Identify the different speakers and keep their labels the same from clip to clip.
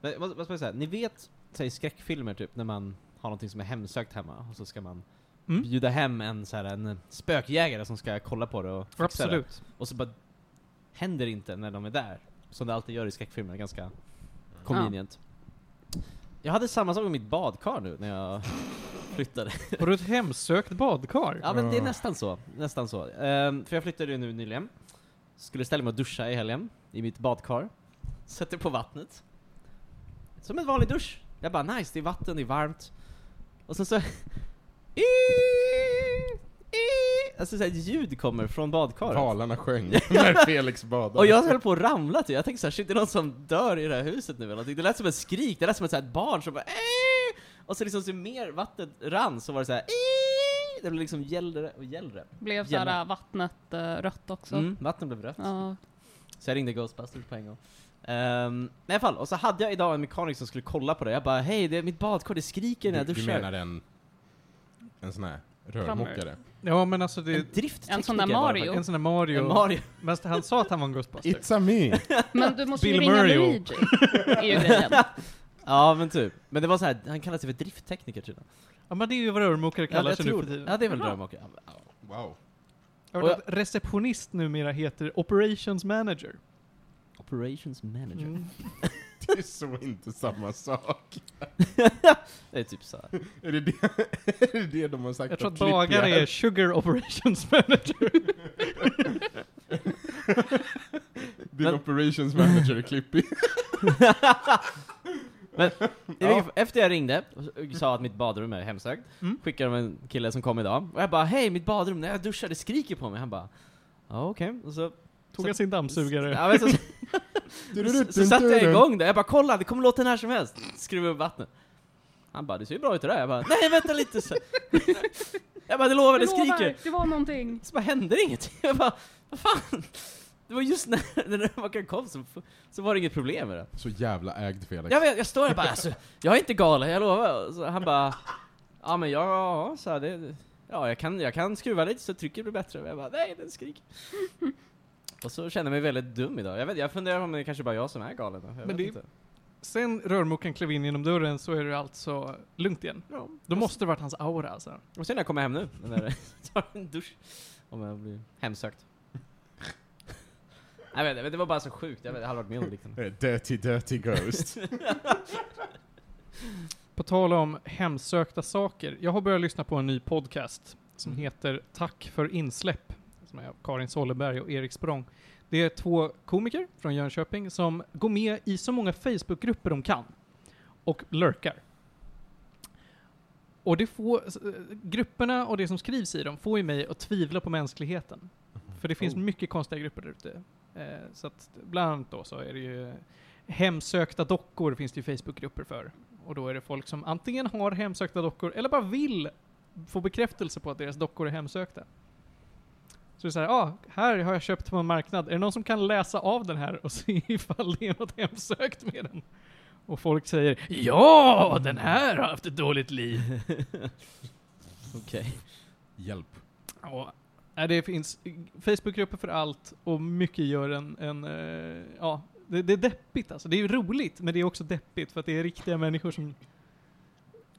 Speaker 1: Men vad, vad ska jag säga? Ni vet, säg skräckfilmer typ, när man har någonting som är hemsökt hemma, och så ska man
Speaker 2: Mm.
Speaker 1: bjuda hem en, så här, en spökjägare som ska kolla på det och fixa det.
Speaker 2: Absolut.
Speaker 1: Och så bara händer det inte när de är där. Som det alltid gör i skräckfilmer, ganska convenient. Jag hade samma sak med mitt badkar nu när jag flyttade.
Speaker 2: Har du ett hemsökt badkar?
Speaker 1: Ja men det är nästan så, nästan så. Ehm, för jag flyttade ju nu nyligen. Skulle ställa mig och duscha i helgen, i mitt badkar. Sätter på vattnet. Som en vanlig dusch. Jag bara nice, det är vatten, det är varmt. Och sen så... Alltså såhär ljud kommer från badkaret.
Speaker 3: Valarna sjöng när Felix badade.
Speaker 1: Och jag höll på att ramla typ. jag tänkte såhär shit det är någon som dör i det här huset nu eller någonting. Det lät som ett skrik, det lät som ett, så här, ett barn som bara "Äh!" Och så liksom så mer vattnet rann så var det såhär Det blev liksom gällre och gällre.
Speaker 4: Blev så här
Speaker 1: Jämna.
Speaker 4: vattnet eh, rött också.
Speaker 1: Mm, vattnet blev rött.
Speaker 4: Ja.
Speaker 1: Så jag ringde Ghostbusters på en gång. Ehm, men i alla fall, och så hade jag idag en mekaniker som skulle kolla på det. Jag bara hej det är mitt badkar, det skriker när jag
Speaker 3: du, du
Speaker 1: duschar.
Speaker 3: menar en, en sån här rörmokare?
Speaker 2: Ja men alltså det
Speaker 1: en
Speaker 2: är
Speaker 1: drifttekniker
Speaker 4: En sån där
Speaker 1: var det
Speaker 4: Mario.
Speaker 1: faktiskt.
Speaker 2: en sån där Mario.
Speaker 1: En Mario.
Speaker 2: Men han sa att han var en Ghostbuster.
Speaker 3: It's a me!
Speaker 4: Men du måste ju
Speaker 2: Bill
Speaker 4: ringa
Speaker 2: Murray.
Speaker 4: Luigi. är ju grejen.
Speaker 1: Ja men typ. Men det var så här, han kallade sig för drifttekniker tydligen.
Speaker 2: Ja men det är ju vad rörmokare
Speaker 1: Ja,
Speaker 2: kallar
Speaker 1: jag
Speaker 2: sig nu
Speaker 1: tror
Speaker 2: för
Speaker 1: det.
Speaker 2: tiden.
Speaker 1: Ja det är väl
Speaker 4: Bra.
Speaker 1: drömmakare.
Speaker 3: Wow.
Speaker 2: Jag
Speaker 1: Och
Speaker 2: vet att receptionist numera heter operations manager. Mm.
Speaker 1: Operations manager.
Speaker 4: Mm.
Speaker 3: Det är så inte samma sak.
Speaker 1: Det är typ så här.
Speaker 3: Är det det, är det, det de har sagt?
Speaker 2: Jag tror att
Speaker 3: klipp
Speaker 2: bagare
Speaker 3: gör?
Speaker 2: är sugar operations manager.
Speaker 3: Din
Speaker 1: Men-
Speaker 3: operations manager är klippig.
Speaker 1: I vilket fall, Efter jag ringde och sa att mitt badrum är hemsökt,
Speaker 2: Mm.
Speaker 1: skickade de en kille som kom idag, och jag bara hej mitt badrum, när jag duschar det skriker på mig. Han bara ja okej, och så...
Speaker 2: Tog han sin dammsugare.
Speaker 1: Ja, men så, så, så satte jag igång det, jag bara kolla det kommer låta när som helst, skruva upp vattnet. Han bara det ser ju bra ut det där, jag bara nej vänta lite så. Jag bara det lovar, det
Speaker 4: Jag lovar,
Speaker 1: skriker.
Speaker 4: Det var någonting.
Speaker 1: Så bara händer inget. Jag bara vad fan. Det var just när den där rökaren kom så, så var det inget problem med det.
Speaker 3: Så jävla ägd Felix.
Speaker 1: Jag, vet, jag står där bara alltså, jag är inte galen, jag lovar. Så han bara, ja men ja, ja, så här, det, ja jag, kan, jag kan skruva lite så trycket blir bättre. Men jag bara, nej den skriker. Och så känner jag mig väldigt dum idag. Jag, vet, jag funderar om det kanske bara är jag som är galen. då. Jag
Speaker 2: Men
Speaker 1: vet
Speaker 2: det-
Speaker 1: inte.
Speaker 2: Sen rörmokaren klev in genom dörren så är det alltså lugnt igen.
Speaker 1: Ja.
Speaker 2: Då måste det varit hans aura alltså.
Speaker 1: Och sen när jag kommer hem nu, när tar en dusch, om jag blir hemsökt. Jag vet, inte, det var bara så sjukt, jag, vet, jag hade varit med om liknande.
Speaker 3: Eh, Dirty dirty ghost.
Speaker 2: På tal om hemsökta saker. Jag har börjat lyssna på en ny podcast som
Speaker 1: Mm.
Speaker 2: heter Tack för insläpp. Som är av Karin Solleberg och Erik Språng. Det är två komiker från Jönköping som går med i så många Facebookgrupper de kan. Och lurkar. Och det får, s- eh, grupperna och det som skrivs i dem får ju mig att tvivla på mänskligheten. För det finns
Speaker 3: Oh.
Speaker 2: mycket konstiga grupper där ute. Eh, så att bland annat då så är det ju hemsökta dockor finns det ju Facebookgrupper för. Och då är det folk som antingen har hemsökta dockor eller bara vill få bekräftelse på att deras dockor är hemsökta. Så det är såhär, ja, ah, här har jag köpt på en marknad. Är det någon som kan läsa av den här och se ifall det är något hemsökt med den? Och folk säger, ja, den här har haft ett dåligt liv.
Speaker 1: Okej.
Speaker 3: Hjälp.
Speaker 2: Ja, nej, det finns Facebookgrupper för allt och mycket gör en, en eh, ja, det, det är deppigt alltså. Det är ju roligt, men det är också deppigt för att det är riktiga människor som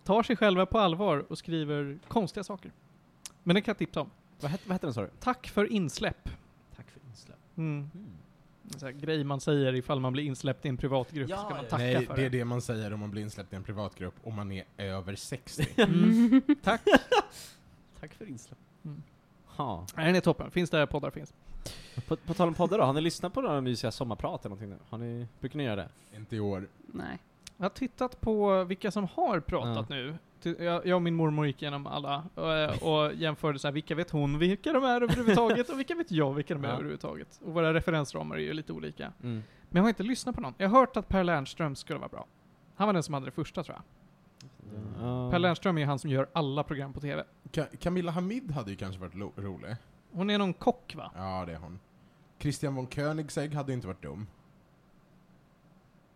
Speaker 2: tar sig själva på allvar och skriver konstiga saker. Men det kan jag tipsa om.
Speaker 1: Vad hette vad hette den sa du?
Speaker 2: Tack för insläpp.
Speaker 1: Tack för insläpp.
Speaker 2: Mm. Så här, grej man säger ifall man blir insläppt i en privatgrupp
Speaker 1: Ja,
Speaker 2: ska man
Speaker 1: ja.
Speaker 2: tacka
Speaker 3: Nej,
Speaker 2: för
Speaker 3: det
Speaker 2: det.
Speaker 3: är det man säger om man blir insläppt i en privatgrupp om man är över 60.
Speaker 2: Mm. Tack.
Speaker 1: Tack för insläpp.
Speaker 2: Mm.
Speaker 1: Ha.
Speaker 2: Nej, Den är toppen. Finns där poddar finns.
Speaker 1: På, på tal om poddar då, har ni lyssnat på några mysiga sommarprat eller någonting nu? Har ni, brukar ni göra det?
Speaker 3: Inte i år.
Speaker 4: Nej.
Speaker 2: Jag har tittat på vilka som har pratat nu. Ty- Jag, jag och min mormor gick igenom alla eh, och jämförde så här, vilka vet hon vilka de är överhuvudtaget och vilka vet jag vilka de är
Speaker 1: Ja.
Speaker 2: överhuvudtaget. Och våra referensramar är ju lite olika. Men jag har inte lyssnat på någon. Jag har hört att Per Lernström skulle vara bra. Han var den som hade det första tror jag.
Speaker 1: Ja.
Speaker 2: Per Lernström är ju han som gör alla program på TV.
Speaker 3: Ka- Camilla Hamid hade ju kanske varit lo- rolig.
Speaker 2: Hon är någon kock va?
Speaker 3: Ja, det är hon. Christian von Koenigsegg hade inte varit dum.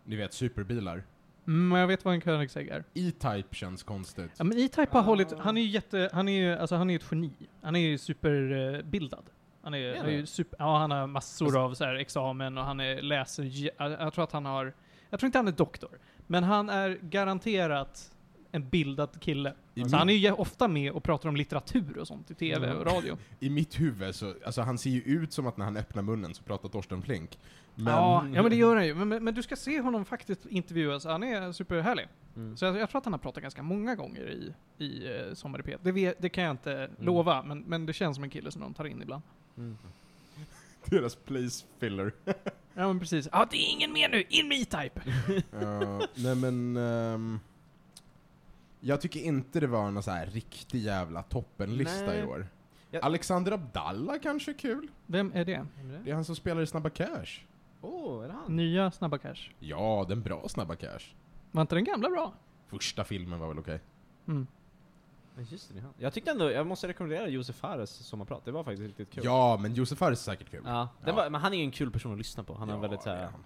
Speaker 3: Ni vet, superbilar.
Speaker 2: Mm, jag vet vad en Koenigsegg är.
Speaker 3: E-Type känns konstigt.
Speaker 2: Ja, men E-Type har
Speaker 1: Ah.
Speaker 2: hållit, han är ju jätte, han är ju, alltså han är ju ett geni. Han är ju superbildad. Han är,
Speaker 1: Är
Speaker 2: han är ju
Speaker 1: det?
Speaker 2: super, ja han har massor av så här examen och han är, läser, ge- jag jag tror att han har Jag tror inte han är doktor, men han är garanterat en bildad kille.
Speaker 3: I
Speaker 2: Så alltså, han är
Speaker 3: min-
Speaker 2: ju ofta med och pratar om litteratur och sånt i TV
Speaker 3: Mm.
Speaker 2: och radio.
Speaker 3: I mitt huvud så, alltså han ser ju ut som att när han öppnar munnen så pratar Torsten Flink. Men,
Speaker 2: Ja, ja, men det gör han ju. Men, men, men du ska se honom faktiskt intervjuas. Han är superhärlig.
Speaker 1: Mm.
Speaker 2: Så jag, jag tror att han har pratat ganska många gånger i, i eh, Sommar i P1. Det, vet- det kan jag inte lova, men, men det känns som en kille som de tar in ibland.
Speaker 1: Mm.
Speaker 3: Deras place filler.
Speaker 2: Ja men precis. Ja, det är ingen mer nu! In med E-Type!
Speaker 3: Ja, nej men... ehm, jag tycker inte det var någon så här riktig jävla toppenlista
Speaker 1: Nej.
Speaker 3: i år.
Speaker 1: Jag-
Speaker 3: Alexander Abdallah kanske är kul?
Speaker 2: Vem är det?
Speaker 3: Det är han som spelar i Snabba Cash.
Speaker 1: Åh, är det han?
Speaker 2: Nya Snabba Cash.
Speaker 3: Ja, den bra Snabba Cash.
Speaker 2: Var inte den gamla bra?
Speaker 3: Första filmen var väl okej?
Speaker 2: Mm.
Speaker 1: Ja, Just det, det, är han. Jag tyckte ändå, jag måste rekommendera Josef Fares sommarprat, det var faktiskt riktigt kul.
Speaker 3: Ja, men Josef Fares är säkert kul.
Speaker 1: Ja, den
Speaker 3: Ja.
Speaker 1: Var, men han är ju en kul person att lyssna på, han är
Speaker 3: Ja,
Speaker 1: väldigt eh,
Speaker 3: det är
Speaker 1: såhär
Speaker 3: han.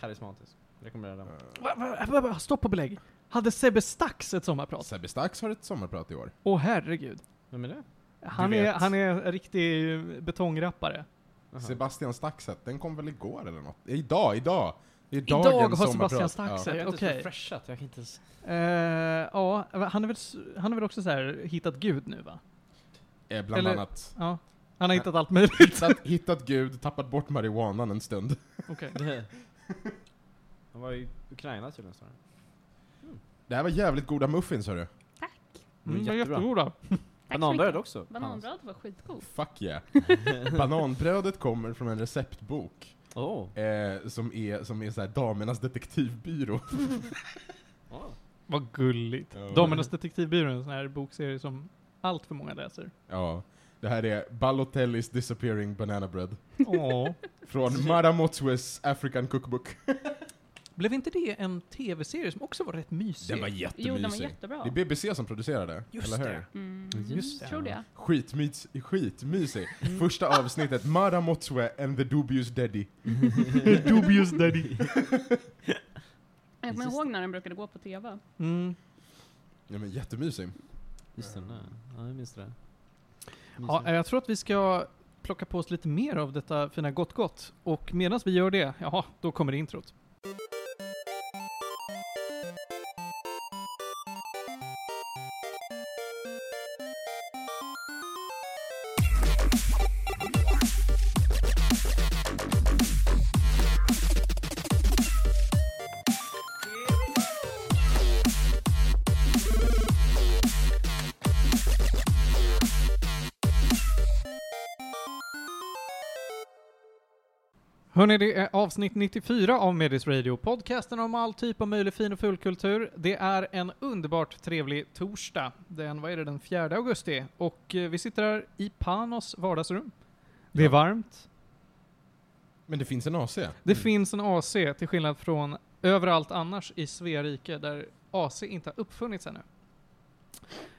Speaker 1: karismatisk. Rekommenderar den.
Speaker 2: Va, va, va, va, stopp och belägg. Hade Sebbe Stax ett sommarprat?
Speaker 3: Eh, Sebbe Stax har ett sommarprat i år.
Speaker 2: Åh herregud.
Speaker 1: Vem är det?
Speaker 2: Han
Speaker 3: Du
Speaker 2: är,
Speaker 3: vet.
Speaker 2: han är en riktig eh, betongrappare.
Speaker 1: Jaha.
Speaker 3: Sebastian Staxet, den kom väl igår eller något? Eh, Idag, idag! Det är
Speaker 2: Idag
Speaker 3: dagens
Speaker 2: har
Speaker 3: sommarprat.
Speaker 2: Sebastian
Speaker 1: Så
Speaker 2: Staxet.
Speaker 1: jag är inte
Speaker 2: okej.
Speaker 1: så freshat, jag kan inte ens...
Speaker 2: Eh, ja, han är väl, s- han är väl också så här hittat Gud nu va?
Speaker 3: Ja, eh, bland
Speaker 2: Eller-
Speaker 3: annat.
Speaker 2: Ja. Han har
Speaker 3: Ja.
Speaker 2: hittat allt möjligt.
Speaker 3: Hittat, hittat Gud, tappat bort marijuanan en stund.
Speaker 2: Okej.
Speaker 1: Han var i Ukraina tydligen snarare.
Speaker 3: Det här var jävligt goda muffins hörru.
Speaker 2: Mm, vad
Speaker 1: jättebra.
Speaker 2: jättegoda.
Speaker 4: Tack så
Speaker 1: Bananbröd
Speaker 4: mycket.
Speaker 1: också.
Speaker 4: Bananbröd var skitgod.
Speaker 3: Fuck yeah. Bananbrödet kommer från en receptbok.
Speaker 1: Åh.
Speaker 3: Eh, som är, som är så här damernas detektivbyrå.
Speaker 1: Åh.
Speaker 2: Vad gulligt.
Speaker 3: Ja.
Speaker 2: Damernas detektivbyrå är en sån här bokserie som allt för många läser.
Speaker 3: Ja. Det här är Balotelli's Disappearing Banana Bread.
Speaker 2: Åh.
Speaker 3: Från Mara Motsues African Cookbook.
Speaker 2: Blev inte det en tv-serie som också var rätt mysig?
Speaker 3: Den var
Speaker 4: Jo, den var
Speaker 3: jättemysig.
Speaker 4: jättebra.
Speaker 3: Det är BBC som producerade,
Speaker 2: Just
Speaker 3: eller hur?
Speaker 2: det.
Speaker 4: Mm,
Speaker 1: Just det.
Speaker 4: Tror det.
Speaker 3: Skitmys, skitmysig.
Speaker 2: Mm.
Speaker 3: Första avsnittet, Mara Motsue and the Dubious Daddy.
Speaker 2: Dubious Daddy.
Speaker 4: Jag kommer
Speaker 1: Just
Speaker 4: ihåg när den brukade gå på TV.
Speaker 2: Mm.
Speaker 3: Ja, men jättemysig.
Speaker 1: Just den där. Ja, jag minns det. där. Minns
Speaker 2: Ehm. Ja, eh,
Speaker 1: det.
Speaker 2: jag tror att vi ska plocka på oss lite mer av detta fina gott gott. Och medan vi gör det, jaha, då kommer introt. Hörni, det är avsnitt 94 av Medis Radio, podcasten om all typ av möjlig fin och fulkultur. Det är en underbart trevlig torsdag, den, vad är det, den 4 augusti. Och eh, vi sitter här i Panos vardagsrum. Det är
Speaker 3: Ja.
Speaker 2: varmt.
Speaker 3: Men det finns en AC.
Speaker 2: Det
Speaker 1: Mm.
Speaker 2: finns en AC, till skillnad från överallt annars i Svea rike, där AC inte har uppfunnits ännu.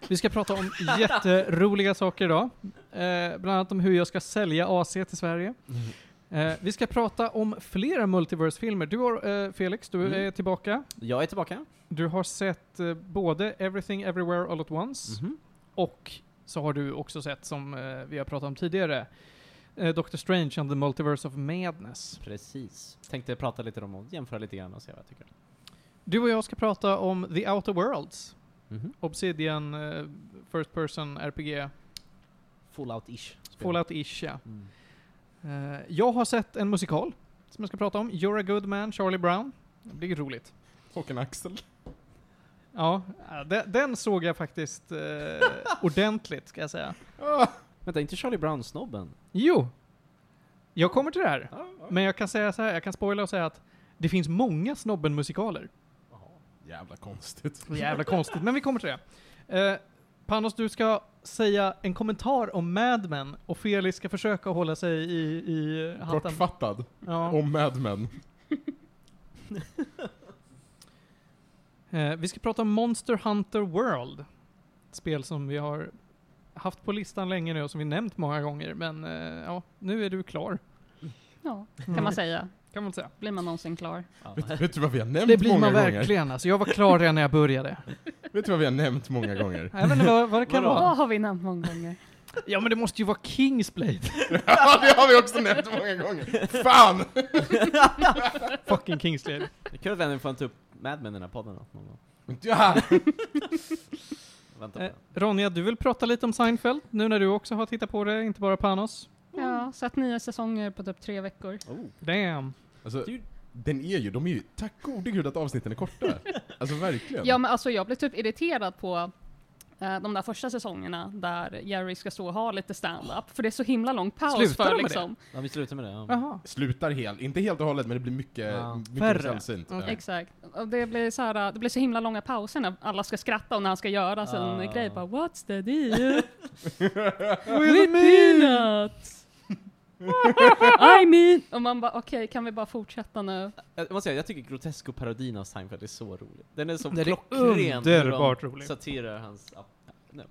Speaker 2: Vi ska prata om jätteroliga saker idag. Eh, bland annat om hur jag ska sälja AC till Sverige.
Speaker 1: Mhm.
Speaker 2: Eh, vi ska prata om flera Multiverse-filmer. Du har, eh, Felix, du
Speaker 1: Mm.
Speaker 2: är tillbaka.
Speaker 1: Jag är tillbaka.
Speaker 2: Du har sett eh, både Everything Everywhere All At Once
Speaker 1: Mhm.
Speaker 2: och så har du också sett, som eh, vi har pratat om tidigare, eh, Doctor Strange and the Multiverse of Madness.
Speaker 1: Precis. Tänkte prata lite om och jämföra lite grann och se vad jag tycker.
Speaker 2: Du och jag ska prata om The Outer Worlds.
Speaker 1: Mhm.
Speaker 2: Obsidian eh, First Person RPG.
Speaker 1: Fallout-ish. spel.
Speaker 2: Fallout-ish, ja.
Speaker 1: Mm.
Speaker 2: Eh, jag har sett en musikal som jag ska prata om. You're a good man, Charlie Brown. Det blir roligt.
Speaker 3: Och en axel.
Speaker 2: Ja, eh, de, den såg jag faktiskt eh, ordentligt, ska jag säga.
Speaker 3: Ah!
Speaker 1: Vänta, inte Charlie Brown-snobben?
Speaker 2: Jo! Jag kommer till det här.
Speaker 1: Ja, ja.
Speaker 2: Men jag kan säga så här, jag kan spoila och säga att det finns många Snobben-musikaler.
Speaker 3: Jävla konstigt.
Speaker 2: Jävla konstigt, men vi kommer till det. Eh, Panos, du ska säga en kommentar om Mad Men och Felix ska försöka hålla sig i, i hatten.
Speaker 3: Kortfattad.
Speaker 2: Ja.
Speaker 3: Om Mad Men.
Speaker 2: Eh, vi ska prata om Monster Hunter World. Ett spel som vi har haft på listan länge nu och som vi nämnt många gånger, men eh, ja, nu är du klar.
Speaker 4: Ja,
Speaker 2: Mm.
Speaker 4: kan man säga.
Speaker 2: Kan man säga.
Speaker 4: Blir man någonsin klar?
Speaker 1: Ja.
Speaker 3: Vet, vet du vad vi har nämnt
Speaker 2: Det blir
Speaker 3: många
Speaker 2: man
Speaker 3: gånger?
Speaker 2: verkligen alltså. Jag var klar redan när jag började.
Speaker 3: Vet du vad vi har nämnt många gånger?
Speaker 2: Jag vet inte vad, vad det kan
Speaker 1: Vadå?
Speaker 2: vara.
Speaker 4: Vad har vi nämnt många gånger?
Speaker 2: Ja men det måste ju vara Kingsblade.
Speaker 3: ja, det har vi också nämnt många gånger. Fan!
Speaker 2: Fucking Kingsblade.
Speaker 1: Det är kul att vi ändå får ta upp typ Mad Men i den här podden då, någon gång.
Speaker 3: Ja.
Speaker 1: Vänta på
Speaker 2: Eh,
Speaker 1: den.
Speaker 2: Ronja, du vill prata lite om Seinfeld? Nu när du också har tittat på det, inte bara Panos.
Speaker 4: Ja, sett nya säsonger på typ tre veckor.
Speaker 1: Oh.
Speaker 2: Damn.
Speaker 3: Alltså, den är ju, de är ju, tack gode gud att avsnitten är korta. Alltså verkligen.
Speaker 4: Ja men alltså jag blev typ irriterad på eh, de där första säsongerna där Jerry ska stå och ha lite stand-up. För det är så himla lång paus
Speaker 2: Slutar de
Speaker 4: för
Speaker 2: med
Speaker 4: liksom.
Speaker 1: Ja, vi slutar med det. Ja.
Speaker 2: Jaha.
Speaker 3: Slutar helt, inte helt och hållet men det blir mycket,
Speaker 1: Ja.
Speaker 3: mycket
Speaker 2: Färre. Mm.
Speaker 3: mer sällsynt.
Speaker 2: Okej.
Speaker 3: Ja.
Speaker 4: Exakt. Och det blir, så här, det blir så himla långa pauser när alla ska skratta och när han ska göra sin
Speaker 1: Ah.
Speaker 4: grej. Bara, What's the deal?
Speaker 2: With
Speaker 4: peanuts! I mean! Och man bara okej, kan vi bara fortsätta nu?
Speaker 1: Jag måste säga, jag tycker Grotesco-parodin av Seinfeld är så rolig. Den är så
Speaker 2: Den är
Speaker 1: klockren. hur de
Speaker 2: underbart rolig.
Speaker 1: Satirar hans... Ja.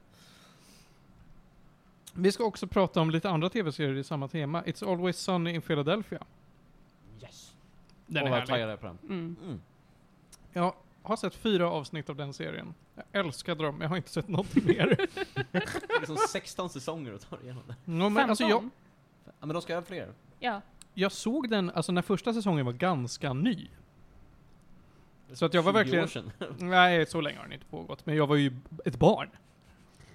Speaker 2: Vi ska också prata om lite andra tv-serier i samma tema. It's Always Sunny in Philadelphia.
Speaker 1: Yes!
Speaker 2: Den
Speaker 1: Åh, vad
Speaker 2: är
Speaker 1: jag
Speaker 2: härlig.
Speaker 1: taggad jag är på den.
Speaker 4: Mm.
Speaker 1: Mm.
Speaker 2: Jag har sett fyra avsnitt av den serien. Jag älskade dem, jag har inte sett någonting mer.
Speaker 1: Det är liksom 16 säsonger att ta igenom det.
Speaker 2: no, men, alltså, jag,
Speaker 4: 15?
Speaker 1: Ja, men de ska göra fler.
Speaker 4: Ja.
Speaker 2: jag såg den alltså, när första säsongen var ganska ny. Så att jag var
Speaker 1: 20 år
Speaker 2: verkligen-
Speaker 1: sedan.
Speaker 2: Nej, så länge har den inte pågått. Men jag var ju b- ett barn.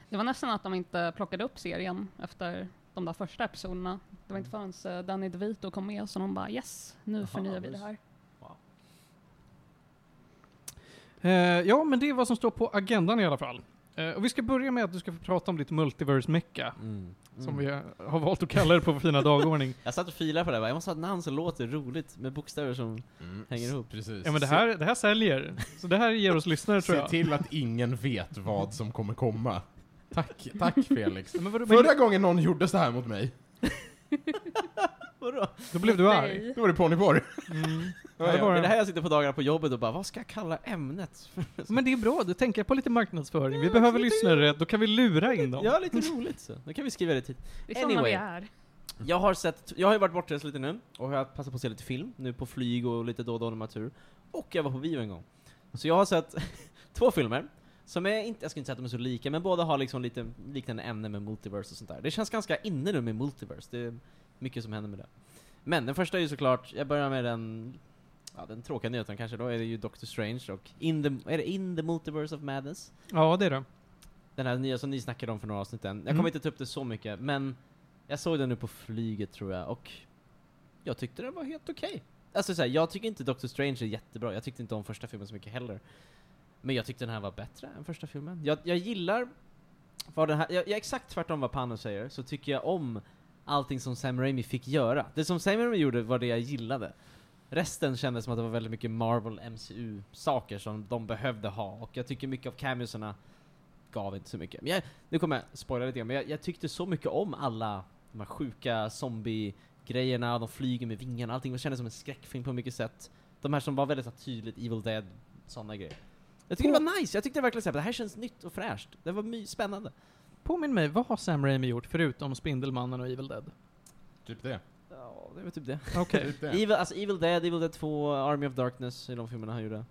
Speaker 4: Det var nästan att de inte plockade upp serien efter de där första episoderna. Det var inte förrän eh, Danny DeVito kom med som de bara yes, nu
Speaker 1: Jaha,
Speaker 4: förnyar vi det
Speaker 1: nice.
Speaker 4: här.
Speaker 2: Eh, ja, men det är vad som står på agendan i alla fall. Eh, och vi ska börja med att du ska få prata om ditt multiverse-mecka.
Speaker 1: Mm. Mm.
Speaker 2: Som vi har har valt att kalla det på vår fina dagordning.
Speaker 1: Jag satt och filade på det här, bara, jag måste ha ett namn som låter roligt med bokstäver som
Speaker 3: Mm.
Speaker 1: hänger ihop.
Speaker 3: Precis.
Speaker 2: Ja men det här, det här säljer. Så det här ger oss lyssnare tror
Speaker 3: Se
Speaker 2: jag.
Speaker 3: till att ingen vet vad som kommer komma. Tack, tack Felix.
Speaker 2: Men vadå, men,
Speaker 3: Förra gången någon gjorde så här mot mig,
Speaker 1: Vadå?
Speaker 2: då blev du arg.
Speaker 4: Nej.
Speaker 3: då var det Ponyborg.
Speaker 2: Mm.
Speaker 1: Ja,
Speaker 2: det
Speaker 1: ja. Det
Speaker 2: var
Speaker 1: är
Speaker 2: den.
Speaker 1: det här jag sitter på dagarna på jobbet och bara, vad ska jag kalla ämnet?
Speaker 2: Men det är bra, du tänker på lite marknadsföring. Vi behöver lyssnare, då kan vi lura in dem.
Speaker 1: Ja, lite roligt så. Då kan vi skriva det till.
Speaker 4: Det är sådana
Speaker 1: Anyway.
Speaker 4: vi är.
Speaker 1: Jag har sett, jag har ju varit bortrest lite nu, och jag har passat på att se lite film, nu på flyg och lite då och då när man har tur. Och jag var på bio en gång. Så jag har sett två filmer, som är inte, jag ska inte säga att de är så lika, men båda har liksom lite liknande ämne med multiverse och sånt där. Det känns ganska inne nu med multiverse, det är mycket som händer med det. Men den första är ju såklart, jag börjar med den, ja den tråkiga nyheten kanske, då är det ju Doctor Strange och in the, är det In the Multiverse of Madness?
Speaker 2: Ja, det är det.
Speaker 1: Den här nya som ni snackade om för några avsnitt sedan. Jag
Speaker 2: Mm.
Speaker 1: kommer inte ta upp det så mycket, men jag såg den nu på flyget tror jag, och jag tyckte den var helt okej. Alltså såhär, jag tycker inte Doctor Strange är jättebra, jag tyckte inte om första filmen så mycket heller. Men jag tyckte den här var bättre än första filmen. Jag, jag gillar vad den här, jag, jag är exakt tvärtom vad Pano säger, så tycker jag om allting som Sam Raimi fick göra. Det som Sam Raimi gjorde var det jag gillade. Resten kändes som att det var väldigt mycket Marvel MCU-saker som de behövde ha, och jag tycker mycket av cameosarna gav inte så mycket. Men jag, nu kommer jag spoila lite grann, men jag, jag tyckte så mycket om alla de här sjuka zombie-grejerna, de flyger med vingarna, allting. Det kändes som en skräckfilm på mycket sätt. De här som var väldigt så här tydligt Evil Dead, sådana grejer. Jag tyckte det var nice, jag tyckte verkligen såhär, det här känns nytt och fräscht. Det var my- spännande.
Speaker 2: Påminn mig, vad har Sam Raimi gjort förutom Spindelmannen och Evil Dead?
Speaker 3: Typ det.
Speaker 1: Ja, det var typ det.
Speaker 2: Okej.
Speaker 3: Typ det.
Speaker 1: Evil, alltså Evil Dead, Evil Dead 2, Army of Darkness är de filmerna han gjorde.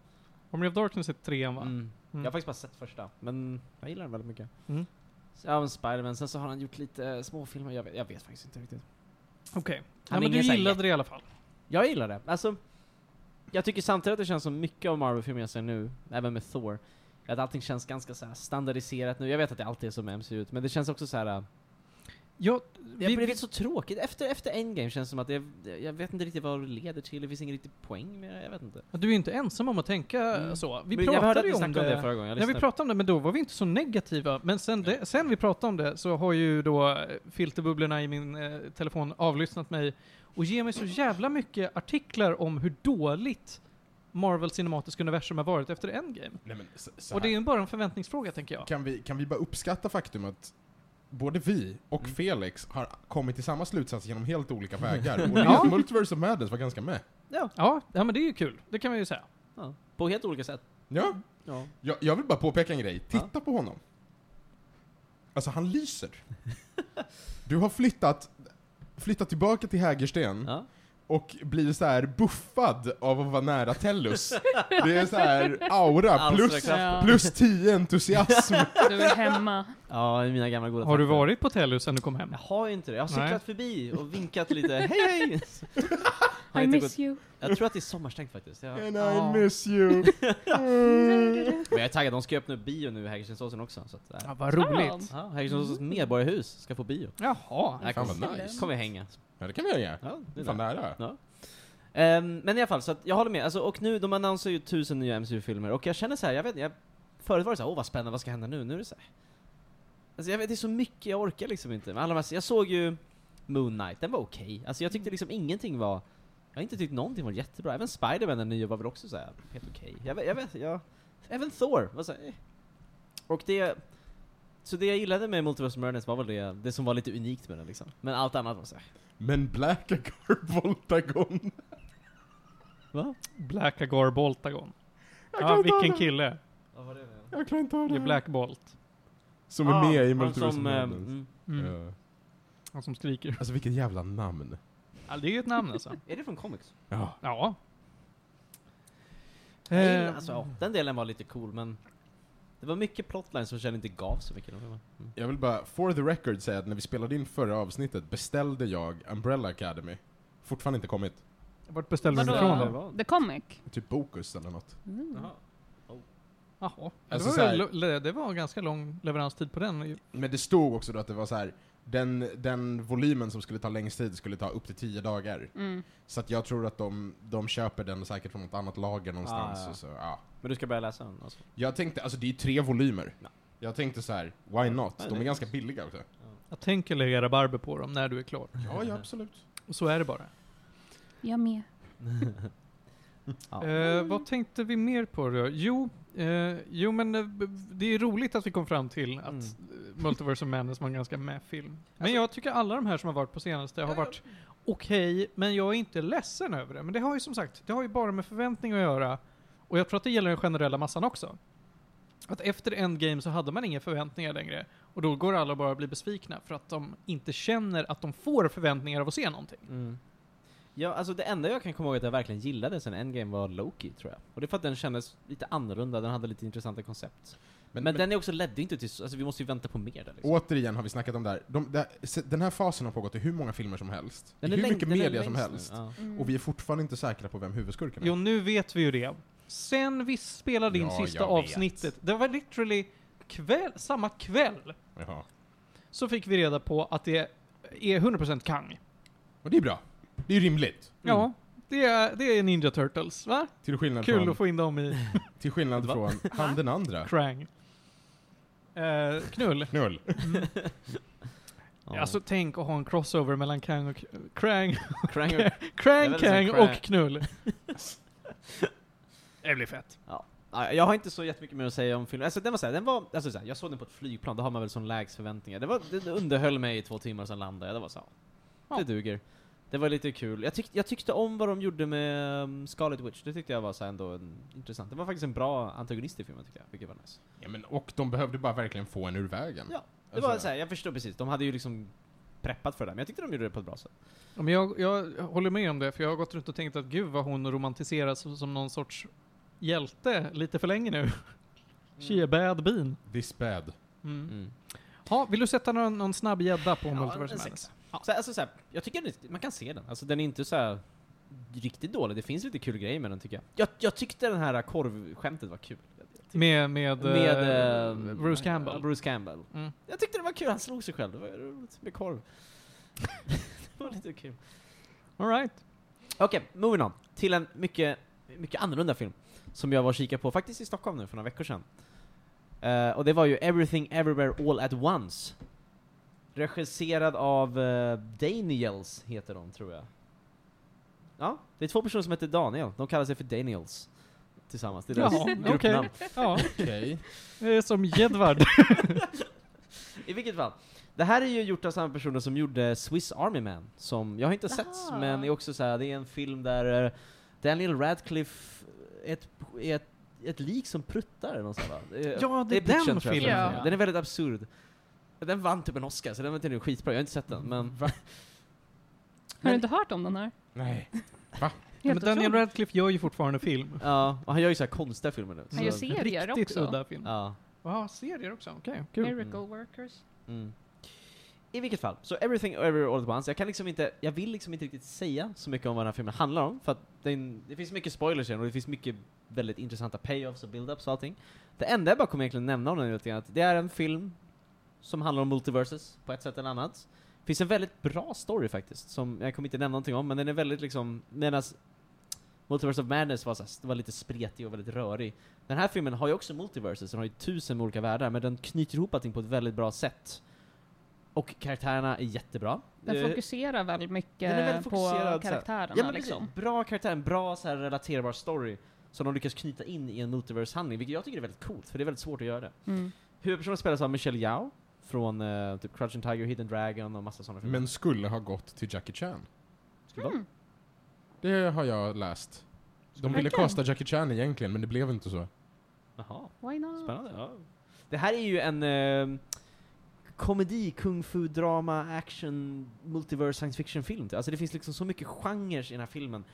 Speaker 2: Army of Darkness är trean va?
Speaker 1: Mm.
Speaker 2: Mm.
Speaker 1: Jag har faktiskt bara sett första, men jag gillar den väldigt mycket.
Speaker 2: Mm.
Speaker 1: Så, ja, men Spiderman, sen så har han gjort lite eh, småfilmer, jag vet, jag vet faktiskt inte riktigt.
Speaker 2: Okej. Ja,
Speaker 1: är
Speaker 2: men du
Speaker 1: ingen så här
Speaker 2: gillade det i alla fall.
Speaker 1: Jag gillar det. Alltså, jag tycker samtidigt att det känns som mycket av Marvel-filmer jag ser nu, även med Thor, att allting känns ganska så här standardiserat nu. Jag vet att det alltid är som med MCU, men det känns också så här. äh,
Speaker 2: Ja,
Speaker 1: Det
Speaker 2: vi,
Speaker 1: har blivit så tråkigt. Efter, efter Endgame känns det som att det, jag vet inte riktigt vad det leder till, det finns ingen riktig poäng med det, jag vet inte.
Speaker 2: du är ju inte ensam om att tänka
Speaker 1: Mm.
Speaker 2: så. Vi
Speaker 1: Men jag hörde att
Speaker 2: pratade
Speaker 1: ni
Speaker 2: ju om
Speaker 1: snackade om det
Speaker 2: det.
Speaker 1: förra gången, jag
Speaker 2: Ja, vi
Speaker 1: lyssnade.
Speaker 2: pratade om det, men då var vi inte så negativa. Men sen, det, sen vi pratade om det så har ju då eh, filterbubblorna i min eh, telefon avlyssnat mig och ger mig så jävla mycket artiklar om hur dåligt Marvel Cinematisk Universum har varit efter Endgame.
Speaker 3: Nej, men, så, så
Speaker 2: Och det är
Speaker 3: här.
Speaker 2: ju bara en förväntningsfråga, tänker jag.
Speaker 3: kan, vi, kan vi bara uppskatta faktum att både vi och
Speaker 1: Mm.
Speaker 3: Felix har kommit till samma slutsats genom helt olika vägar. Och det
Speaker 2: Ja.
Speaker 3: är att Multiverse of Madness var ganska med.
Speaker 1: Ja.
Speaker 2: Ja, ja, men det är ju kul. Det kan man ju säga.
Speaker 1: ja. På helt olika sätt. Mm.
Speaker 3: Ja,
Speaker 1: Ja.
Speaker 3: jag, jag vill bara påpeka en grej. Titta på honom. Alltså, han lyser. Du har flyttat, flyttat tillbaka till Hägersten
Speaker 1: Ja.
Speaker 3: och blir så här buffad av att vara nära Tellus. Det är så här aura
Speaker 1: Alstra
Speaker 3: plus,
Speaker 1: kraft.
Speaker 4: Ja,
Speaker 3: plus 10 entusiasm.
Speaker 4: du är hemma.
Speaker 1: Ja, i mina gamla goda
Speaker 2: Har du
Speaker 1: trakter.
Speaker 2: varit på Tellus sen du kom hem?
Speaker 1: Jag har ju inte det. Jag har
Speaker 2: Nej.
Speaker 1: cyklat förbi och vinkat lite, hej hej! Har
Speaker 4: I
Speaker 1: inte
Speaker 4: miss you.
Speaker 1: Jag tror att det är sommarstängt faktiskt. Jag, men
Speaker 3: And
Speaker 2: Ja.
Speaker 3: I miss you.
Speaker 1: jag är taggad, de ska ju öppna upp bio nu i Hägerstensåsen också. Så att, äh.
Speaker 2: Ja, vad
Speaker 4: Har de?
Speaker 2: roligt.
Speaker 1: ja, Hägerstensåsens medborgarhus ska få bio.
Speaker 2: Jaha.
Speaker 1: Här
Speaker 3: Fan
Speaker 1: kommer,
Speaker 3: vad nice.
Speaker 1: kommer vi hänga.
Speaker 3: Ja, det kan vi göra.
Speaker 1: Ja,
Speaker 3: Det
Speaker 1: det
Speaker 3: är
Speaker 1: är
Speaker 3: fan
Speaker 1: det.
Speaker 3: nära.
Speaker 1: Ehm, men i alla fall, så att jag håller med. Alltså, och nu, de annonserar ju tusen nya MCU-filmer, och jag känner så här, jag vet inte, jag- förut var det så här, åh vad spännande, vad ska hända nu? Nu är det så här. Alltså jag vet, det är så mycket, jag orkar liksom inte. Men alla de här, jag såg ju Moon Knight, den var okej. Alltså jag tyckte liksom ingenting var, jag har inte tyckt någonting var jättebra. Även Spider-Man den nya var väl också så här, helt okej. Jag, vet- jag vet, jag, även Thor var så här, eh. Och det, så det jag gillade med Multiverse of Madness var väl det, det som var lite unikt med den liksom. Men allt annat var så här.
Speaker 3: Men Black Agar Voltagon.
Speaker 1: Va?
Speaker 2: Black Agar Boltagon.
Speaker 3: Jag kan
Speaker 2: Ja,
Speaker 3: inte
Speaker 2: vilken
Speaker 3: ha det.
Speaker 2: kille.
Speaker 1: Vad var det med?
Speaker 3: Jag klarar inte av det.
Speaker 2: Det är
Speaker 3: här.
Speaker 2: Black Bolt.
Speaker 3: Som är med i
Speaker 1: han
Speaker 3: Multiverse
Speaker 1: Ah, som,
Speaker 3: of
Speaker 1: eh,
Speaker 3: Madness.
Speaker 1: mm.
Speaker 2: Mm.
Speaker 3: Ja.
Speaker 2: Han som skriker.
Speaker 3: Alltså vilket jävla namn.
Speaker 2: Ja, det är ju ett namn alltså.
Speaker 1: Är det från comics?
Speaker 3: Ja.
Speaker 2: Ja.
Speaker 1: Jag
Speaker 2: Eh,
Speaker 1: gillar- alltså, ja, den delen var lite cool men det var mycket plotlines som jag kände inte gav så mycket. Mm.
Speaker 3: Jag vill bara, for the record, säga att när vi spelade in förra avsnittet beställde jag Umbrella Academy. Fortfarande inte kommit.
Speaker 2: Vart beställde du den
Speaker 4: Vadå?
Speaker 2: ifrån
Speaker 1: det
Speaker 2: då?
Speaker 1: var-
Speaker 4: The Comic.
Speaker 3: Typ Bokus eller något.
Speaker 4: Mm.
Speaker 1: Jaha.
Speaker 2: Jaha.
Speaker 3: Alltså,
Speaker 2: det,
Speaker 3: så
Speaker 2: var
Speaker 3: här-
Speaker 2: väl, lo- det var ganska lång leveranstid på den.
Speaker 3: Men det stod också då att det var så här. Den, den volymen som skulle ta längst tid skulle ta upp till 10 dagar.
Speaker 4: Mm.
Speaker 3: Så att jag tror att de, de köper den säkert från något annat lager någonstans.
Speaker 1: Ah, ja.
Speaker 3: Och så, ja.
Speaker 1: Men du ska börja läsa den alltså.
Speaker 3: Jag tänkte, alltså det är ju tre volymer.
Speaker 1: Ja.
Speaker 3: Jag tänkte så här, why not?
Speaker 1: Nej,
Speaker 3: De
Speaker 1: det
Speaker 3: är
Speaker 1: är
Speaker 3: ganska billiga också.
Speaker 2: Jag tänker lägga rabarber på dem när du är klar.
Speaker 3: Ja, ja absolut.
Speaker 2: Och så är det bara.
Speaker 4: Jag med.
Speaker 1: Ja.
Speaker 2: Eh, vad tänkte vi mer på då? Jo, eh, jo men eh, b- det är roligt att vi kom fram till att
Speaker 1: Mm. Alltså-
Speaker 2: eh, Multiverse of Madness var en ganska med film. Men jag tycker alla de här som har varit på senaste har varit okej, men jag är inte ledsen över det. Men det har ju som sagt, det har ju bara med förväntning att göra. Och jag tror att det gäller den generella massan också. Att efter Endgame så hade man inga förväntningar längre. Och då går alla bara och blir besvikna för att de inte känner att de får förväntningar av att se någonting.
Speaker 1: Mm. Ja, alltså det enda jag kan komma ihåg att jag verkligen gillade sen Endgame var Loki, tror jag. Och det är för att den kändes lite annorlunda, den hade lite intressanta koncept. Men, den är också ledde inte till, alltså vi måste ju vänta på mer där liksom.
Speaker 3: Återigen har vi snackat om det här. De, det, se- den här fasen har pågått i hur många filmer som helst. I
Speaker 1: Den är
Speaker 3: hur
Speaker 1: läng-
Speaker 3: mycket
Speaker 1: den är
Speaker 3: media som
Speaker 1: längst nu,
Speaker 3: helst.
Speaker 1: ja.
Speaker 4: Mm.
Speaker 3: Och vi är fortfarande inte säkra på vem huvudskurken är.
Speaker 2: Jo, nu vet vi ju det. Sen vi spelade in
Speaker 3: Ja,
Speaker 2: sista
Speaker 3: jag vet.
Speaker 2: avsnittet, det var literally kväll, samma kväll,
Speaker 3: Jaha.
Speaker 2: så fick vi reda på att det är 100% Kang.
Speaker 3: Och det är bra. Det är rimligt.
Speaker 1: Mm.
Speaker 2: Ja, det är, det är Ninja Turtles, va?
Speaker 3: Till skillnad
Speaker 2: Kul
Speaker 3: från,
Speaker 2: att få in dem i
Speaker 3: till skillnad
Speaker 1: Va?
Speaker 3: från han den andra.
Speaker 2: Krang. Eh, knull.
Speaker 3: Knull.
Speaker 1: Ja.
Speaker 2: Alltså tänk att ha en crossover mellan Kang och Krang.
Speaker 1: Krang- Jag
Speaker 2: Krang,
Speaker 1: vill säga
Speaker 2: Kang
Speaker 1: Krang.
Speaker 2: och Knull. Det blir fett.
Speaker 1: Ja, Jag har inte så jättemycket mer att säga om filmen. Alltså den var såhär, den var, alltså såhär, jag såg den på ett flygplan, då har man väl sån lägst förväntningar. Det, var, det det underhöll mig i två timmar, sen landade jag. Det var så.
Speaker 2: Ja.
Speaker 1: Det duger. Det var lite kul. Jag, tyck, jag tyckte om vad de gjorde med um, Scarlet Witch, det tyckte jag var så här ändå en, intressant. Det var faktiskt en bra antagonist i filmen tyckte jag, vilket var nice.
Speaker 3: Ja, men, och de behövde bara verkligen få en ur vägen.
Speaker 1: Ja, Det
Speaker 3: Alltså,
Speaker 1: var såhär, jag förstår precis, de hade ju liksom preppat för det, men jag tyckte de gjorde det på ett bra sätt.
Speaker 2: Ja, Men jag, jag håller med om det, för jag har gått runt och tänkt att gud vad hon romantiseras som, som någon sorts hjälte lite för länge
Speaker 1: Mm.
Speaker 2: nu. She a bad bean.
Speaker 3: This bad.
Speaker 2: Mm.
Speaker 1: Mm.
Speaker 2: Ha, vill du sätta någon, någon snabb gädda på
Speaker 1: Ja,
Speaker 2: Multiverse
Speaker 1: en
Speaker 2: Madness?
Speaker 1: sexa. Så, alltså, så här, jag tycker den är- man kan se den. Alltså, den är inte så här riktigt dålig, det finns lite kul grejer med den tycker jag. Jag, jag tyckte den här korvskämtet var kul.
Speaker 2: Med, med,
Speaker 1: Med
Speaker 2: eh,
Speaker 1: ehm,
Speaker 2: Bruce Campbell.
Speaker 1: Bruce Campbell.
Speaker 2: Mm.
Speaker 1: Jag tyckte det var kul, han slog sig själv. Det var roligt med korv. det var lite kul.
Speaker 2: All right.
Speaker 1: Okej, moving on. Till en mycket, mycket annorlunda film. Som jag var och kikade på, faktiskt i Stockholm nu för några veckor sedan. Eh, och det var ju Everything Everywhere All At Once. Regisserad av eh, Daniels, heter de tror jag. Ja, det är två personer som heter Daniel. De kallar sig för Daniels. Tillsammans, det är deras
Speaker 2: Jaha, okej.
Speaker 1: gruppnamn.
Speaker 2: Ja,
Speaker 3: Okej.
Speaker 2: det är som Jedvard.
Speaker 1: I vilket fall. Det här är ju gjort av samma personer som gjorde Swiss Army Man, som jag har inte sett,
Speaker 4: Jaha.
Speaker 1: men är också så här, det är en film där eh, Daniel Radcliffe är ett, är ett, ett lik som pruttar någonstans va? Det är-
Speaker 2: Ja, det är
Speaker 1: pitchen,
Speaker 2: den
Speaker 1: tror jag,
Speaker 4: filmen.
Speaker 1: Den är väldigt absurd. Den vann typ en Oscar, så den var tydligen skitbra, jag har inte sett den, men...
Speaker 4: Har
Speaker 1: Men-
Speaker 4: du inte hört om den här?
Speaker 3: Nej.
Speaker 2: Ja, men Daniel
Speaker 4: otroligt.
Speaker 2: Radcliffe gör ju fortfarande film.
Speaker 1: Ja, och han gör ju så här konstiga filmer nu.
Speaker 4: Han gör
Speaker 1: så,
Speaker 4: serier
Speaker 2: Riktigt
Speaker 4: också.
Speaker 2: udda film.
Speaker 1: Ja.
Speaker 2: Jaha, serier också? Okej, kul.
Speaker 4: Miracle Workers.
Speaker 1: Mm. I vilket fall, så Everything Everywhere All At Once, jag kan liksom inte, jag vill liksom inte riktigt säga så mycket om vad den här filmen handlar om, för att den, det finns mycket spoilers i den och det finns mycket väldigt intressanta payoffs och build-ups och allting. Det enda jag bara kommer egentligen nämna om den är lite grann att det är en film som handlar om multiverses på ett sätt eller annat. Det finns en väldigt bra story faktiskt, som jag kommer inte nämna någonting om, men den är väldigt liksom, medan Multiverse of Madness var, så här, det var lite spretig och väldigt rörig. Den här filmen har ju också multiverses, den har ju tusen olika världar, men den knyter ihop allting på ett väldigt bra sätt. Och karaktärerna är jättebra.
Speaker 4: Den
Speaker 1: Eh,
Speaker 4: fokuserar väl mycket
Speaker 1: den är väldigt
Speaker 4: på
Speaker 1: fokuserad, så här.
Speaker 4: karaktärerna.
Speaker 1: Ja men
Speaker 4: liksom.
Speaker 1: precis, bra karaktär, en bra så här, relaterbar story som de lyckas knyta in i en multiverse-handling, vilket jag tycker är väldigt coolt, för det är väldigt svårt att göra det.
Speaker 4: Mm.
Speaker 1: Huvudpersonen spelas av Michelle Yao från eh, typ Crouching Tiger, Hidden Dragon och massa sådana filmer.
Speaker 3: Men skulle ha gått till Jackie Chan.
Speaker 1: Ska det vara?
Speaker 4: Mm.
Speaker 3: Det har jag läst. De ville
Speaker 4: Verkligen.
Speaker 3: kasta Jackie Chan egentligen, men det blev inte så.
Speaker 1: Jaha,
Speaker 4: Why not?
Speaker 1: spännande. Ja. Det här är ju en eh, komedi, kung fu, drama, action, multiverse, science fiction-film. Alltså det finns liksom så mycket genrer i den här filmen.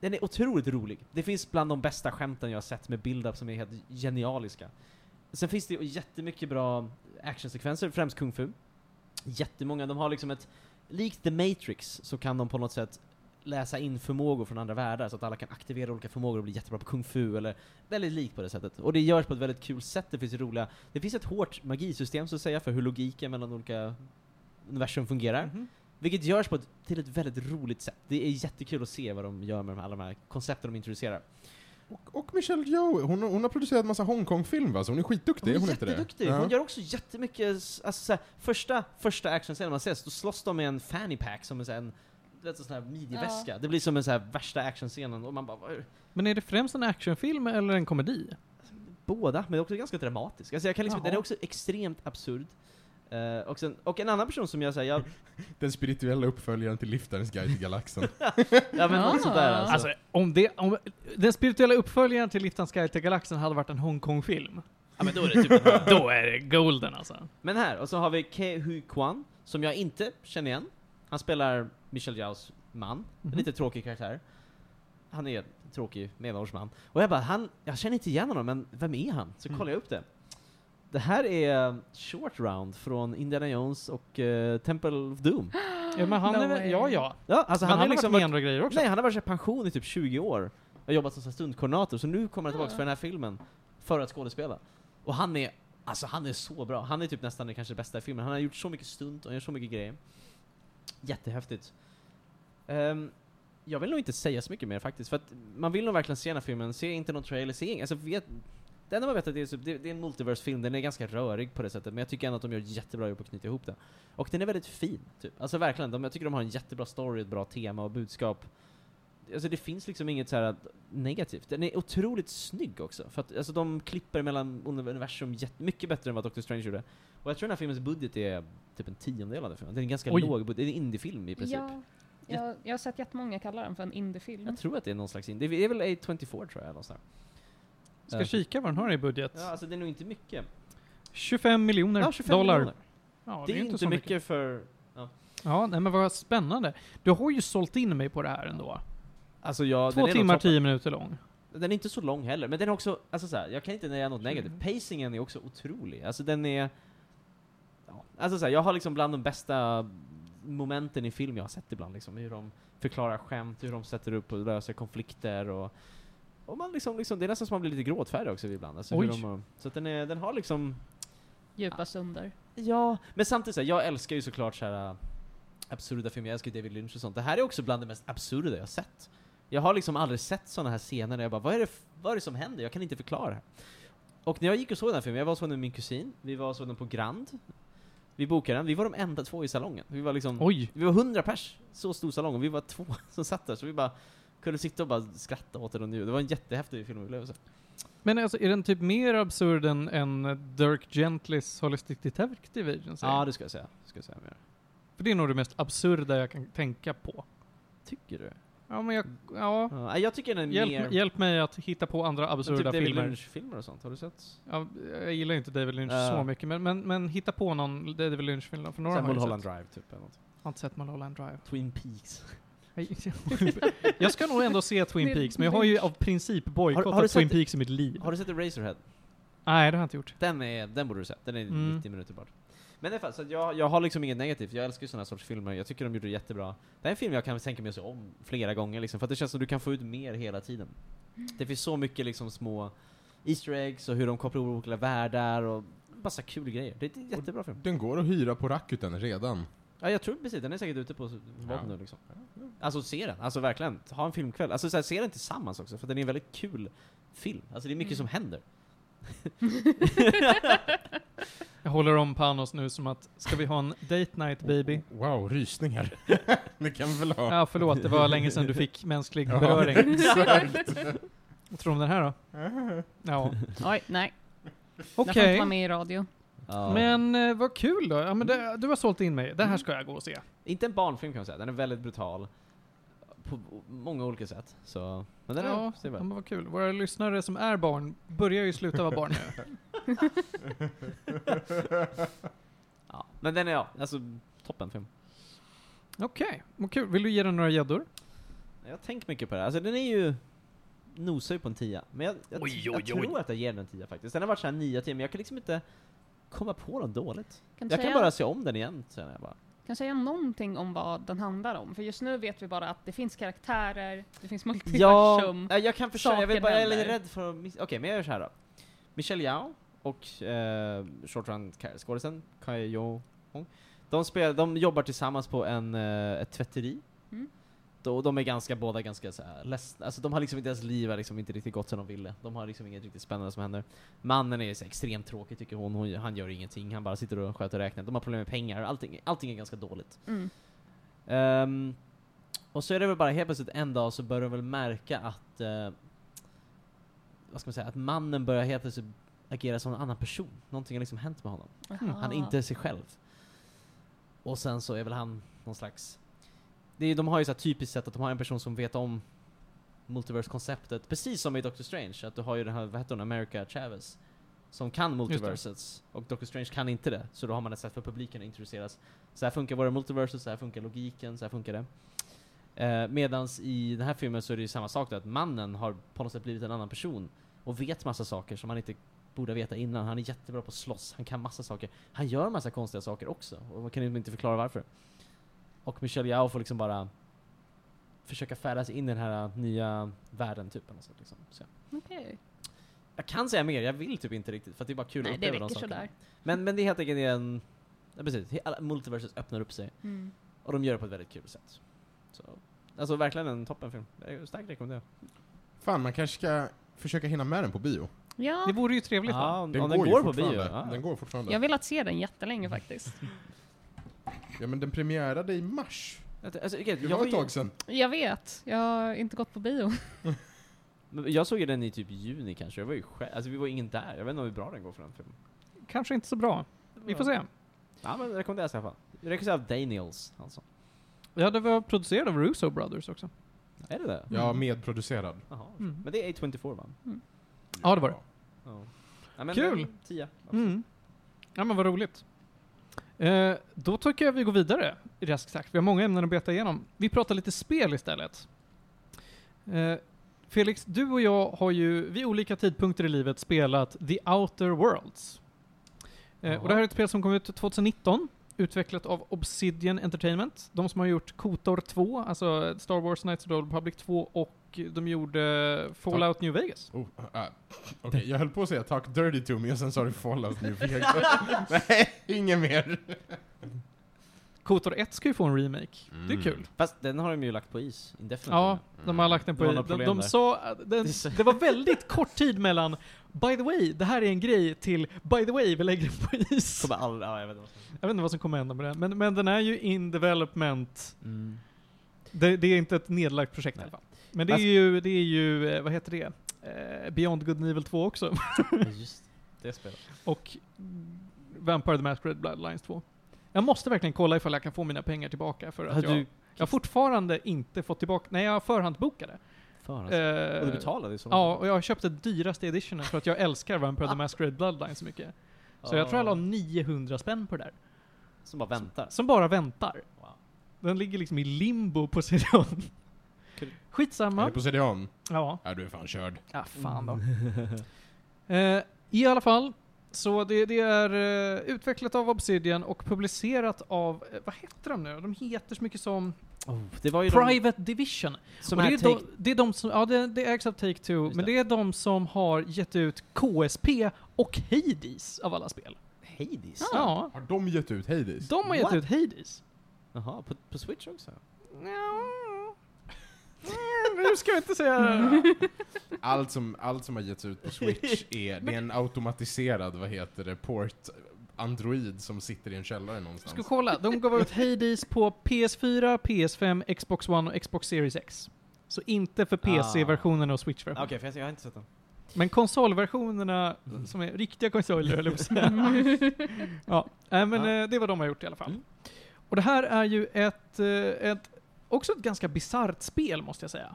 Speaker 1: Den är otroligt rolig. Det finns bland de bästa skämten jag har sett med build-up som är helt genialiska. Sen finns det ju jättemycket bra actionsekvenser, främst kung fu. Jättemånga. De har liksom ett... Likt The Matrix så kan de på något sätt läsa in förmågor från andra världar så att alla kan aktivera olika förmågor och bli jättebra på kung fu eller väldigt likt på det sättet. Och det görs på ett väldigt kul sätt. Det finns ju roliga... Det finns ett hårt magisystem så att säga för hur logiken mellan olika universum fungerar.
Speaker 2: Mhm.
Speaker 1: Vilket görs på ett, till ett väldigt roligt sätt. Det är jättekul att se vad de gör med de här, alla de här koncepten de introducerar.
Speaker 3: Och, och Michelle Yeoh, hon, hon har producerat massa Hongkong-film va, så hon är skitduktig,
Speaker 1: Hon är
Speaker 3: hon inte det?
Speaker 1: jätteduktig! Hon gör också jättemycket, s- alltså såhär, första, första actionscenen man ses, då slåss de med en fanny pack som är såhär en du vet, en sån här midjeväska. Det blir som en sån här värsta actionscenen och man bara "Vad är det?"
Speaker 2: Men är det främst en actionfilm eller en komedi?
Speaker 1: Båda, men också ganska dramatisk. Alltså jag kan liksom,
Speaker 2: Jaha.
Speaker 1: den är också extremt absurd. Eh, och, sen, och en annan person som jag säger, jag,
Speaker 3: Den spirituella uppföljaren till Liftarens guide till galaxen.
Speaker 1: ja men något sånt där alltså.
Speaker 2: Alltså, om det... Om, den spirituella uppföljaren till Liftans guide till galaxen hade varit en Hongkong-film,
Speaker 1: ja, men då är det typ en-
Speaker 2: då är det golden alltså.
Speaker 1: Men här, och så har vi Ke Huy Kwan, som jag inte känner igen. Han spelar Michel Yaos man, en
Speaker 2: Mhm.
Speaker 1: Mm. lite tråkig karaktär. Han är en tråkig medelålders man. Och jag bara, han, jag känner inte igen honom, men vem är han? Så
Speaker 2: Mm.
Speaker 1: kollar jag upp det. Det här är Short Round från Indiana Jones och eh, Temple of Doom.
Speaker 2: Ja, men han
Speaker 4: No
Speaker 2: är väl, ja,
Speaker 4: way.
Speaker 2: ja.
Speaker 1: Ja, alltså
Speaker 2: Men
Speaker 1: han,
Speaker 2: han,
Speaker 1: är
Speaker 2: har
Speaker 1: liksom
Speaker 2: varit med i
Speaker 1: varit,
Speaker 2: andra grejer också.
Speaker 1: nej, han har varit i pension i typ 20 år. Jag har jobbat som så här stuntkoordinator, så nu kommer han tillbaka
Speaker 4: Ja.
Speaker 1: för den här filmen. För att skådespela. Och han är, alltså han är så bra. Han är typ nästan det kanske bästa i filmen. Han har gjort så mycket stunt och han gör så mycket grejer. Jättehäftigt. Ehm, jag vill nog inte säga så mycket mer faktiskt, för att man vill nog verkligen se den här filmen. Se inte någon trailer, se ing- alltså vet, det enda man vet är att det är, så- det, det är en multiverse-film, den är ganska rörig på det sättet, men jag tycker ändå att de gör ett jättebra jobb på att knyta ihop den. Och den är väldigt fin, typ. Alltså verkligen, de, jag tycker de har en jättebra story, ett bra tema och budskap. Alltså det finns liksom inget så här att- negativt. Den är otroligt snygg också, för att alltså de klipper mellan uni- universum jätt- mycket bättre än vad Doctor Strange gjorde. Och jag tror den här filmens budget är typ en tiondel av den filmen. Det är en ganska
Speaker 2: Oj.
Speaker 1: låg budget, det är en indiefilm i princip.
Speaker 4: Ja, jag, jag har sett jättemånga kalla den för en indiefilm.
Speaker 1: Jag tror att det är någon slags indie. Det är väl A24 tror jag någonstans.
Speaker 2: Ska
Speaker 1: Eh,
Speaker 2: kika vad den har i budget.
Speaker 1: Ja, alltså det är nog inte mycket.
Speaker 2: 25 miljoner
Speaker 1: Ja, 25
Speaker 2: dollar.
Speaker 1: miljoner.
Speaker 2: Ja,
Speaker 1: Det är inte,
Speaker 2: så
Speaker 1: mycket, för...
Speaker 2: Ja, nej, men vad spännande. Du har ju sålt in mig på det här ändå.
Speaker 1: Alltså jag,
Speaker 2: Två
Speaker 1: den är nog
Speaker 2: timmar, typ.
Speaker 1: toppen. Mm.
Speaker 2: tio minuter lång.
Speaker 1: Den är inte så lång heller, men den är också, alltså så här, jag kan inte säga något
Speaker 2: Mm.
Speaker 1: negativt. Pacingen är också otrolig. Alltså den är... Ja. Alltså så här, jag har liksom bland de bästa momenten i film jag har sett ibland liksom. Hur de förklarar skämt, hur de sätter upp och löser konflikter och... Och man liksom, liksom, det är nästan som man blir lite gråtfärdig också ibland. Alltså hur
Speaker 2: Oj.
Speaker 1: de, har- så att den, är, den har liksom
Speaker 4: Djupa stunder.
Speaker 1: Ja, men samtidigt så här, jag älskar ju såklart så här äh, absurda filmer, jag älskar ju David Lynch och sånt. Det här är också bland det mest absurda jag har sett. Jag har liksom aldrig sett såna här scener där jag bara, vad är det, f- vad är det som händer? Jag kan inte förklara. det." Och när jag gick och såg den här filmen, jag var och såg den med min kusin, vi var och såg den på Grand. Vi bokade den, vi var de enda två i salongen. Vi var liksom...
Speaker 2: Oj.
Speaker 1: Vi var hundra pers, så stor salong, och vi var två som satt där, så vi bara kunde sitta och bara skratta åt den och njuta. Det var en jättehäftig filmupplevelse.
Speaker 2: Men alltså, är den typ mer absurd än, än Dirk Gentlys Holistic Detective Agency?
Speaker 1: Ja, det ska jag säga. Ska jag säga mer.
Speaker 2: För det är nog det mest absurda jag kan tänka på.
Speaker 1: Tycker du?
Speaker 2: Ja, men jag... Ja.
Speaker 1: Ja, jag tycker den är Mm. mer...
Speaker 2: Hjälp, hjälp mig att hitta på andra
Speaker 1: Men
Speaker 2: absurda
Speaker 1: typ David
Speaker 2: filmer.
Speaker 1: Lynch-filmer och sånt, har du sett?
Speaker 2: Ja, jag gillar inte David Lynch
Speaker 1: Ja.
Speaker 2: så mycket, men, men, men hitta på någon David Lynch-film. För några
Speaker 1: Såhär
Speaker 2: har jag ju
Speaker 1: Mulholland
Speaker 2: sett.
Speaker 1: Drive typ eller något.
Speaker 2: Jag har inte sett Mulholland Drive.
Speaker 1: Twin Peaks.
Speaker 2: Jag ska nog ändå se
Speaker 4: Det
Speaker 2: Twin
Speaker 4: är
Speaker 2: Peaks, men jag har ju av princip
Speaker 1: Har- har du
Speaker 2: bojkottat
Speaker 1: sett-
Speaker 2: Twin Peaks i mitt liv.
Speaker 1: Har du sett Eraserhead?
Speaker 2: Nej, det har jag inte gjort.
Speaker 1: Den, är, den borde du sett, den är
Speaker 2: Mm.
Speaker 1: 90 minuter bort. Men i alla fall, så att jag, jag har liksom inget negativt, jag älskar ju sådana sorts filmer, jag tycker de gjorde det jättebra. Det är en film jag kan tänka mig att se om flera gånger liksom, för att det känns som du kan få ut mer hela tiden. Det finns så mycket liksom små Easter eggs och hur de kopplar ihop olika världar och massa kul grejer. Det är en jättebra film.
Speaker 3: Den går att hyra på Rakuten redan.
Speaker 1: Ja, jag tror precis, den är säkert ute på ja.
Speaker 3: Ja.
Speaker 1: nu liksom. Alltså se den, alltså verkligen. Ha en filmkväll. Alltså så här, se den tillsammans också, för den är en väldigt kul film. Alltså det är mycket som
Speaker 4: Mm.
Speaker 1: händer.
Speaker 2: Jag håller om Panos nu som att, ska vi ha en date night baby?
Speaker 3: Wow, rysningar. det kan vi väl ha.
Speaker 2: Ja, förlåt, det var länge sedan du fick mänsklig
Speaker 3: Ja.
Speaker 2: beröring. Vad tror du om den här då? Ja,
Speaker 4: Oj, nej. Jag får inte
Speaker 2: okej.
Speaker 4: vara med i radio.
Speaker 1: Ja.
Speaker 2: Men eh, vad kul då. Ja, men det, du har sålt in mig. Det här ska jag gå och se.
Speaker 1: Inte en barnfilm kan man säga, den är väldigt brutal. På o- många olika sätt. Så, men den
Speaker 2: Ja,
Speaker 1: är
Speaker 2: ja,
Speaker 1: sevärd.
Speaker 2: men vad kul. Våra lyssnare som är barn börjar ju sluta vara barn nu.
Speaker 1: Ja. Men den är, ja, alltså toppenfilm.
Speaker 2: Okej, vad kul. Vill du ge den några gäddor?
Speaker 1: Jag har tänkt mycket på det här, alltså den är ju nosar ju på en tia. Men jag, jag,
Speaker 2: Oj,
Speaker 1: jag
Speaker 2: oj, oj.
Speaker 1: tror att jag ger den en tia faktiskt. Den har varit såhär nio timmar, men jag kan liksom inte komma på något dåligt.
Speaker 4: Kan du
Speaker 1: Jag kan
Speaker 4: säga,
Speaker 1: bara se om den igen, känner jag bara.
Speaker 4: kan du säga någonting om vad den handlar om? För just nu vet vi bara att det finns karaktärer, det finns
Speaker 1: Ja,
Speaker 4: multiversum.
Speaker 1: nej, jag kan förstå. Jag, vill
Speaker 4: saker
Speaker 1: bara, jag är lite
Speaker 4: händer.
Speaker 1: rädd för att miss- Okej, men jag gör så här då. Michelle Yao och eh, short run ka- skådisen Kai Jo Hong. De, spelar, de jobbar tillsammans på en, eh, ett tvätteri.
Speaker 4: Mm.
Speaker 1: Då, de är ganska, båda ganska så här, ledsna. Alltså de har liksom, deras liv har liksom inte riktigt gått som de ville. De har liksom inget riktigt spännande som händer. Mannen är så här extremt tråkig tycker hon. hon. Han gör ingenting, han bara sitter och sköter räkningen. De har problem med pengar, allting, allting är ganska dåligt.
Speaker 4: Mm.
Speaker 1: Ehm, och så är det väl bara helt plötsligt en dag så börjar de väl märka att eh, vad ska man säga, att mannen börjar helt plötsligt agera som en annan person. Någonting har liksom hänt med honom. Han
Speaker 4: Ah.
Speaker 1: är inte sig själv. Och sen så är väl han någon slags... Det är, de har ju så här typiskt sett att de har en person som vet om multiverse-konceptet, precis som i Doctor Strange, att du har ju den här, vad heter hon, America Chavez, som kan
Speaker 2: det.
Speaker 1: multiversets, och Doctor Strange kan inte det, så då har man ett sätt för publiken att introduceras. Så här funkar våra multiverses, så här funkar logiken, så här funkar det. Eh, medans i den här filmen så är det ju samma sak där, att mannen har på något sätt blivit en annan person, och vet massa saker som han inte borde veta innan. Han är jättebra på att slåss, han kan massa saker. Han gör massa konstiga saker också, och man kan ju inte förklara varför. Och Michelle Yao får liksom bara försöka färdas in i den här nya världen typ. på något sätt, Liksom. Så, ja.
Speaker 4: Okej.
Speaker 1: jag kan säga mer, jag vill typ inte riktigt för att det är bara kul
Speaker 4: Nej,
Speaker 1: att
Speaker 4: det
Speaker 1: uppleva de
Speaker 4: räcker
Speaker 1: sakerna.
Speaker 4: sådär.
Speaker 1: Men, men det är helt enkelt en... Ja, precis, he- alla multiverses öppnar upp sig
Speaker 4: Mm.
Speaker 1: och de gör det på ett väldigt kul sätt. Så, alltså verkligen en toppenfilm. Jag starkt rekommenderar.
Speaker 3: Fan, man kanske ska försöka hinna med den på bio.
Speaker 2: Det
Speaker 4: Ja,
Speaker 2: vore ju trevligt va?
Speaker 1: Ja, om den
Speaker 3: ju
Speaker 1: går på bio.
Speaker 3: fortfarande.
Speaker 1: Ja.
Speaker 3: Den går fortfarande.
Speaker 4: jag har velat se den jättelänge faktiskt.
Speaker 3: Ja, men den premiärade i mars.
Speaker 1: Att- Alltså, okej,
Speaker 3: Det
Speaker 1: jag,
Speaker 3: var
Speaker 1: var
Speaker 3: ett tag
Speaker 1: ju,
Speaker 3: sedan.
Speaker 4: Jag vet, jag har inte gått på bio.
Speaker 1: men jag såg ju den i typ juni kanske, jag var ju själv, alltså vi var ingen där. Jag vet inte hur bra den går för den filmen.
Speaker 2: Kanske inte så bra. Vi får se.
Speaker 1: Ja men rekommenderas i alla fall. Regisserad av Daniels, alltså.
Speaker 2: Ja, det var producerad av Russo Brothers också.
Speaker 1: Är det det?
Speaker 3: Ja, medproducerad.
Speaker 1: Jaha.
Speaker 2: Mm.
Speaker 1: Men det är A24 va?
Speaker 2: Ja, det var det.
Speaker 1: Ja. Ja, men
Speaker 2: Kul!
Speaker 1: eh, Tia.
Speaker 2: Mm. Ja men vad roligt. Eh, då tycker jag vi går vidare, raskt sagt. Vi har många ämnen att beta igenom. Vi pratar lite spel istället. Eh, Felix, du och jag har ju vid olika tidpunkter i livet spelat The Outer Worlds. Eh,
Speaker 1: Jaha.
Speaker 2: och det här är ett spel som kom ut 2019, utvecklat av Obsidian Entertainment. De som har gjort KOTOR 2, alltså Star Wars Knights of the Old Republic 2 och de gjorde Fallout New Vegas.
Speaker 3: Oh, äh, Okej, jag höll på att säga talk dirty to me och sen sa du Fallout New Vegas. Nej, inget mer.
Speaker 2: KOTOR 1 ska ju få en remake. Det är
Speaker 3: Mm.
Speaker 2: kul.
Speaker 1: Fast den har de ju lagt på is, indefinitely.
Speaker 2: Ja, de har lagt den på
Speaker 1: Det var
Speaker 2: i.
Speaker 1: något
Speaker 2: De,
Speaker 1: problem
Speaker 2: de
Speaker 1: där.
Speaker 2: sa att den,
Speaker 1: Det är så-
Speaker 2: det var väldigt kort tid mellan By the way, det här är en grej till By the way, vi lägger den på is.
Speaker 1: Kommer aldrig, ja, jag vet inte vad som
Speaker 2: Jag vet inte vad som kommer hända med den, men, men den är ju in development.
Speaker 1: mm.
Speaker 2: Det, det är inte ett nedlagt projekt i
Speaker 1: Nej.
Speaker 2: alla fall. Men det är
Speaker 1: Alltså-
Speaker 2: ju, det är ju eh, vad heter det? Eh, Beyond Good and Evil 2 också.
Speaker 1: Ja, Just det, det spelet.
Speaker 2: Och Vampire the Masquerade Bloodlines 2. Jag måste verkligen kolla ifall jag kan få mina pengar tillbaka för
Speaker 1: Har
Speaker 2: att
Speaker 1: du
Speaker 2: jag, jag har fortfarande inte fått tillbaka, nej jag förhandsbokade.
Speaker 1: För alltså.
Speaker 2: Eh,
Speaker 1: Och du betalade ju så
Speaker 2: Ja, och jag köpte dyraste editionen för att jag älskar Vampire the Masquerade Bloodline så mycket.
Speaker 3: Ah.
Speaker 2: Så jag tror jag la 900 spänn på det där.
Speaker 1: Som bara väntar.
Speaker 2: Som bara väntar.
Speaker 1: Wow.
Speaker 2: Den ligger liksom i limbo på CDON.
Speaker 1: Kul.
Speaker 3: Är
Speaker 2: Skitsamma.
Speaker 3: det på CDON?
Speaker 2: Ja.
Speaker 3: Ja, du är fan körd.
Speaker 2: Ja, fan då. Eh, I alla fall, så det, det är eh, utvecklat av Obsidian och publicerat av, eh, vad heter de nu? De heter så mycket som
Speaker 1: Oh, det var ju de
Speaker 2: Private Division.
Speaker 1: som
Speaker 2: och det,
Speaker 1: här
Speaker 2: är
Speaker 1: take...
Speaker 2: de, det är de som, ja det, det ägs av Take-Two,
Speaker 1: Just
Speaker 2: men
Speaker 1: det.
Speaker 2: det är de som har gett ut KSP och Hades av alla spel.
Speaker 1: Hades?
Speaker 4: Ja.
Speaker 2: Ja,
Speaker 3: Har de gett ut Hades?
Speaker 2: de har gett
Speaker 1: What?
Speaker 2: ut Hades.
Speaker 1: Jaha, på, på Switch också?
Speaker 2: Ja. Nu ska jag inte säga...
Speaker 3: Allt som, allt som har getts ut på Switch är, det är en automatiserad, vad heter det, port Android som sitter i en källare
Speaker 2: Jag ska
Speaker 3: någonstans.
Speaker 2: kolla. De gav ut Hades på PS4, PS5, Xbox One och Xbox Series X. Så inte för PC-versionen och
Speaker 1: Ah, Okej,
Speaker 2: Switch-versionen.
Speaker 1: för jag, jag har inte sett den.
Speaker 2: Men konsolversionerna, som är riktiga konsoler höll jag på att säga. Ja, äh, men
Speaker 1: Mm. Ja.
Speaker 2: eh, det var de har gjort i alla fall.
Speaker 1: Mm.
Speaker 2: Och det här är ju ett, eh, ett också ett ganska bisarrt spel måste jag säga.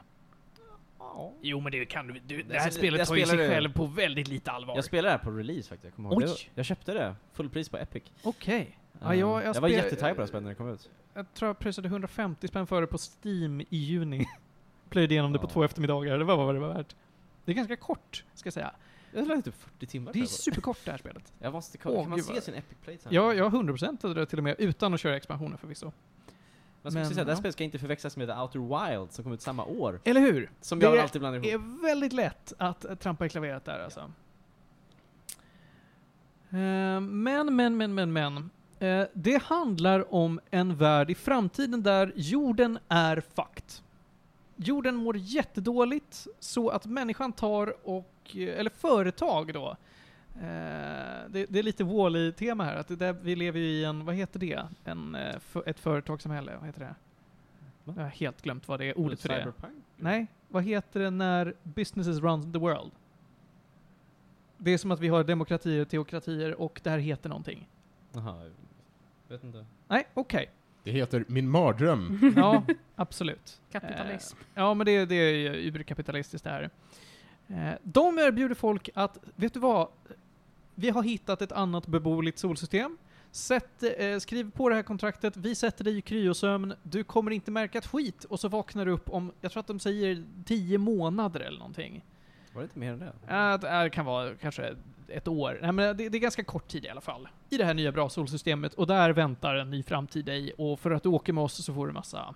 Speaker 2: Jo men det kan du, du det här
Speaker 1: Alltså, det-
Speaker 2: spelet
Speaker 1: jag
Speaker 2: tar ju sig
Speaker 1: spelar det.
Speaker 2: själv på väldigt lite allvar.
Speaker 1: Jag
Speaker 2: Okej.
Speaker 1: spelade det här på release faktiskt, jag kommer ihåg.
Speaker 2: Oj.
Speaker 1: Det, jag köpte det, fullpris på Epic. Eh,
Speaker 2: Ja, jag, jag,
Speaker 1: jag var
Speaker 2: spel-
Speaker 1: jättetaggad på det här spelet när det kom ut.
Speaker 2: Jag tror jag pröjsade 150 spänn för det på Steam i juni. Plöjde igenom det på
Speaker 1: Ja.
Speaker 2: två eftermiddagar, det var vad det var värt. Det är ganska kort, ska jag säga.
Speaker 1: Jag lade typ 40 timmar
Speaker 2: Det är
Speaker 1: på det.
Speaker 2: superkort det här spelet.
Speaker 1: Jag måste kolla,
Speaker 2: Åh,
Speaker 1: kan man
Speaker 2: gud
Speaker 1: se
Speaker 2: vad-
Speaker 1: sin Epic Play sen?
Speaker 2: Jag, jag 100% det till och med, utan att köra expansionen förvisso.
Speaker 1: Man skulle
Speaker 2: men,
Speaker 1: säga, det här
Speaker 2: ja.
Speaker 1: spelet ska inte förväxlas med The Outer Wild som kom ut samma år.
Speaker 2: Eller hur?
Speaker 1: Som
Speaker 2: Det
Speaker 1: jag alltid blandar
Speaker 2: Det
Speaker 1: ihop.
Speaker 2: är väldigt lätt att eh, trampa i klaveret där alltså. Eh, Men, men, men, men, men. Eh, Det handlar om en värld i framtiden där jorden är fucked. Jorden mår jättedåligt så att människan tar och, eh, eller företag då, Eh, det, det är lite wall tema här, att det där, vi lever ju i en, vad heter det? En, eh, för, ett företagssamhälle, vad heter det?
Speaker 1: Va?
Speaker 2: Jag har helt glömt vad det är ordet för det.
Speaker 1: Cyberpunk?
Speaker 2: Nej, vad heter det när businesses run the world? Det är som att vi har demokratier och teokratier och det här heter någonting.
Speaker 1: Jaha, vet inte.
Speaker 2: Nej, okej.
Speaker 3: Det heter Min mardröm.
Speaker 2: Ja, absolut.
Speaker 4: Kapitalism.
Speaker 2: Eh, ja, men det, det är ju urkapitalistiskt det här. Eh, de erbjuder folk att, vet du vad? Vi har hittat ett annat beboeligt solsystem. Sätt, eh, skriv på det här kontraktet, vi sätter dig i kryosömn, du kommer inte märka ett skit och så vaknar du upp om, jag tror att de säger 10 månader eller någonting.
Speaker 1: Var det inte mer än det?
Speaker 2: Ja, det här kan vara kanske ett år. Nej, men det, det är ganska kort tid i alla fall. I det här nya bra solsystemet och där väntar en ny framtid dig och för att du åker med oss så får du massa,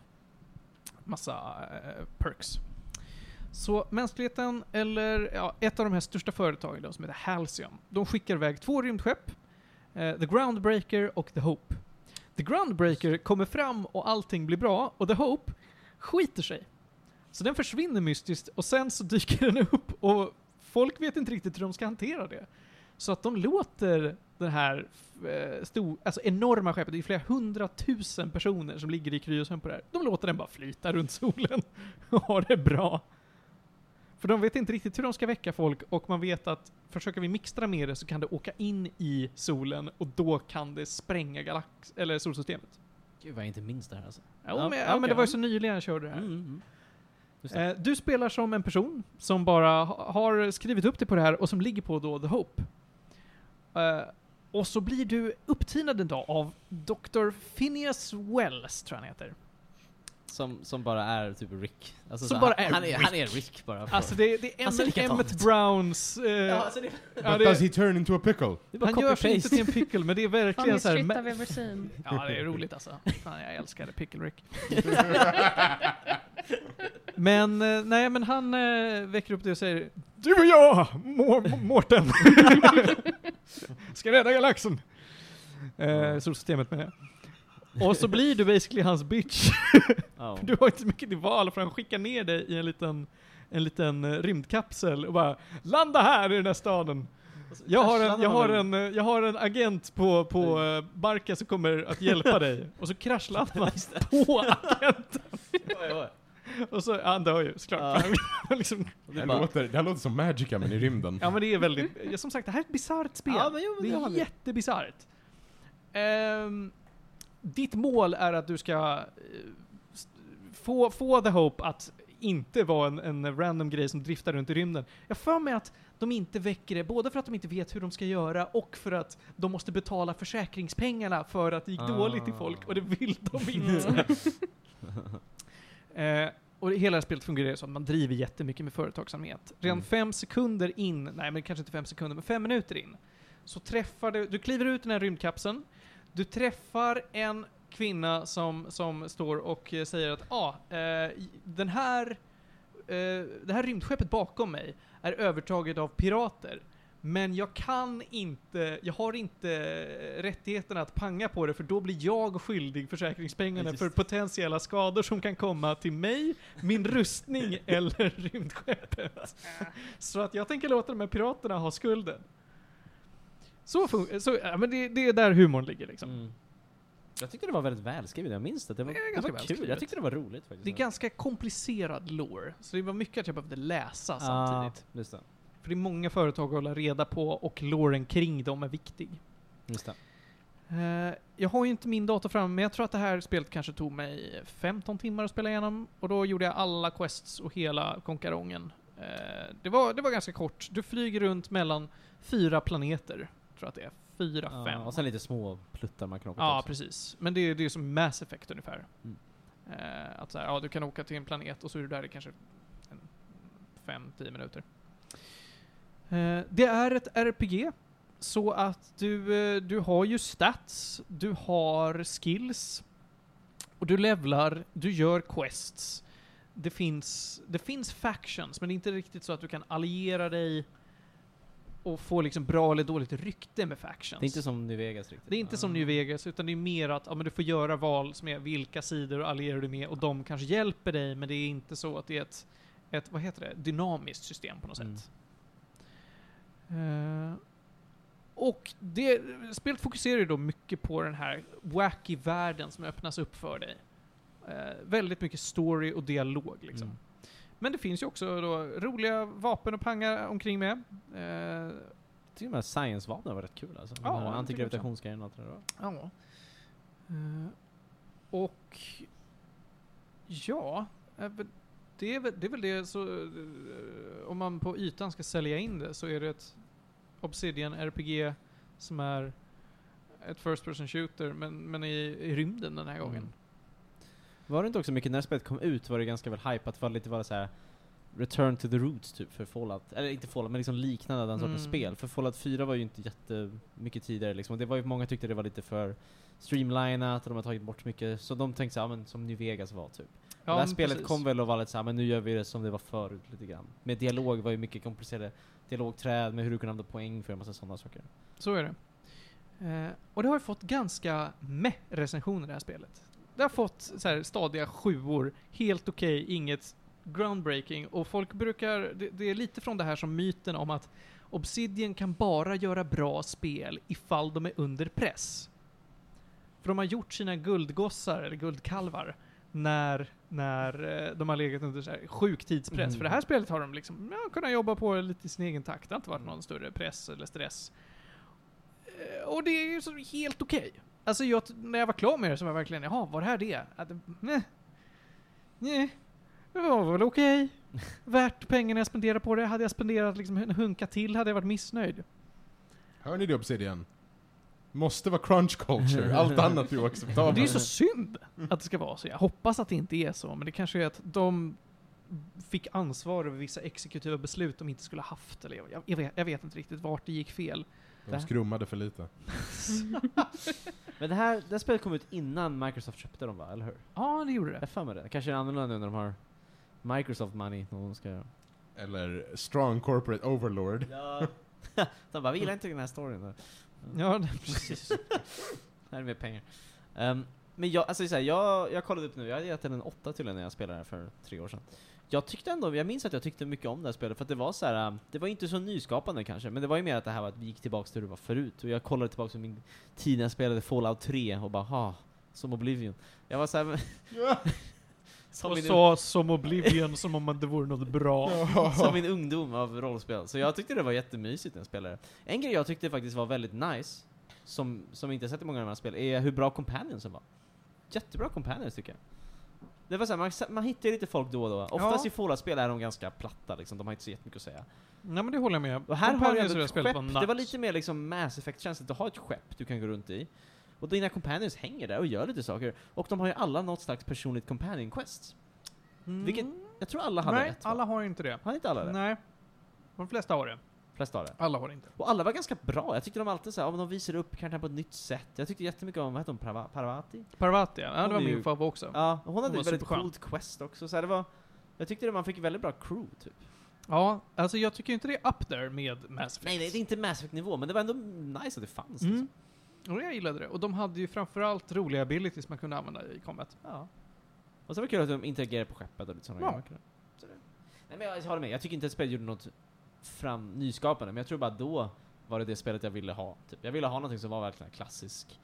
Speaker 2: massa eh, perks. Så mänskligheten, eller ja, ett av de här största företagen då, som heter Halcyon, de skickar iväg två rymdskepp, eh, The Groundbreaker och The Hope. The Groundbreaker kommer fram och allting blir bra och The Hope skiter sig. Så den försvinner mystiskt och sen så dyker den upp och folk vet inte riktigt hur de ska hantera det. Så att de låter den här eh, stor, alltså enorma skeppet, det är flera hundratusen personer som ligger i kryosömn på det här. De låter den bara flyta runt solen och ha det bra. För de vet inte riktigt hur de ska väcka folk och man vet att försöker vi mixtra med det så kan det åka in i solen och då kan det spränga galax eller solsystemet.
Speaker 1: Gud vad jag inte minns det här alltså.
Speaker 2: Ja,
Speaker 1: Ja,
Speaker 2: men, ja,
Speaker 1: okej,
Speaker 2: men det var ju
Speaker 1: ja.
Speaker 2: så nyligen jag körde det här.
Speaker 1: Mm, mm. Just det.
Speaker 2: Eh, du spelar som en person som bara ha- har skrivit upp dig på det här och som ligger på då The Hope. Eh, och så blir du upptinad en dag av Dr. Phineas Wells, tror jag han heter.
Speaker 1: Som, som bara är typ Rick. Alltså,
Speaker 2: Som
Speaker 1: så
Speaker 2: bara
Speaker 1: han,
Speaker 2: är
Speaker 1: han,
Speaker 2: Rick.
Speaker 1: han är Rick bara.
Speaker 2: Alltså det, det är
Speaker 1: Han ser
Speaker 2: Emmett-
Speaker 1: likadan
Speaker 2: Emmett
Speaker 1: ut.
Speaker 2: Browns... Eh,
Speaker 1: ja, alltså det,
Speaker 2: ja,
Speaker 3: But does
Speaker 2: det,
Speaker 3: he turn into a pickle?
Speaker 1: det är bara
Speaker 2: han gör sig inte
Speaker 1: copy-paste.
Speaker 2: till en pickle, men det är verkligen
Speaker 4: Funniest
Speaker 2: såhär...
Speaker 4: shit
Speaker 2: me-
Speaker 4: I've ever seen.
Speaker 2: Ja, det är roligt alltså. Fan, jag älskade Pickle Rick. men, eh, nej men han eh, väcker upp det och säger Du och jag, Må- Må- Mårten! Ska rädda galaxen! Eh, solsystemet menar jag. Och så blir du basically hans bitch.
Speaker 1: Ja.
Speaker 2: För Du har inte så mycket till val för han skickar ner dig i en liten, en liten eh, rymdkapsel och bara Landa här i den här staden! Jag har en, jag har en, eh, jag har en agent på, på eh, Barca som kommer att hjälpa dig. Och så kraschlandar man på agenten.
Speaker 1: Oj, oj.
Speaker 2: Och så, ja, han dör ju såklart. liksom,
Speaker 1: Och
Speaker 3: Det
Speaker 1: du
Speaker 3: här,
Speaker 1: bara,
Speaker 3: låter, det här låter som Magica men i rymden.
Speaker 2: ja men det är väldigt, ja, som sagt det här är ett bisarrt spel.
Speaker 1: Ja, men jo, men
Speaker 2: det
Speaker 1: det har
Speaker 2: är
Speaker 1: vi.
Speaker 2: jättebisarrt. Ehm, ditt mål är att du ska eh, s- få, få The Hope att inte vara en, en random grej som driftar runt i rymden. Jag har för mig att de inte väcker det, både för att de inte vet hur de ska göra och för att de måste betala försäkringspengarna för att det gick dåligt i folk och det vill de inte. eh, och hela det här spelet fungerar ju så att man driver jättemycket med företagsamhet. Redan
Speaker 3: Mm.
Speaker 2: fem sekunder in, nej men kanske inte fem sekunder, men fem minuter in, så träffar du, du kliver ut ur den här rymdkapseln, du träffar en kvinna som, som står och eh, säger att ja, ah, eh, den här, eh, det här rymdskeppet bakom mig är övertaget av pirater. Men jag kan inte, jag har inte eh, rättigheterna att panga på det för då blir jag skyldig försäkringspengarna
Speaker 1: Just
Speaker 2: för
Speaker 1: det.
Speaker 2: potentiella skador som kan komma till mig, min rustning eller rymdskeppet. Så att jag tänker låta de här piraterna ha skulden. Så, fun- så ja, men det, det är där humorn ligger liksom.
Speaker 1: Mm. Jag tyckte det var väldigt välskrivet, jag minns det. Det var,
Speaker 2: Det är
Speaker 1: det
Speaker 2: ganska
Speaker 1: var kul,
Speaker 2: välskrivet.
Speaker 1: jag tyckte det var roligt faktiskt.
Speaker 2: Det är ganska komplicerad lore, så det var mycket att jag behövde läsa
Speaker 1: ah,
Speaker 2: samtidigt.
Speaker 1: just det.
Speaker 2: För det är många företag att hålla reda på och loren kring dem är viktig.
Speaker 1: Just det.
Speaker 2: Eh, jag har ju inte min dator framme, men jag tror att det här spelet kanske tog mig 15 timmar att spela igenom. Och då gjorde jag alla quests och hela konkarongen. Eh, det, var, det var ganska kort. Du flyger runt mellan fyra planeter, tror jag att det är. Fyra,
Speaker 1: Ja,
Speaker 2: fem.
Speaker 1: och sen lite små pluttar man kan åka
Speaker 2: Ja,
Speaker 1: till också.
Speaker 2: precis. Men det, är- det är som Mass Effect ungefär.
Speaker 1: Mm.
Speaker 2: Eh, att så här, ja, du kan åka till en planet och så är du där i kanske 5-10 minuter. Eh, det är ett RPG, så att du, eh, du har ju stats, du har skills, och du levlar, du gör quests. Det finns, det finns factions, men det är inte riktigt så att du kan alliera dig och få liksom bra eller dåligt rykte med factions.
Speaker 1: Det är inte som New Vegas riktigt.
Speaker 2: Det är inte som
Speaker 1: Ah.
Speaker 2: New Vegas, utan det är mer att ja, men du får göra val som är vilka sidor allierar du med och de kanske hjälper dig, men det är inte så att det är ett, ett vad heter det, dynamiskt system på något
Speaker 1: Mm.
Speaker 2: sätt. Eh, och det, spelet fokuserar ju då mycket på den här wacky världen som öppnas upp för dig. Eh, väldigt mycket story och dialog liksom.
Speaker 1: Mm.
Speaker 2: Men det finns ju också då roliga vapen och panga omkring med. Eh,
Speaker 1: Jag tycker de här science-vapnen var rätt kul alltså.
Speaker 2: Ja,
Speaker 1: Den här
Speaker 2: jag
Speaker 1: Antigravitationsgrejen och allt det där.
Speaker 2: Ja. Eh, och... Ja. eh, men Det är, väl, det är väl det så... eh, Om man på ytan ska sälja in det så är det ett Obsidian RPG som är ett First Person Shooter men, men i, i rymden den här gången.
Speaker 1: Mm. Var det inte också mycket, när spelet kom ut var det ganska väl hypat, var det lite bara så här Return to the Roots typ för Fallout, eller inte Fallout men liksom liknande den sortens
Speaker 2: Mm.
Speaker 1: spel. För Fallout 4 var ju inte jättemycket tidigare liksom, och det var ju, många tyckte det var lite för streamlinat och de har tagit bort mycket, så de tänkte såhär, men som New Vegas var typ.
Speaker 2: Ja,
Speaker 1: det här
Speaker 2: men
Speaker 1: spelet
Speaker 2: precis.
Speaker 1: kom väl och var lite såhär, men nu gör vi det som det var förut lite grann. Med dialog var ju mycket komplicerade dialogträd med hur du kunde använda poäng för en massa sådana saker.
Speaker 2: Så är det. Eh, och det har ju fått ganska meh recensioner det här spelet. Det har fått så här, stadiga sjuor, helt okej, inget groundbreaking. Och folk brukar, det, det är lite från det här som myten om att Obsidian kan bara göra bra spel ifall de är under press. För de har gjort sina guldgossar, eller guldkalvar, när, när eh, de har legat under så här sjuk tidspress.
Speaker 1: Mm.
Speaker 2: För det här spelet har de liksom, ja, kunnat jobba på lite i sin egen takt. Det har inte varit någon större press eller stress. Eh, Och det är ju så helt okej. Alltså jag, när jag var klar med det så var jag verkligen, jaha, var det här det? Att, nej. Nej. Det var väl okej. Värt pengarna jag spenderade på det. Hade jag spenderat liksom en hunka till hade jag varit missnöjd.
Speaker 3: Hör ni det Obsidian? Måste vara crunch culture, allt annat
Speaker 2: Och det är
Speaker 3: är
Speaker 2: ju
Speaker 3: oacceptabelt.
Speaker 2: så synd
Speaker 1: Mm.
Speaker 2: att det ska vara så. Jag hoppas att det inte är så, men det kanske är att de fick ansvar över vissa exekutiva beslut de inte skulle ha haft. Eller jag, jag, vet, jag vet inte riktigt vart det gick fel.
Speaker 3: De skrummade för lite.
Speaker 1: Mm. Men det här, det här spelet kom ut innan Microsoft köpte dem va, eller hur?
Speaker 2: Ja, det gjorde
Speaker 1: Jag har
Speaker 2: det.
Speaker 1: för mig det. Kanske är det annorlunda nu när de har Microsoft money när de ska göra.
Speaker 3: Eller strong corporate overlord.
Speaker 1: Ja. de bara, vi gillar inte den här storyn. Där.
Speaker 2: Ja, det-
Speaker 1: precis. här är mer pengar. Ehm, men jag, alltså så här, jag, jag kollade upp nu, jag hade gett den en åtta tydligen när jag spelade den för tre år sedan. Jag tyckte ändå, jag minns att jag tyckte mycket om det här spelet, för att det var så här. ähm, det var inte så nyskapande kanske, men det var ju mer att det här var att vi gick tillbaks till hur det var förut, och jag kollade tillbaks på min tid när jag spelade Fallout 3 och bara, ha, som Oblivion. Jag var såhär... som
Speaker 2: och
Speaker 1: min
Speaker 2: sa som Oblivion som om det vore något bra.
Speaker 1: som min ungdom av rollspel. Så jag tyckte det var jättemysigt när jag spelade. En grej jag tyckte faktiskt var väldigt nice, som, som jag inte har sett i många av de här spelen, är hur bra companions de var. Jättebra companions tycker jag. Det var så här, man, man hittar ju lite folk då och då. Oftast
Speaker 2: Ja.
Speaker 1: i Fallout-spel är de ganska platta liksom, de har inte så jättemycket att säga.
Speaker 2: Nej men det håller jag med om.
Speaker 1: Och här
Speaker 2: De
Speaker 1: har du
Speaker 2: Companions
Speaker 1: ändå ett
Speaker 2: jag spelat
Speaker 1: skepp,
Speaker 2: på
Speaker 1: det
Speaker 2: Nuts.
Speaker 1: var lite mer liksom Mass Effect-känsla, du har ett skepp du kan gå runt i. Och dina companions hänger där och gör lite saker. Och de har ju alla något slags personligt companion quest.
Speaker 2: Mm.
Speaker 1: vilket Jag tror alla hade
Speaker 2: Nej,
Speaker 1: ett. va?
Speaker 2: alla har inte det.
Speaker 1: Har inte alla det?
Speaker 2: Nej. De flesta har det.
Speaker 1: Flesta har det.
Speaker 2: Alla har det inte.
Speaker 1: Och alla var ganska bra, jag tyckte de alltid såhär, ja men de visar upp karaktären på ett nytt sätt. Jag tyckte jättemycket om, vad hette hon, Parva- Parvati?
Speaker 2: Parvati, ja. ja
Speaker 1: Hon
Speaker 2: det var
Speaker 1: är
Speaker 2: min
Speaker 1: ju-
Speaker 2: favorit också. Ja.
Speaker 1: Ja, och hon hade
Speaker 2: var
Speaker 1: ett väldigt
Speaker 2: superskön.
Speaker 1: coolt quest också, så här, det var... Jag tyckte det, man fick ett väldigt bra crew, typ.
Speaker 2: alltså jag tycker inte det är up there med Mass Effect.
Speaker 1: Nej, nej, det är inte Mass Effect-nivå, men det var ändå nice att det fanns. Liksom.
Speaker 2: Mm. Och jag gillade det. Och de hade ju framförallt roliga abilities man kunde använda i combat.
Speaker 1: Ja. Och så var det kul att de interagerade på skeppet och lite sådana
Speaker 2: Ja.
Speaker 1: grejer. Så det. Nej men jag håller med, jag tycker inte att spelet gjorde något fram nyskapande, men jag tror bara då var det det spelet jag ville ha. Typ. Jag ville ha någonting som var verkligen klassisk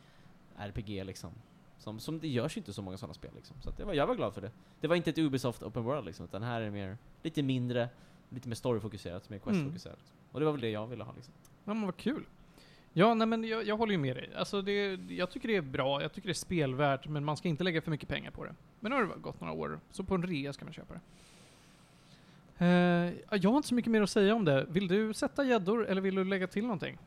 Speaker 1: RPG liksom. Som, som det görs ju inte så många sådana spel liksom. Så att det var, jag var glad för det. Det var inte ett Ubisoft Open World liksom, utan här är det mer, lite mindre, lite mer storyfokuserat, mer questfokuserat. Och det var väl det jag ville ha liksom.
Speaker 2: Ja, men vad kul. Ja, nej men jag, jag håller ju med dig. Alltså det, jag tycker det är bra, jag tycker det är spelvärt, men man ska inte lägga för mycket pengar på det. Men nu har det gått några år, så på en rea ska man köpa det. Eh, jag har inte så mycket mer att säga om det. Vill du sätta gäddor eller vill du lägga till någonting?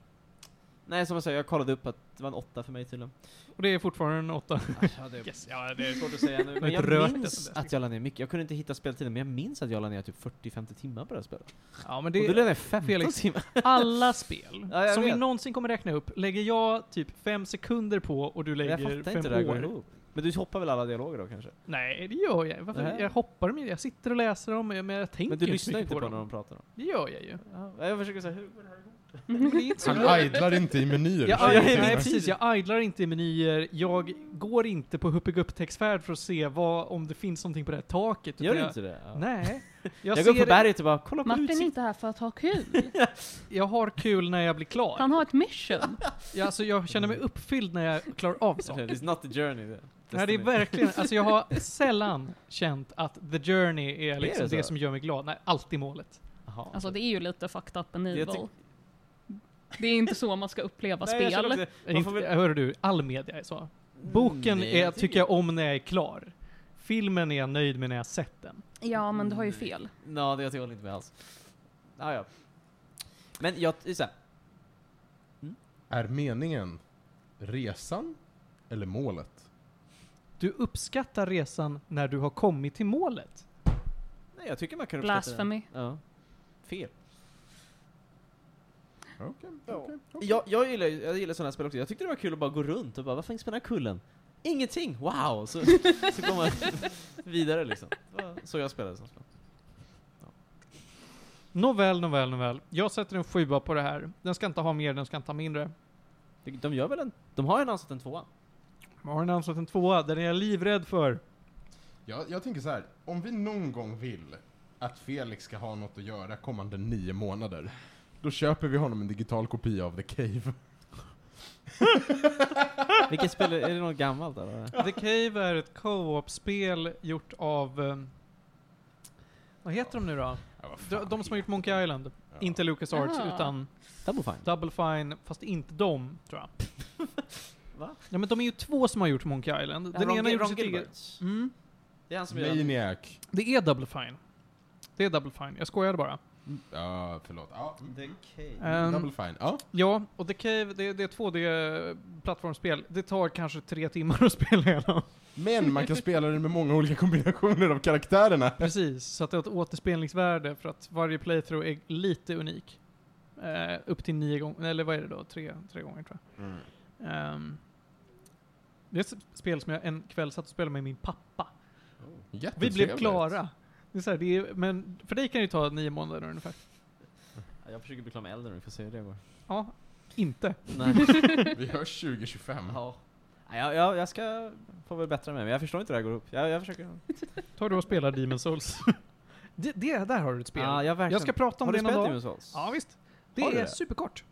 Speaker 1: Nej som jag sa, jag kollade upp att det var en åtta för mig tydligen.
Speaker 2: Och det är fortfarande en åtta.
Speaker 1: Ja, det
Speaker 2: Yes, ja,
Speaker 1: Det
Speaker 2: det
Speaker 1: är svårt att säga nu,
Speaker 2: har
Speaker 1: men
Speaker 2: inte
Speaker 1: jag
Speaker 2: rört det
Speaker 1: minns
Speaker 2: sedan dess.
Speaker 1: att jag la ner mycket. Jag kunde inte hitta speltiden, men jag minns att jag la ner typ 40-50 timmar på det här spelet.
Speaker 2: ja, men
Speaker 1: och du la
Speaker 2: det
Speaker 1: ner 15
Speaker 2: Felix.
Speaker 1: timmar.
Speaker 2: alla spel
Speaker 1: Ja, jag
Speaker 2: som vi
Speaker 1: vet.
Speaker 2: någonsin kommer räkna upp lägger jag typ fem sekunder på och du
Speaker 1: Jag
Speaker 2: lägger
Speaker 1: fattar inte hur
Speaker 2: fem
Speaker 1: det här går
Speaker 2: år.
Speaker 1: ihop. Men du hoppar väl alla dialoger då kanske?
Speaker 2: Nej, det gör jag Varför?
Speaker 1: Nej.
Speaker 2: Jag hoppar dem ju. Jag sitter och läser dem, men jag tänker
Speaker 1: Men du
Speaker 2: så
Speaker 1: lyssnar
Speaker 2: mycket
Speaker 1: inte på, när de pratar? Om.
Speaker 2: Det gör jag ju.
Speaker 1: Ja, jag försöker säga hur går det här ihop? Typ
Speaker 2: Men det är inte så
Speaker 3: Han
Speaker 2: jag,
Speaker 3: idlar inte i menyer.
Speaker 2: jag,
Speaker 1: Ja, ja,
Speaker 2: nej,
Speaker 1: ja.
Speaker 2: precis. Jag idlar inte i menyer. Jag går inte på Huppigupptäcktsfärd för att se vad, om det finns någonting på det här taket.
Speaker 1: Gör
Speaker 2: utan
Speaker 1: du
Speaker 2: jag,
Speaker 1: inte det? Ja.
Speaker 2: Nej. Jag,
Speaker 1: Jag,
Speaker 2: ser,
Speaker 1: går upp på berget och bara kolla på
Speaker 4: Martin är
Speaker 1: utsikten.
Speaker 4: inte här för att ha kul.
Speaker 2: jag har kul när jag blir klar.
Speaker 4: Han har ett mission.
Speaker 2: Jag, alltså, jag känner mig uppfylld när jag klarar av saker.
Speaker 1: It's not the journey. the
Speaker 2: Nej, det är
Speaker 1: destiny.
Speaker 2: verkligen, alltså jag har sällan känt att the journey är liksom
Speaker 1: det
Speaker 2: det,
Speaker 1: så?
Speaker 2: som gör mig glad. Nej, alltid målet.
Speaker 1: Jaha.
Speaker 4: Alltså det är ju lite fucked up and
Speaker 1: Jag
Speaker 4: evil.
Speaker 1: tyck-
Speaker 4: Det är inte så man ska uppleva
Speaker 1: Nej, jag känner
Speaker 4: spel.
Speaker 1: också det. Man
Speaker 2: Inte,
Speaker 1: får väl-
Speaker 2: Hör du, all media är så. Boken
Speaker 1: Nej,
Speaker 2: är, tycker jag om när jag är klar. Filmen är jag nöjd med när jag har sett den.
Speaker 4: Ja, men du har ju
Speaker 1: Mm.
Speaker 4: fel.
Speaker 1: Nå, det jag håller inte med alls. Ah, ja. Men jag, så här,
Speaker 3: Är meningen resan eller målet?
Speaker 2: Du uppskattar resan när du har kommit till målet.
Speaker 1: nej, jag tycker man kan
Speaker 4: Blasphemy.
Speaker 1: Ja. Fel.
Speaker 3: Okej, okej, okej.
Speaker 1: Jag, jag gillar, ju- jag gillar sådana här spel också. Jag tyckte det var kul att bara gå runt och bara, vad finns på den här kullen? Ingenting! Wow! Så, så går man vidare liksom. Det var Så jag spelade som spel.
Speaker 2: Nåväl, nåväl, nåväl. Jag sätter en sjua på det här. Den ska inte ha mer, den ska inte ha mindre.
Speaker 1: De- De gör väl en... De har ju annonsat en tvåa.
Speaker 2: Jag har en ansett en tvåa, den är jag livrädd för.
Speaker 3: Jag, jag tänker så här, om vi någon gång vill att Felix ska ha något att göra kommande nio månader, då köper vi honom en digital kopia av The Cave.
Speaker 1: Vilket spel? Är det något gammalt eller?
Speaker 2: The Cave är ett co-op-spel gjort av... ehm, vad heter de nu då?
Speaker 3: Ja, vad fan
Speaker 2: De, de som har gjort
Speaker 3: heter
Speaker 2: Monkey Island.
Speaker 3: Ja.
Speaker 2: Inte Lucas Arts
Speaker 4: Ah.
Speaker 2: utan
Speaker 1: Double Fine?
Speaker 2: Double Fine, fast inte de, tror jag.
Speaker 1: Va?
Speaker 2: Ja, men de är ju två som har gjort Monkey Island. Den ena gjorde sitt eget... Mm.
Speaker 1: Det är han som gör...
Speaker 3: Maniac.
Speaker 2: Det är Double Fine. Det är Double Fine. Jag skojade bara.
Speaker 3: Ja, förlåt. Ja, mm.
Speaker 1: The Cave.
Speaker 2: Ehm,
Speaker 3: Double fine. Ja.
Speaker 2: ja, och The Cave, det, det är 2D-plattformsspel. Det tar kanske tre timmar att spela igenom.
Speaker 3: Men man kan spela den med många olika kombinationer av karaktärerna.
Speaker 2: Precis, så att det har ett återspelningsvärde för att varje playthrough är lite unik. Eh, upp till nio gånger, eller vad är det då? Tre, tre gånger tror jag.
Speaker 3: Mm.
Speaker 2: Ehm, det är ett spel som jag en kväll satt och spelade med min pappa. Vi blev
Speaker 3: Jättetrevligt.
Speaker 2: klara. Det är så här, det är, men för dig kan det ju ta nio månader ungefär.
Speaker 1: Ja, Jag försöker bli klar med Elden Ring, får se hur det går.
Speaker 2: Ja, inte.
Speaker 1: Nej.
Speaker 3: Vi hörs 2025.
Speaker 1: ja. Nej, Jag, jag, jag ska... Får väl bättra mig, men jag förstår inte hur det här går upp. Jag, jag försöker...
Speaker 2: Tar du och spelar Demon Souls. det, det, där har du ett spel.
Speaker 1: Ja, jag, verkligen-
Speaker 2: jag ska prata om
Speaker 1: Har du
Speaker 2: det någon
Speaker 1: spelat
Speaker 2: dag.
Speaker 1: Demon's Souls?
Speaker 2: Ja, visst. Det
Speaker 1: Har
Speaker 2: är
Speaker 1: du det?
Speaker 2: superkort.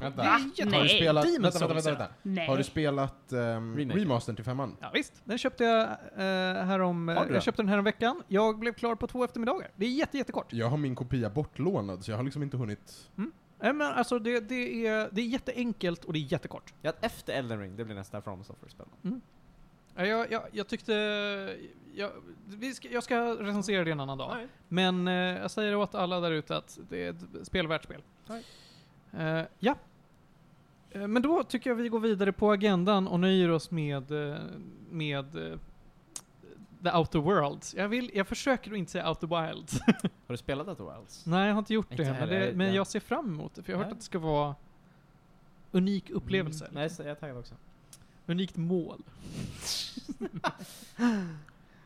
Speaker 3: Vänta.
Speaker 4: Va?
Speaker 3: Har du
Speaker 4: Nej,
Speaker 3: spelat...
Speaker 2: Demon's
Speaker 3: Vänta, vänta,
Speaker 2: Souls,
Speaker 3: vänta, vänta.
Speaker 4: Nej.
Speaker 3: Har du spelat ehm,
Speaker 1: Remake.
Speaker 3: remastern till femman?
Speaker 2: Ja, visst. Den köpte jag eh, härom...
Speaker 1: Har du
Speaker 2: Jag
Speaker 1: den?
Speaker 2: köpte den här om veckan. Jag blev klar på två eftermiddagar. Det är jätte, jättekort.
Speaker 3: Jag har min kopia bortlånad, så jag har liksom inte hunnit...
Speaker 2: Nej, men alltså det, det, är, det är jätteenkelt och det är jättekort.
Speaker 1: Ja, efter Elden Ring, det blir nästa From Software-spel.
Speaker 2: Ja, Jag, jag, jag tyckte... jag, vi ska, jag ska recensera det en annan dag.
Speaker 1: Nej.
Speaker 2: Men eh, jag säger åt alla där ute att det är ett spel värt spel.
Speaker 3: Nej.
Speaker 2: Eh, ja. Eh, men då tycker jag vi går vidare på agendan och nöjer oss med, eh, med eh, The Outer Worlds. Jag, vill, jag försöker att inte säga Outer Wilds.
Speaker 1: Har du spelat Outer Wilds?
Speaker 2: Nej, jag har inte gjort
Speaker 1: Inte
Speaker 2: det, men,
Speaker 1: heller,
Speaker 2: det, men
Speaker 1: ja.
Speaker 2: jag ser fram emot det, för jag har hört
Speaker 1: Ja.
Speaker 2: att det ska vara unik upplevelse.
Speaker 1: Mm. Nej, så jag är taggad också.
Speaker 2: Unikt mål.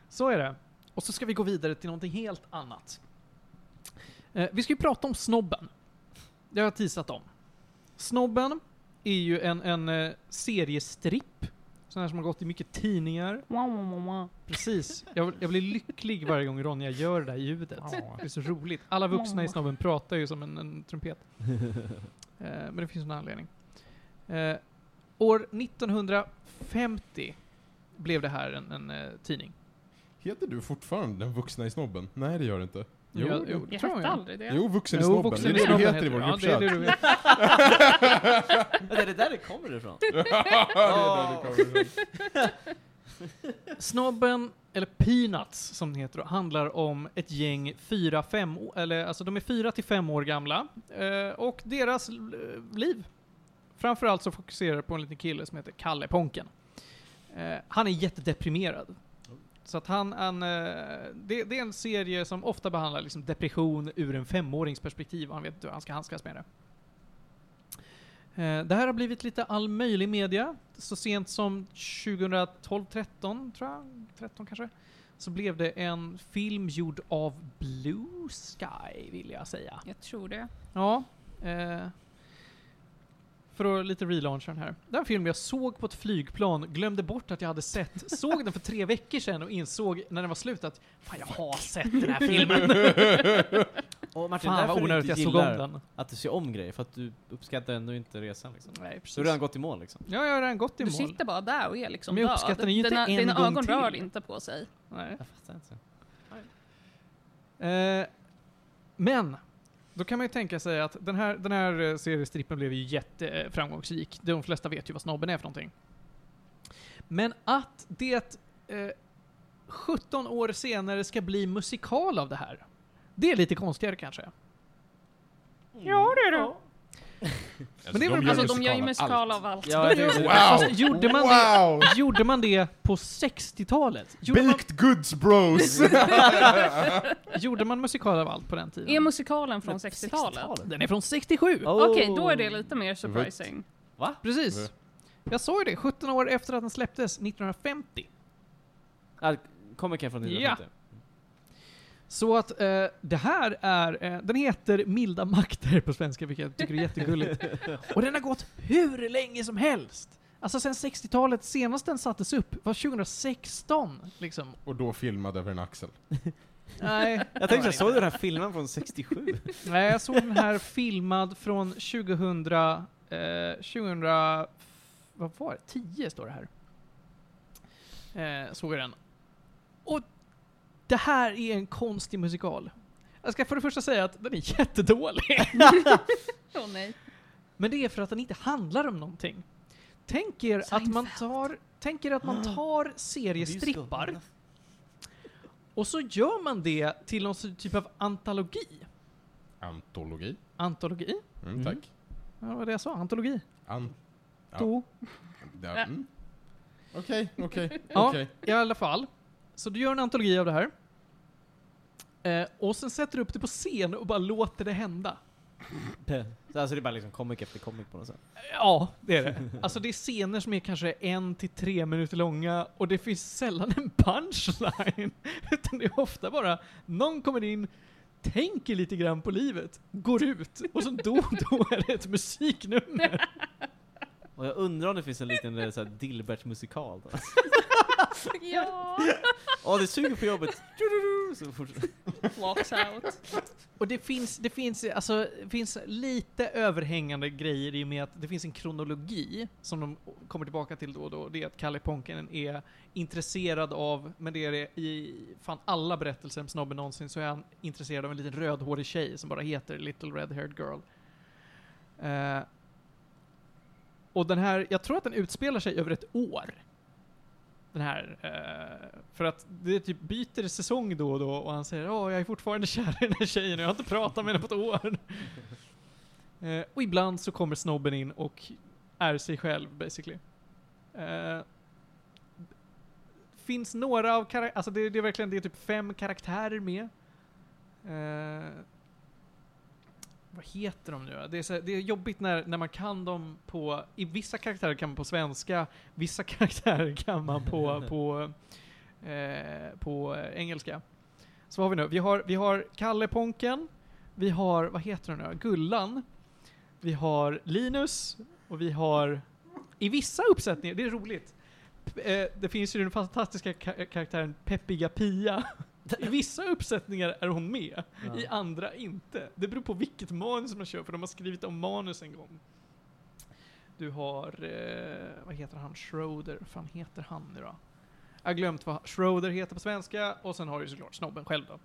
Speaker 2: så är det. Och så ska vi gå vidare till någonting helt annat. Eh, vi ska ju prata om Snobben. Det har jag teasat om. Snobben är ju en, en eh, seriestripp. Sån här som har gått i mycket tidningar.
Speaker 4: Wow, wow, wow, wow.
Speaker 2: Precis. Jag, jag blir lycklig varje gång Ronja gör det där ljudet. Det är så roligt. Alla vuxna i snobben pratar ju som en, en trumpet. Eh, men det finns en anledning. Eh, år 1950 blev det här en, en eh, tidning.
Speaker 3: Heter du fortfarande den vuxna i snobben? Nej, det gör du inte. Jo,
Speaker 2: jag,
Speaker 3: det-
Speaker 2: jo, det
Speaker 4: Jag
Speaker 2: tror
Speaker 4: hette
Speaker 2: jag.
Speaker 4: aldrig det.
Speaker 3: Jo, vuxen i
Speaker 2: Jo,
Speaker 3: snobben.
Speaker 2: Vuxen i
Speaker 3: det är det
Speaker 2: Snobben
Speaker 3: du heter i
Speaker 2: heter
Speaker 3: vår
Speaker 2: det. Ja, det är
Speaker 3: gruppchatt.
Speaker 2: det du vet.
Speaker 1: Det är det där det kommer ifrån?
Speaker 3: Ja, det är där du kommer ifrån.
Speaker 2: Snobben, eller Peanuts som den heter då, handlar om ett gäng 4-5, eller alltså de är 4-5 år gamla. eh, Och deras l- liv. Framförallt så fokuserar det på en liten kille som heter Kalle Ponken. Eh, Han är jättedeprimerad. Så att han, han eh, det, det är en serie som ofta behandlar liksom depression ur en femårings perspektiv och han vet inte hur han ska handskas med det. Eh, Det här har blivit lite all möjlig media. Så sent som 2012-13, tror jag, 13 kanske, så blev det en film gjord av Blue Sky, vill jag säga.
Speaker 4: Jag tror det.
Speaker 2: Ja. Eh, för att lite relauncha den här. Den film jag såg på ett flygplan, glömde bort att jag hade sett, såg den för tre veckor sedan och insåg när den var slut att fan jag har sett den här filmen.
Speaker 1: Och Martin,
Speaker 2: fan
Speaker 1: därför
Speaker 2: vad
Speaker 1: du inte
Speaker 2: onödigt jag såg om
Speaker 1: gillar
Speaker 2: den.
Speaker 1: att du ser om grejer, för att du uppskattar ändå inte resan liksom.
Speaker 2: Nej,
Speaker 1: Du har redan gått i mål liksom.
Speaker 2: Ja, jag har redan gått i
Speaker 4: Du
Speaker 2: mål.
Speaker 4: sitter bara där och är liksom
Speaker 2: Men jag uppskattar
Speaker 4: död.
Speaker 2: den ju inte
Speaker 4: dina
Speaker 2: en
Speaker 4: dina
Speaker 2: gång
Speaker 4: ögon
Speaker 2: till.
Speaker 4: rör inte på sig.
Speaker 2: Nej.
Speaker 1: Jag fattar inte.
Speaker 2: Eh, men, då kan man ju tänka sig att den här, den här eh, seriestrippen blev ju jätteframgångsrik. De flesta vet ju vad snobben är för någonting. Men att det eh, 17 år senare ska bli musikal av det här, det är lite konstigare kanske.
Speaker 4: Mm. Ja, det är det.
Speaker 3: Alltså,
Speaker 2: det är väl-
Speaker 3: de
Speaker 4: Alltså de gör ju musikal
Speaker 3: allt.
Speaker 4: av allt.
Speaker 1: Ja, det är
Speaker 2: Wow!
Speaker 1: det.
Speaker 2: Fast gjorde man
Speaker 3: wow!
Speaker 2: Gjorde man det på 60-talet? Gjorde, man,
Speaker 3: Baked goods bros!
Speaker 2: gjorde man musikal av allt på den tiden?
Speaker 4: Är musikalen från 60-talet?
Speaker 2: Den är från 67!
Speaker 1: Oh.
Speaker 4: Okej, då är det lite mer surprising.
Speaker 2: Precis. Jag sa ju det, 17 år efter att den släpptes, 1950.
Speaker 1: Ja, Komikern från 1950.
Speaker 2: Så att eh, det här är, eh, den heter Milda makter på svenska, vilket jag tycker är jättegulligt. Och den har gått hur länge som helst! Alltså sen 60-talet, senast den sattes upp var 2016, liksom.
Speaker 3: Och då filmad över en axel.
Speaker 2: Nej,
Speaker 1: Jag tänkte, jag såg du den här filmen från 67?
Speaker 2: Nej, jag såg den här filmad från 2000, eh, 2000, vad var det? 10 står det här. Eh, såg jag den. Och det här är en konstig musikal. Jag ska för det första säga att den är jättedålig.
Speaker 4: Åh nej.
Speaker 2: Men det är för att den inte handlar om någonting. Tänk er att man tar, tänk er att man tar seriestrippar och så gör man det till någon typ av antologi.
Speaker 3: Antologi.
Speaker 2: Antologi?
Speaker 3: Mm,
Speaker 1: Mm.
Speaker 3: Tack.
Speaker 2: Ja, det var det jag sa. Antologi.
Speaker 3: An- Ja.
Speaker 2: Då.
Speaker 3: ja, mm. Okej, okej,
Speaker 2: Ja,
Speaker 3: okej.
Speaker 2: i alla fall. Så du gör en antologi av det här. Eh, och sen sätter du upp det på scen och bara låter det hända.
Speaker 1: Så Alltså det är bara liksom komik efter komik på något sätt.
Speaker 2: Ja, det är det. Alltså det är scener som är kanske en till tre minuter långa och det finns sällan en punchline. Utan det är ofta bara, någon kommer in, tänker lite grann på livet, går ut och sen då och då är det ett musiknummer.
Speaker 1: Och jag undrar om det finns en liten eh, så här Dilbert-musikal då.
Speaker 4: Ja.
Speaker 1: Åh, det suger på jobbet. Så fort.
Speaker 4: Walks out.
Speaker 2: Och det finns, det finns, alltså, det finns lite överhängande grejer i och med att det finns en kronologi som de kommer tillbaka till då och då. Det är att Kalle Ponkanen är intresserad av, men det är det i fan alla berättelser om snobben någonsin, så är han intresserad av en liten rödhårig tjej som bara heter Little Red Haired Girl. Eh, och den här, jag tror att den utspelar sig över ett år. den här, eh, för att det typ byter säsong då och då och han säger åh jag är fortfarande kär i den här tjejen och jag har inte pratat med henne på ett år. Eh, och ibland så kommer snobben in och är sig själv basically. Eh, finns några av karaktärerna, alltså det, det är verkligen, det är typ fem karaktärer med. Eh, vad heter de nu då? det är, så, här- det är jobbigt när, när man kan dem på, i vissa karaktärer kan man på svenska, vissa karaktärer kan man på, på, eh, på engelska. Så vad har vi nu? Vi har, vi har Kalle Ponken, vi har, vad heter hon nu Gullan, vi har Linus och vi har, i vissa uppsättningar, det är roligt, P- eh, det finns ju den fantastiska ka- karaktären Peppiga Pia. I vissa uppsättningar är hon med. I andra inte. Det beror på vilket manus man kör, för de har skrivit om manus en gång. Du har, eh, vad heter han, Schroeder, vad fan heter han nu då? Jag har glömt vad Schroeder heter på svenska, och sen har du såklart snobben själv då.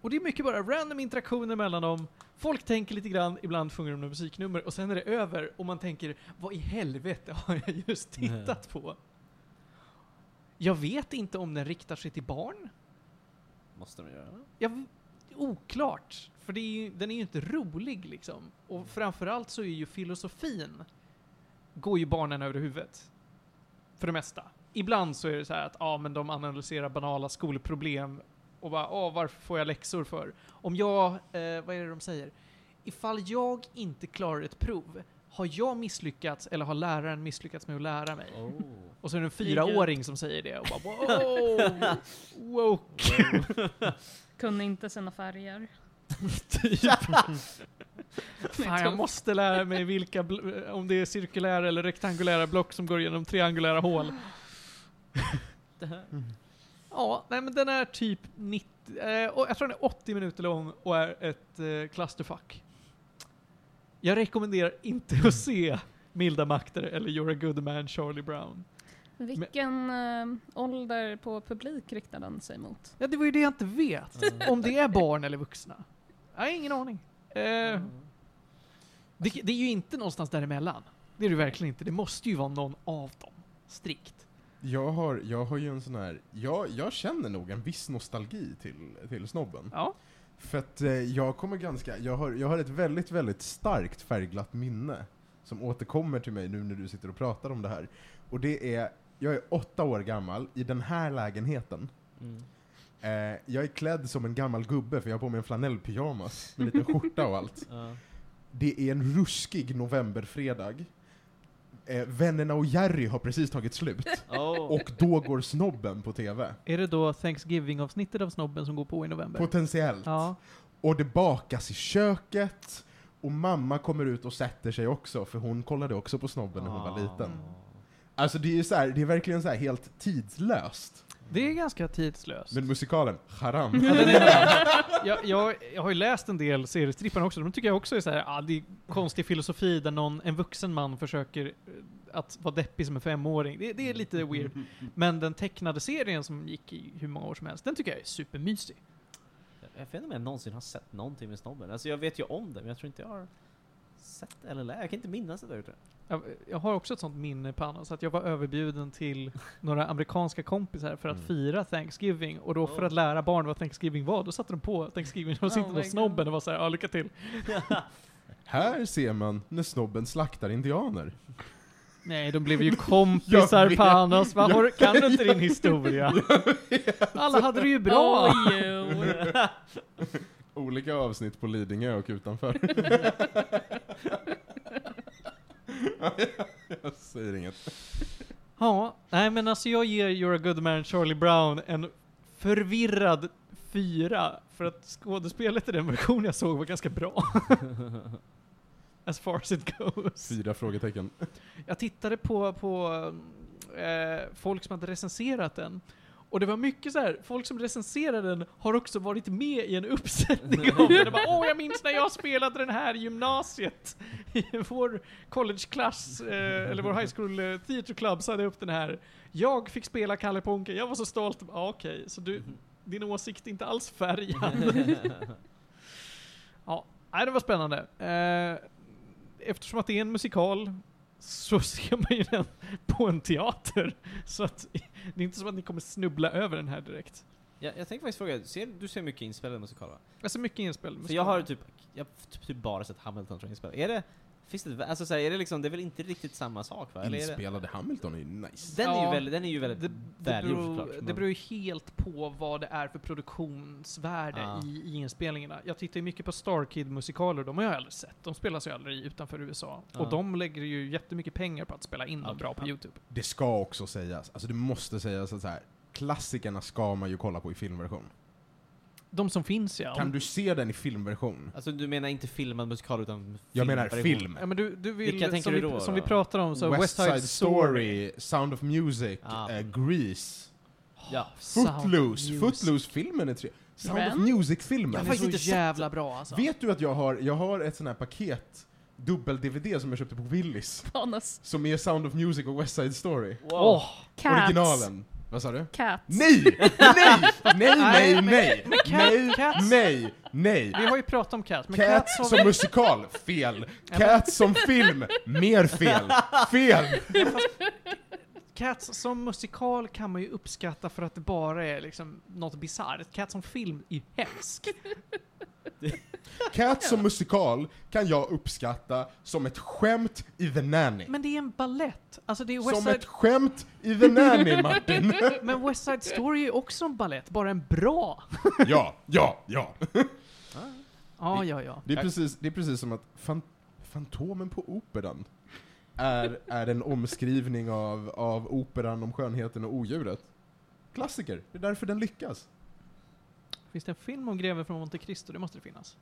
Speaker 2: Och det är mycket bara random interaktioner mellan dem, folk tänker lite grann, ibland sjunger de några musiknummer, och sen är det över, och man tänker vad i helvete har jag just tittat på? Jag vet inte om den riktar sig till barn,
Speaker 1: Måste de göra?
Speaker 2: jag, v- oklart. För det är ju, den är ju inte rolig liksom. Och framförallt så är ju filosofin, går ju barnen över huvudet. För det mesta. Ibland så är det så här att ja, men de analyserar banala skolproblem och bara ah, varför får jag läxor för? Om jag, eh, vad är det de säger? Ifall jag inte klarar ett prov, har jag misslyckats eller har läraren misslyckats med att lära mig?
Speaker 1: Oh.
Speaker 2: Och så är det en fyraåring som säger det och bara wow, woke.
Speaker 4: Kunde inte sina färger.
Speaker 2: typ. Fan, jag
Speaker 4: tungt.
Speaker 2: måste lära mig vilka, bl- om det är cirkulära eller rektangulära block som går genom triangulära hål. ja, nej men den är typ 90, eh, och jag tror den är 80 minuter lång och är ett eh, clusterfuck. Jag rekommenderar inte att se Milda Makter eller You're a good man Charlie Brown.
Speaker 4: Vilken eh, ålder på publik riktar den sig mot?
Speaker 2: Ja, det var ju det jag inte vet. Om det är barn eller vuxna. Jag har ingen aning. Eh, det, det är ju inte någonstans däremellan. Det är det verkligen inte. Det måste ju vara någon av dem. Strikt.
Speaker 3: Jag har, jag har ju en sån här, jag, jag känner nog en viss nostalgi till, till snobben.
Speaker 2: Ja.
Speaker 3: För att eh, jag kommer ganska, jag har, jag har ett väldigt, väldigt starkt färgglatt minne som återkommer till mig nu när du sitter och pratar om det här. Och det är, jag är åtta år gammal i den här lägenheten.
Speaker 1: Mm.
Speaker 3: Eh, jag är klädd som en gammal gubbe för jag har på mig en flanellpyjamas med lite skjorta och allt.
Speaker 1: Ja.
Speaker 3: Det är en ruskig novemberfredag. Eh, Vännerna och Jerry har precis tagit slut.
Speaker 1: Oh.
Speaker 3: Och då går snobben på TV.
Speaker 2: Är det då Thanksgiving-avsnittet av Snobben som går på i november?
Speaker 3: Potentiellt.
Speaker 2: ja.
Speaker 3: Och det bakas i köket. Och mamma kommer ut och sätter sig också, för hon kollade också på snobben när hon
Speaker 1: Ah.
Speaker 3: var liten. Alltså det är ju så här, det är verkligen så här helt tidslöst.
Speaker 2: Det är ganska tidslöst.
Speaker 3: Men musikalen, haram.
Speaker 2: jag, jag, jag har ju läst en del seriestripparna också, de tycker jag också är såhär, ah, det är konstig filosofi där någon, en vuxen man försöker eh, att vara deppig som en femåring. Det, det är lite weird. Men den tecknade serien som gick i hur många år som helst, den tycker jag är supermysig.
Speaker 1: Jag vet inte om jag någonsin har sett någonting med snobben. Alltså jag vet ju om det, men jag tror inte jag har sett eller läst. Jag kan inte minnas att jag har gjort det.
Speaker 2: Jag, jag har också ett sånt minne på annars, att jag var överbjuden till några amerikanska kompisar för att
Speaker 1: Mm.
Speaker 2: fira Thanksgiving. Och då för att lära barn vad Thanksgiving var, då satte de på Thanksgiving och
Speaker 4: Oh
Speaker 2: sitter
Speaker 4: my
Speaker 2: på
Speaker 4: God.
Speaker 2: snobben och var såhär, ja ah, lycka till.
Speaker 3: Här ser man när snobben slaktar indianer.
Speaker 2: Nej, de blev ju kompisar
Speaker 3: vet.
Speaker 2: Panos. Vad har du- Kan du inte din historia? Alla hade det ju bra.
Speaker 4: Oj, jo.
Speaker 3: Olika avsnitt på Lidingö och utanför. jag säger inget.
Speaker 2: Ja, nej men alltså jag ger You're a good man Charlie Brown en förvirrad fyra. För att skådespelet i den version jag såg var ganska bra. As far as it goes.
Speaker 3: Fyra frågetecken.
Speaker 2: Jag tittade på, på eh, folk som hade recenserat den. Och det var mycket så här, folk som recenserade den har också varit med i en uppsättning av den. Och bara, Åh, jag minns när jag spelade den här i gymnasiet. I vår collegeklass, eh, eller vår high school eh, theater club, så hade jag upp den här. Jag fick spela Kalle Ponke, jag var så stolt. Ja, Okej, så
Speaker 1: Mm-hmm.
Speaker 2: du,
Speaker 1: Mm.
Speaker 2: din åsikt är inte alls färgad. ja, nej, det var spännande. Eh, eftersom att det är en musikal så ser man ju den på en teater. Så att, det är inte som att ni kommer snubbla över den här direkt.
Speaker 1: Jag, jag tänkte faktiskt fråga, ser, du ser mycket inspelade musikaler? va?
Speaker 2: Alltså mycket inspel.
Speaker 1: För jag har typ, jag har typ, typ bara sett Hamilton som inspelad. Är det, finns det, alltså så här, är det liksom, det är väl inte riktigt samma sak va? Eller är det,
Speaker 3: Inspelade Hamilton är ju nice.
Speaker 1: den, är ju
Speaker 2: Ja.
Speaker 1: väldigt, den är ju väldigt
Speaker 2: det, det,
Speaker 1: välgjord såklart.
Speaker 2: beror, det
Speaker 1: men-
Speaker 2: beror ju helt på vad det är för produktionsvärde
Speaker 1: Ah.
Speaker 2: i, i inspelningarna. Jag tittar ju mycket på Starkid-musikaler, de har jag aldrig sett. De spelas ju aldrig utanför USA.
Speaker 1: Ah.
Speaker 2: Och de lägger ju jättemycket pengar på att spela in dem
Speaker 1: Okej.
Speaker 2: bra på
Speaker 1: Ja.
Speaker 2: YouTube.
Speaker 3: Det ska också sägas, alltså det måste sägas att så här, klassikerna ska man ju kolla på i filmversion.
Speaker 2: De som finns ja.
Speaker 3: Kan du se den i filmversion?
Speaker 1: Alltså du menar inte filmad musikal utan
Speaker 3: Jag menar
Speaker 1: filmversion?
Speaker 3: film.
Speaker 2: ja men du, du vill,
Speaker 1: Vilka tänker
Speaker 2: som,
Speaker 1: du
Speaker 2: vi,
Speaker 1: då,
Speaker 2: som
Speaker 1: då?
Speaker 2: vi pratar om, så
Speaker 3: West
Speaker 2: Story.
Speaker 3: Side Story, Sound of Music,
Speaker 1: Ah.
Speaker 3: eh, Grease,
Speaker 1: Ja.
Speaker 3: Footloose.
Speaker 2: Music.
Speaker 3: Footloose-filmen är tre... Sound of
Speaker 4: Rent?
Speaker 2: Den
Speaker 3: Music-filmen.
Speaker 2: är
Speaker 1: faktiskt
Speaker 2: så
Speaker 1: inte sett
Speaker 2: jävla bra alltså.
Speaker 3: Vet du att jag har, jag har ett sån här paket dubbel-DVD som jag köpte på Willys?
Speaker 4: Panos.
Speaker 3: Som är Sound of Music och West Side Story.
Speaker 1: Wow.
Speaker 2: Åh,
Speaker 4: Cats.
Speaker 3: Originalen. Vad sa du?
Speaker 4: Cats.
Speaker 3: Nej! Nej! Nej,
Speaker 2: Nej,
Speaker 3: nej, nej! Nej,
Speaker 2: Cats-
Speaker 3: nej, nej!
Speaker 2: vi har ju pratat om Cats, men Cats,
Speaker 3: Cats
Speaker 2: har
Speaker 3: som musikal, fel.
Speaker 2: men-
Speaker 3: Cats som film, mer fel. Fel!
Speaker 2: Cats som musikal kan man ju uppskatta för att det bara är liksom något bisarrt. Cats som film är ju hemsk.
Speaker 3: Cats som musikal kan jag uppskatta som ett skämt i The Nanny.
Speaker 2: Men det är en ballett. Alltså det är West
Speaker 3: Som
Speaker 2: Side,
Speaker 3: ett skämt i The Nanny, Martin!
Speaker 2: Men West Side Story är ju också en ballett, bara en bra.
Speaker 3: Ja, ja, ja.
Speaker 2: Ja, ja, ja.
Speaker 3: Det är precis, det är precis som att fan, Fantomen på Operan är, är en omskrivning av, av operan om skönheten och odjuret. Klassiker, det är därför den lyckas.
Speaker 2: Finns det en film om Greven från Monte Cristo? Det måste det finnas.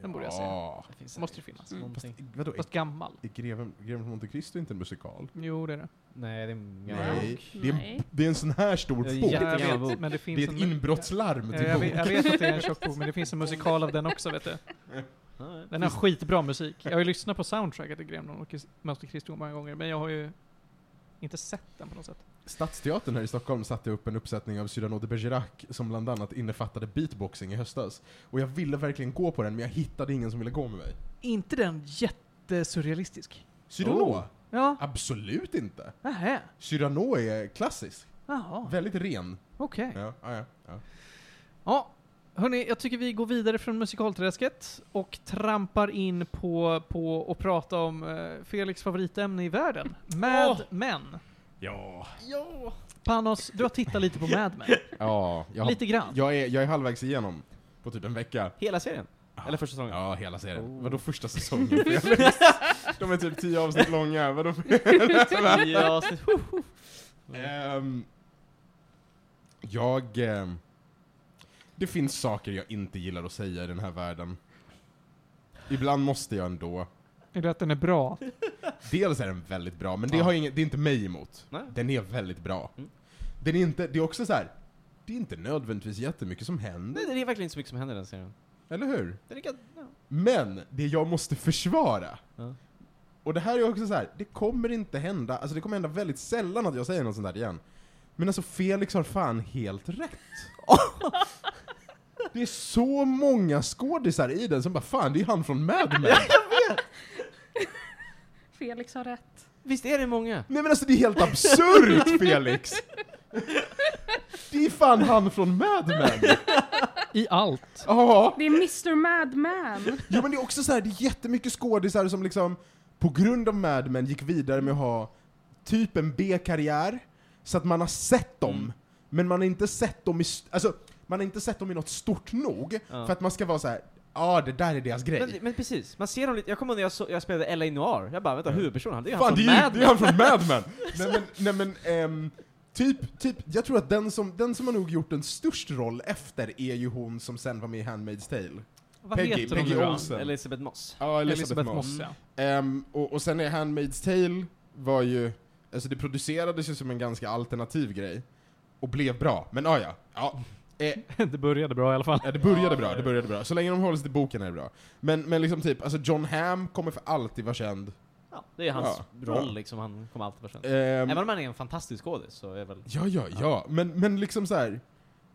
Speaker 2: Den borde jag se.
Speaker 3: Ja.
Speaker 1: Det finns
Speaker 2: Måste det finnas.
Speaker 4: Mm.
Speaker 3: Fast,
Speaker 1: någonting.
Speaker 3: vadå, är,
Speaker 2: Fast gammal.
Speaker 3: är Greven, Greven från Monte Cristo inte en musikal?
Speaker 2: Jo, det är det.
Speaker 1: Nej, det är en gammal
Speaker 4: Nej.
Speaker 1: bok.
Speaker 3: Det, är en,
Speaker 4: Nej.
Speaker 3: det är en sån här stor
Speaker 1: Det är
Speaker 3: bok.
Speaker 1: jätte- jättegammal bok.
Speaker 2: men det
Speaker 3: Det
Speaker 2: finns
Speaker 3: är ett inbrottslarm typ.
Speaker 2: Ja,
Speaker 3: till
Speaker 2: Eh, jag, vet, jag
Speaker 3: bok.
Speaker 2: vet att det är en tjock bok, men det finns en musikal av den också, vet du.
Speaker 1: Ja,
Speaker 2: Den har skitbra musik. Jag har ju lyssnat på soundtracket till Greven från Monte Cristo många gånger, men jag har ju inte sett den på något sätt.
Speaker 3: Stadsteatern här i Stockholm satte upp en uppsättning av Cyrano de Bergerac som bland annat innefattade beatboxing i höstas. Och jag ville verkligen gå på den, men jag hittade ingen som ville gå med mig.
Speaker 2: inte den jättesurrealistisk?
Speaker 3: Cyrano?
Speaker 1: Oh.
Speaker 2: Ja.
Speaker 3: Absolut inte!
Speaker 2: Nähä.
Speaker 3: Cyrano är klassisk.
Speaker 2: Jaha.
Speaker 3: Väldigt ren.
Speaker 2: Okej.
Speaker 3: Ja, ja, ja, ja.
Speaker 2: Ja, hörni, jag tycker vi går vidare från musikalträsket och trampar in på, på och prata om eh, Felix favoritämne i världen. Mad
Speaker 1: Åh!
Speaker 2: Men.
Speaker 3: Ja.
Speaker 1: ja.
Speaker 2: Panos, du har tittat lite på Mad Men.
Speaker 3: ja jag, har,
Speaker 2: Lite grann.
Speaker 3: jag, är, jag är halvvägs igenom. På typ en vecka.
Speaker 1: Hela serien? Eller första säsongen?
Speaker 3: Ja, hela serien.
Speaker 1: Oh.
Speaker 3: Vadå första säsongen? Felix? De är typ tio avsnitt långa. Vadå
Speaker 1: Ja, så- Mm.
Speaker 3: Ehm, jag... ehm, det finns saker jag inte gillar att säga i den här världen. Ibland måste jag ändå.
Speaker 2: Är det att den är bra?
Speaker 3: Dels är den väldigt bra, men det,
Speaker 1: Ja.
Speaker 3: har inget, det är inte mig emot.
Speaker 1: Nej.
Speaker 3: Den är väldigt bra.
Speaker 1: Mm.
Speaker 3: Den är inte, det är också så här. det är inte nödvändigtvis jättemycket som händer,
Speaker 1: Nej, det är verkligen inte så mycket som händer i den serien.
Speaker 3: eller hur?
Speaker 1: Det är ganska- ja.
Speaker 3: Men det jag måste försvara,
Speaker 1: Ja.
Speaker 3: och det här är också så här, det kommer inte hända, alltså det kommer hända väldigt sällan att jag säger något sånt där igen. Men alltså Felix har fan helt rätt. det är så många skådisar i den som bara fan, det är han från Mad Men.
Speaker 4: Felix har rätt.
Speaker 1: Visst är det många?
Speaker 3: Nej men alltså det är helt absurt Felix! Det är fan han från Mad Men!
Speaker 2: I allt.
Speaker 3: Ja,
Speaker 4: Det är Mr Madman.
Speaker 3: jo men det är också så här, det är jättemycket skådisar som liksom på grund av Mad Men gick vidare med att ha typ en B-karriär, så att man har sett dem,
Speaker 1: Mm.
Speaker 3: men man har inte sett dem i, st- alltså, man har inte sett dem i något stort nog,
Speaker 1: Ja.
Speaker 3: för att man ska vara så här. ja det där är deras grej.
Speaker 1: Men, men precis, man ser dem lite, jag kommer ihåg när jag, så, jag spelade LA Noir, jag bara vänta,
Speaker 3: Ja.
Speaker 1: huvudpersonen, han- det är ju han
Speaker 3: Fan, det
Speaker 1: från
Speaker 3: är
Speaker 1: Mad Men.
Speaker 3: ju det är han från Mad Men! nej men, nej, men ehm, typ, typ, jag tror att den som, den som har nog gjort en störst roll efter är ju hon som sen var med i Handmaid's Tale.
Speaker 2: Vad
Speaker 3: Peggy-
Speaker 2: heter
Speaker 3: Peggy
Speaker 2: hon nu då?
Speaker 3: Olsen.
Speaker 1: Elisabeth Moss.
Speaker 3: Ja,
Speaker 2: Elisabeth Moss, ja.
Speaker 3: Ehm, och, och sen är Handmaid's Tale var ju, alltså det producerades ju som en ganska alternativ grej. Och blev bra, men ah, ja, ja. Eh,
Speaker 2: Mm. Det började bra i alla fall.
Speaker 3: Ja, det började bra, det började bra. Så länge de håller sig till boken är det bra. Men, men liksom typ, alltså John Hamm kommer för alltid vara känd.
Speaker 1: Ja, det är hans
Speaker 3: Ja. Ja.
Speaker 1: roll liksom, han kommer alltid vara känd.
Speaker 3: Ehm,
Speaker 1: Även om han är en fantastisk skådis så är väl...
Speaker 3: Ja, ja, ja. Men, men liksom så här.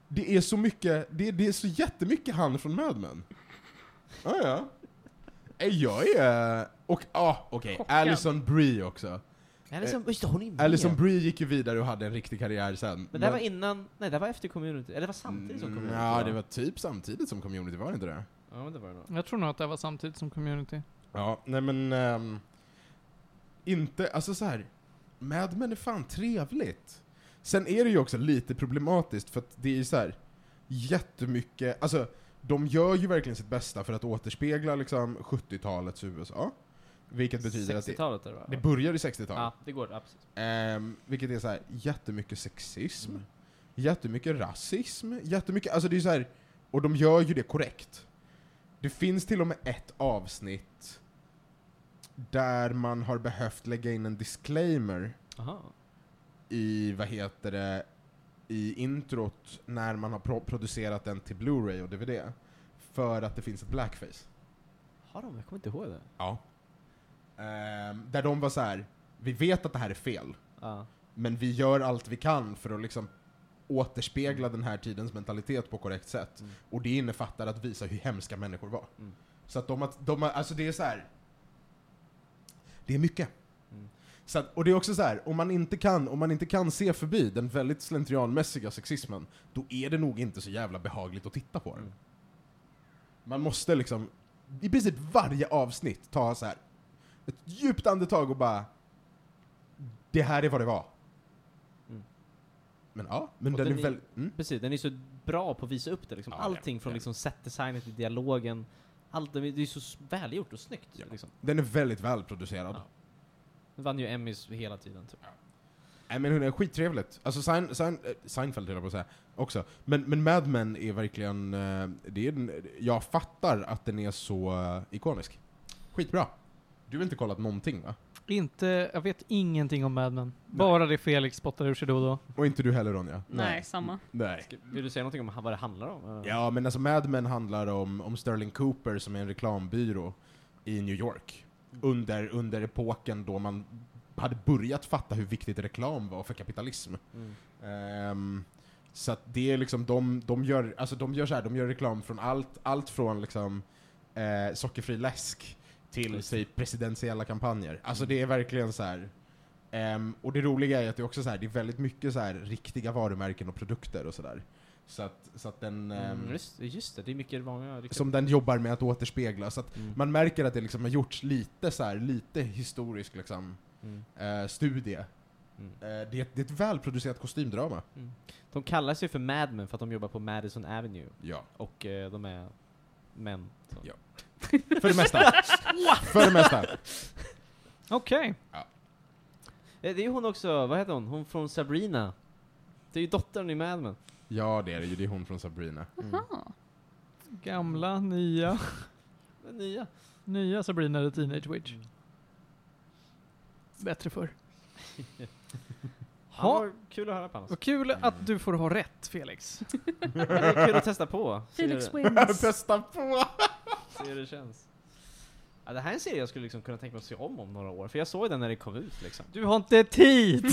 Speaker 3: Det är så mycket, det, det är så jättemycket han från Mad Men. Ah, Ja, ja. Eh, Jag är... Och, ah, okej.
Speaker 4: Chockad.
Speaker 3: Alison Brie också.
Speaker 1: Alison, just det, hon är ju med.
Speaker 3: Alison Brie gick ju vidare och hade en riktig karriär sen.
Speaker 1: Men det här var innan, nej det här var efter community, eller det var samtidigt som community?
Speaker 3: Mm, Ja,
Speaker 1: va?
Speaker 3: det var typ samtidigt som Community, var det inte det?
Speaker 1: Ja men det var det nog.
Speaker 2: Jag tror nog att det var samtidigt som community.
Speaker 3: Ja, nej men... ehm, inte, alltså så här. Mad Men är fan trevligt. Sen är det ju också lite problematiskt för att det är ju så här jättemycket, alltså de gör ju verkligen sitt bästa för att återspegla liksom 70-talets USA. Vilket betyder att det,
Speaker 1: 60-talet är det va?
Speaker 3: det börjar i 60-talet.
Speaker 1: Ja, det går, ja, precis. Mm.
Speaker 3: Ehm, vilket är så här jättemycket sexism, jättemycket rasism, jättemycket, alltså det är så här, och de gör ju det korrekt. Det finns till och med ett avsnitt där man har behövt lägga in en disclaimer
Speaker 1: Aha.
Speaker 3: i, vad heter det, i introt när man har pro- producerat den till Blu-ray och DVD. För att det finns ett blackface.
Speaker 1: Har de? Jag kommer inte ihåg det.
Speaker 3: Ja. Ehm, där de var så här, vi vet att det här är fel.
Speaker 1: Ja.
Speaker 3: Men vi gör allt vi kan för att liksom återspegla den här tidens mentalitet på korrekt sätt.
Speaker 1: Mm.
Speaker 3: Och det innefattar att visa hur hemska människor var.
Speaker 1: Mm.
Speaker 3: Så att de, har- de har- alltså det är så här. Det är mycket.
Speaker 1: Mm.
Speaker 3: Så att, och det är också så här, om man, inte kan, om man inte kan se förbi den väldigt slentrianmässiga sexismen, då är det nog inte så jävla behagligt att titta på den.
Speaker 1: Mm.
Speaker 3: Man måste liksom, i princip varje avsnitt, ta så här ett djupt andetag och bara, det här är vad det var.
Speaker 1: Mm.
Speaker 3: Men ja, men
Speaker 1: Och
Speaker 3: den,
Speaker 1: den
Speaker 3: är
Speaker 1: är-
Speaker 3: väl... Mm.
Speaker 1: Precis, den är så bra på att visa upp det liksom.
Speaker 3: Ja,
Speaker 1: Allting
Speaker 3: ja,
Speaker 1: från
Speaker 3: ja.
Speaker 1: liksom setdesignet till dialogen. Allt, det är så s- välgjort och snyggt
Speaker 3: Ja.
Speaker 1: liksom.
Speaker 3: Den är väldigt välproducerad.
Speaker 1: Ja. Den vann ju Emmys hela tiden typ.
Speaker 3: Nej men hon är skittrevligt. Alltså Sein, Sein, eh, Seinfeld höll jag på att säga också. Men, men Mad Men är verkligen, eh, det är den, jag fattar att den är så eh, ikonisk. Skitbra. Du har inte kollat någonting va?
Speaker 2: Inte, jag vet ingenting om Mad Men. Bara det Felix spottar ur sig då och då.
Speaker 3: Och inte du heller Ronja?
Speaker 4: Nej, samma.
Speaker 3: Nej.
Speaker 1: Ska- Vill du säga någonting om ha- vad det handlar om? Eh,
Speaker 3: Ja men alltså Mad Men handlar om, om Sterling Cooper som är en reklambyrå i New York. Under, under epoken då man hade börjat fatta hur viktigt reklam var för kapitalism.
Speaker 1: Mm.
Speaker 3: Ehm, så att det är liksom, de, de gör, alltså de gör så här, de gör reklam från allt, allt från liksom eh, sockerfri läsk till
Speaker 1: Just det. Mm.
Speaker 3: säg, presidentiella kampanjer. Alltså det är verkligen så här. ehm, och det roliga är att det är också så här, det är väldigt mycket så här riktiga varumärken och produkter och sådär. Så att, så att den, ehm,
Speaker 1: Mm, just, just det, det är mycket vanliga... liksom-
Speaker 3: som den jobbar med att återspegla. Så att
Speaker 1: Mm.
Speaker 3: man märker att det liksom har gjorts lite så här, lite historisk liksom,
Speaker 1: Mm.
Speaker 3: eh, studie.
Speaker 1: Mm.
Speaker 3: Eh, det, är ett- det är ett välproducerat kostymdrama.
Speaker 1: De kallas ju för Mad Men för att de jobbar på Madison Avenue
Speaker 3: Ja.
Speaker 1: och eh, de är män. Så.
Speaker 3: Ja. För det mesta. För det mesta.
Speaker 2: Okej.
Speaker 1: Eh, Det är ju hon också, vad heter hon? Hon från Sabrina. Det är ju dottern i Mad Men.
Speaker 3: Ja, det är det ju. Det är hon från Sabrina.
Speaker 4: Jaha.
Speaker 2: Gamla, nya,
Speaker 1: Den nya.
Speaker 2: nya Sabrina the Teenage Witch. Bättre förr.
Speaker 1: Ja,
Speaker 2: Ha.
Speaker 1: vad kul att höra på annars.
Speaker 2: Vad kul att du får ha rätt Felix.
Speaker 1: Det är kul att testa på. Se hur,
Speaker 4: Felix
Speaker 1: det-
Speaker 4: wins.
Speaker 3: Bästa på!
Speaker 1: se hur det känns. Ja, det här är en serie jag skulle liksom kunna tänka mig att se om om några år, för jag såg ju den när det kom ut liksom.
Speaker 2: Du har inte tid!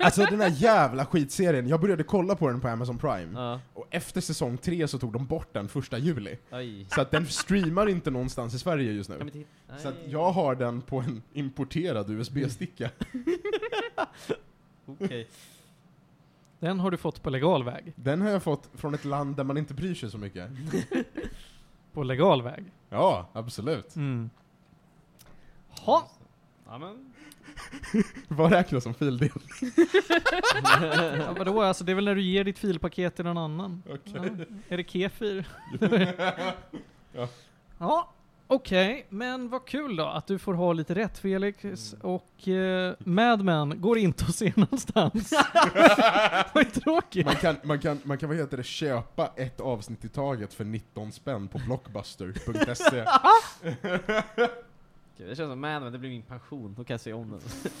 Speaker 3: Alltså den här jävla skitserien, jag började kolla på den på Amazon Prime,
Speaker 1: Ja,
Speaker 3: och efter säsong tre så tog de bort den första juli.
Speaker 1: aj.
Speaker 3: Så att den streamar inte någonstans i Sverige just
Speaker 1: Kan vi inte
Speaker 3: nu.
Speaker 1: hitta-
Speaker 3: Så att
Speaker 1: Nej.
Speaker 3: jag har den på en importerad USB-sticka.
Speaker 1: Okej.
Speaker 2: Den har du fått på legal väg.
Speaker 3: Den har jag fått från ett land där man inte bryr sig så mycket.
Speaker 2: På legal väg.
Speaker 3: Ja, absolut.
Speaker 2: Mm. Ha.
Speaker 1: Ja, men.
Speaker 3: Vad räknas som fildel?
Speaker 2: Ja, vadå, alltså det är väl när du ger ditt filpaket till någon annan? Ja. Är det kefir?
Speaker 3: Ja.
Speaker 2: Ja, okej. Men vad kul då att du får ha lite rätt Felix.
Speaker 1: Mm.
Speaker 2: Och eh, Mad Men går inte att se någonstans. vad tråkigt.
Speaker 3: Man kan, man kan, man kan vad heter det, köpa ett avsnitt i taget för 19 spänn på blockbuster.se.
Speaker 1: Okej, det känns som Mad Men, det blir min pension. Då kan jag se om den.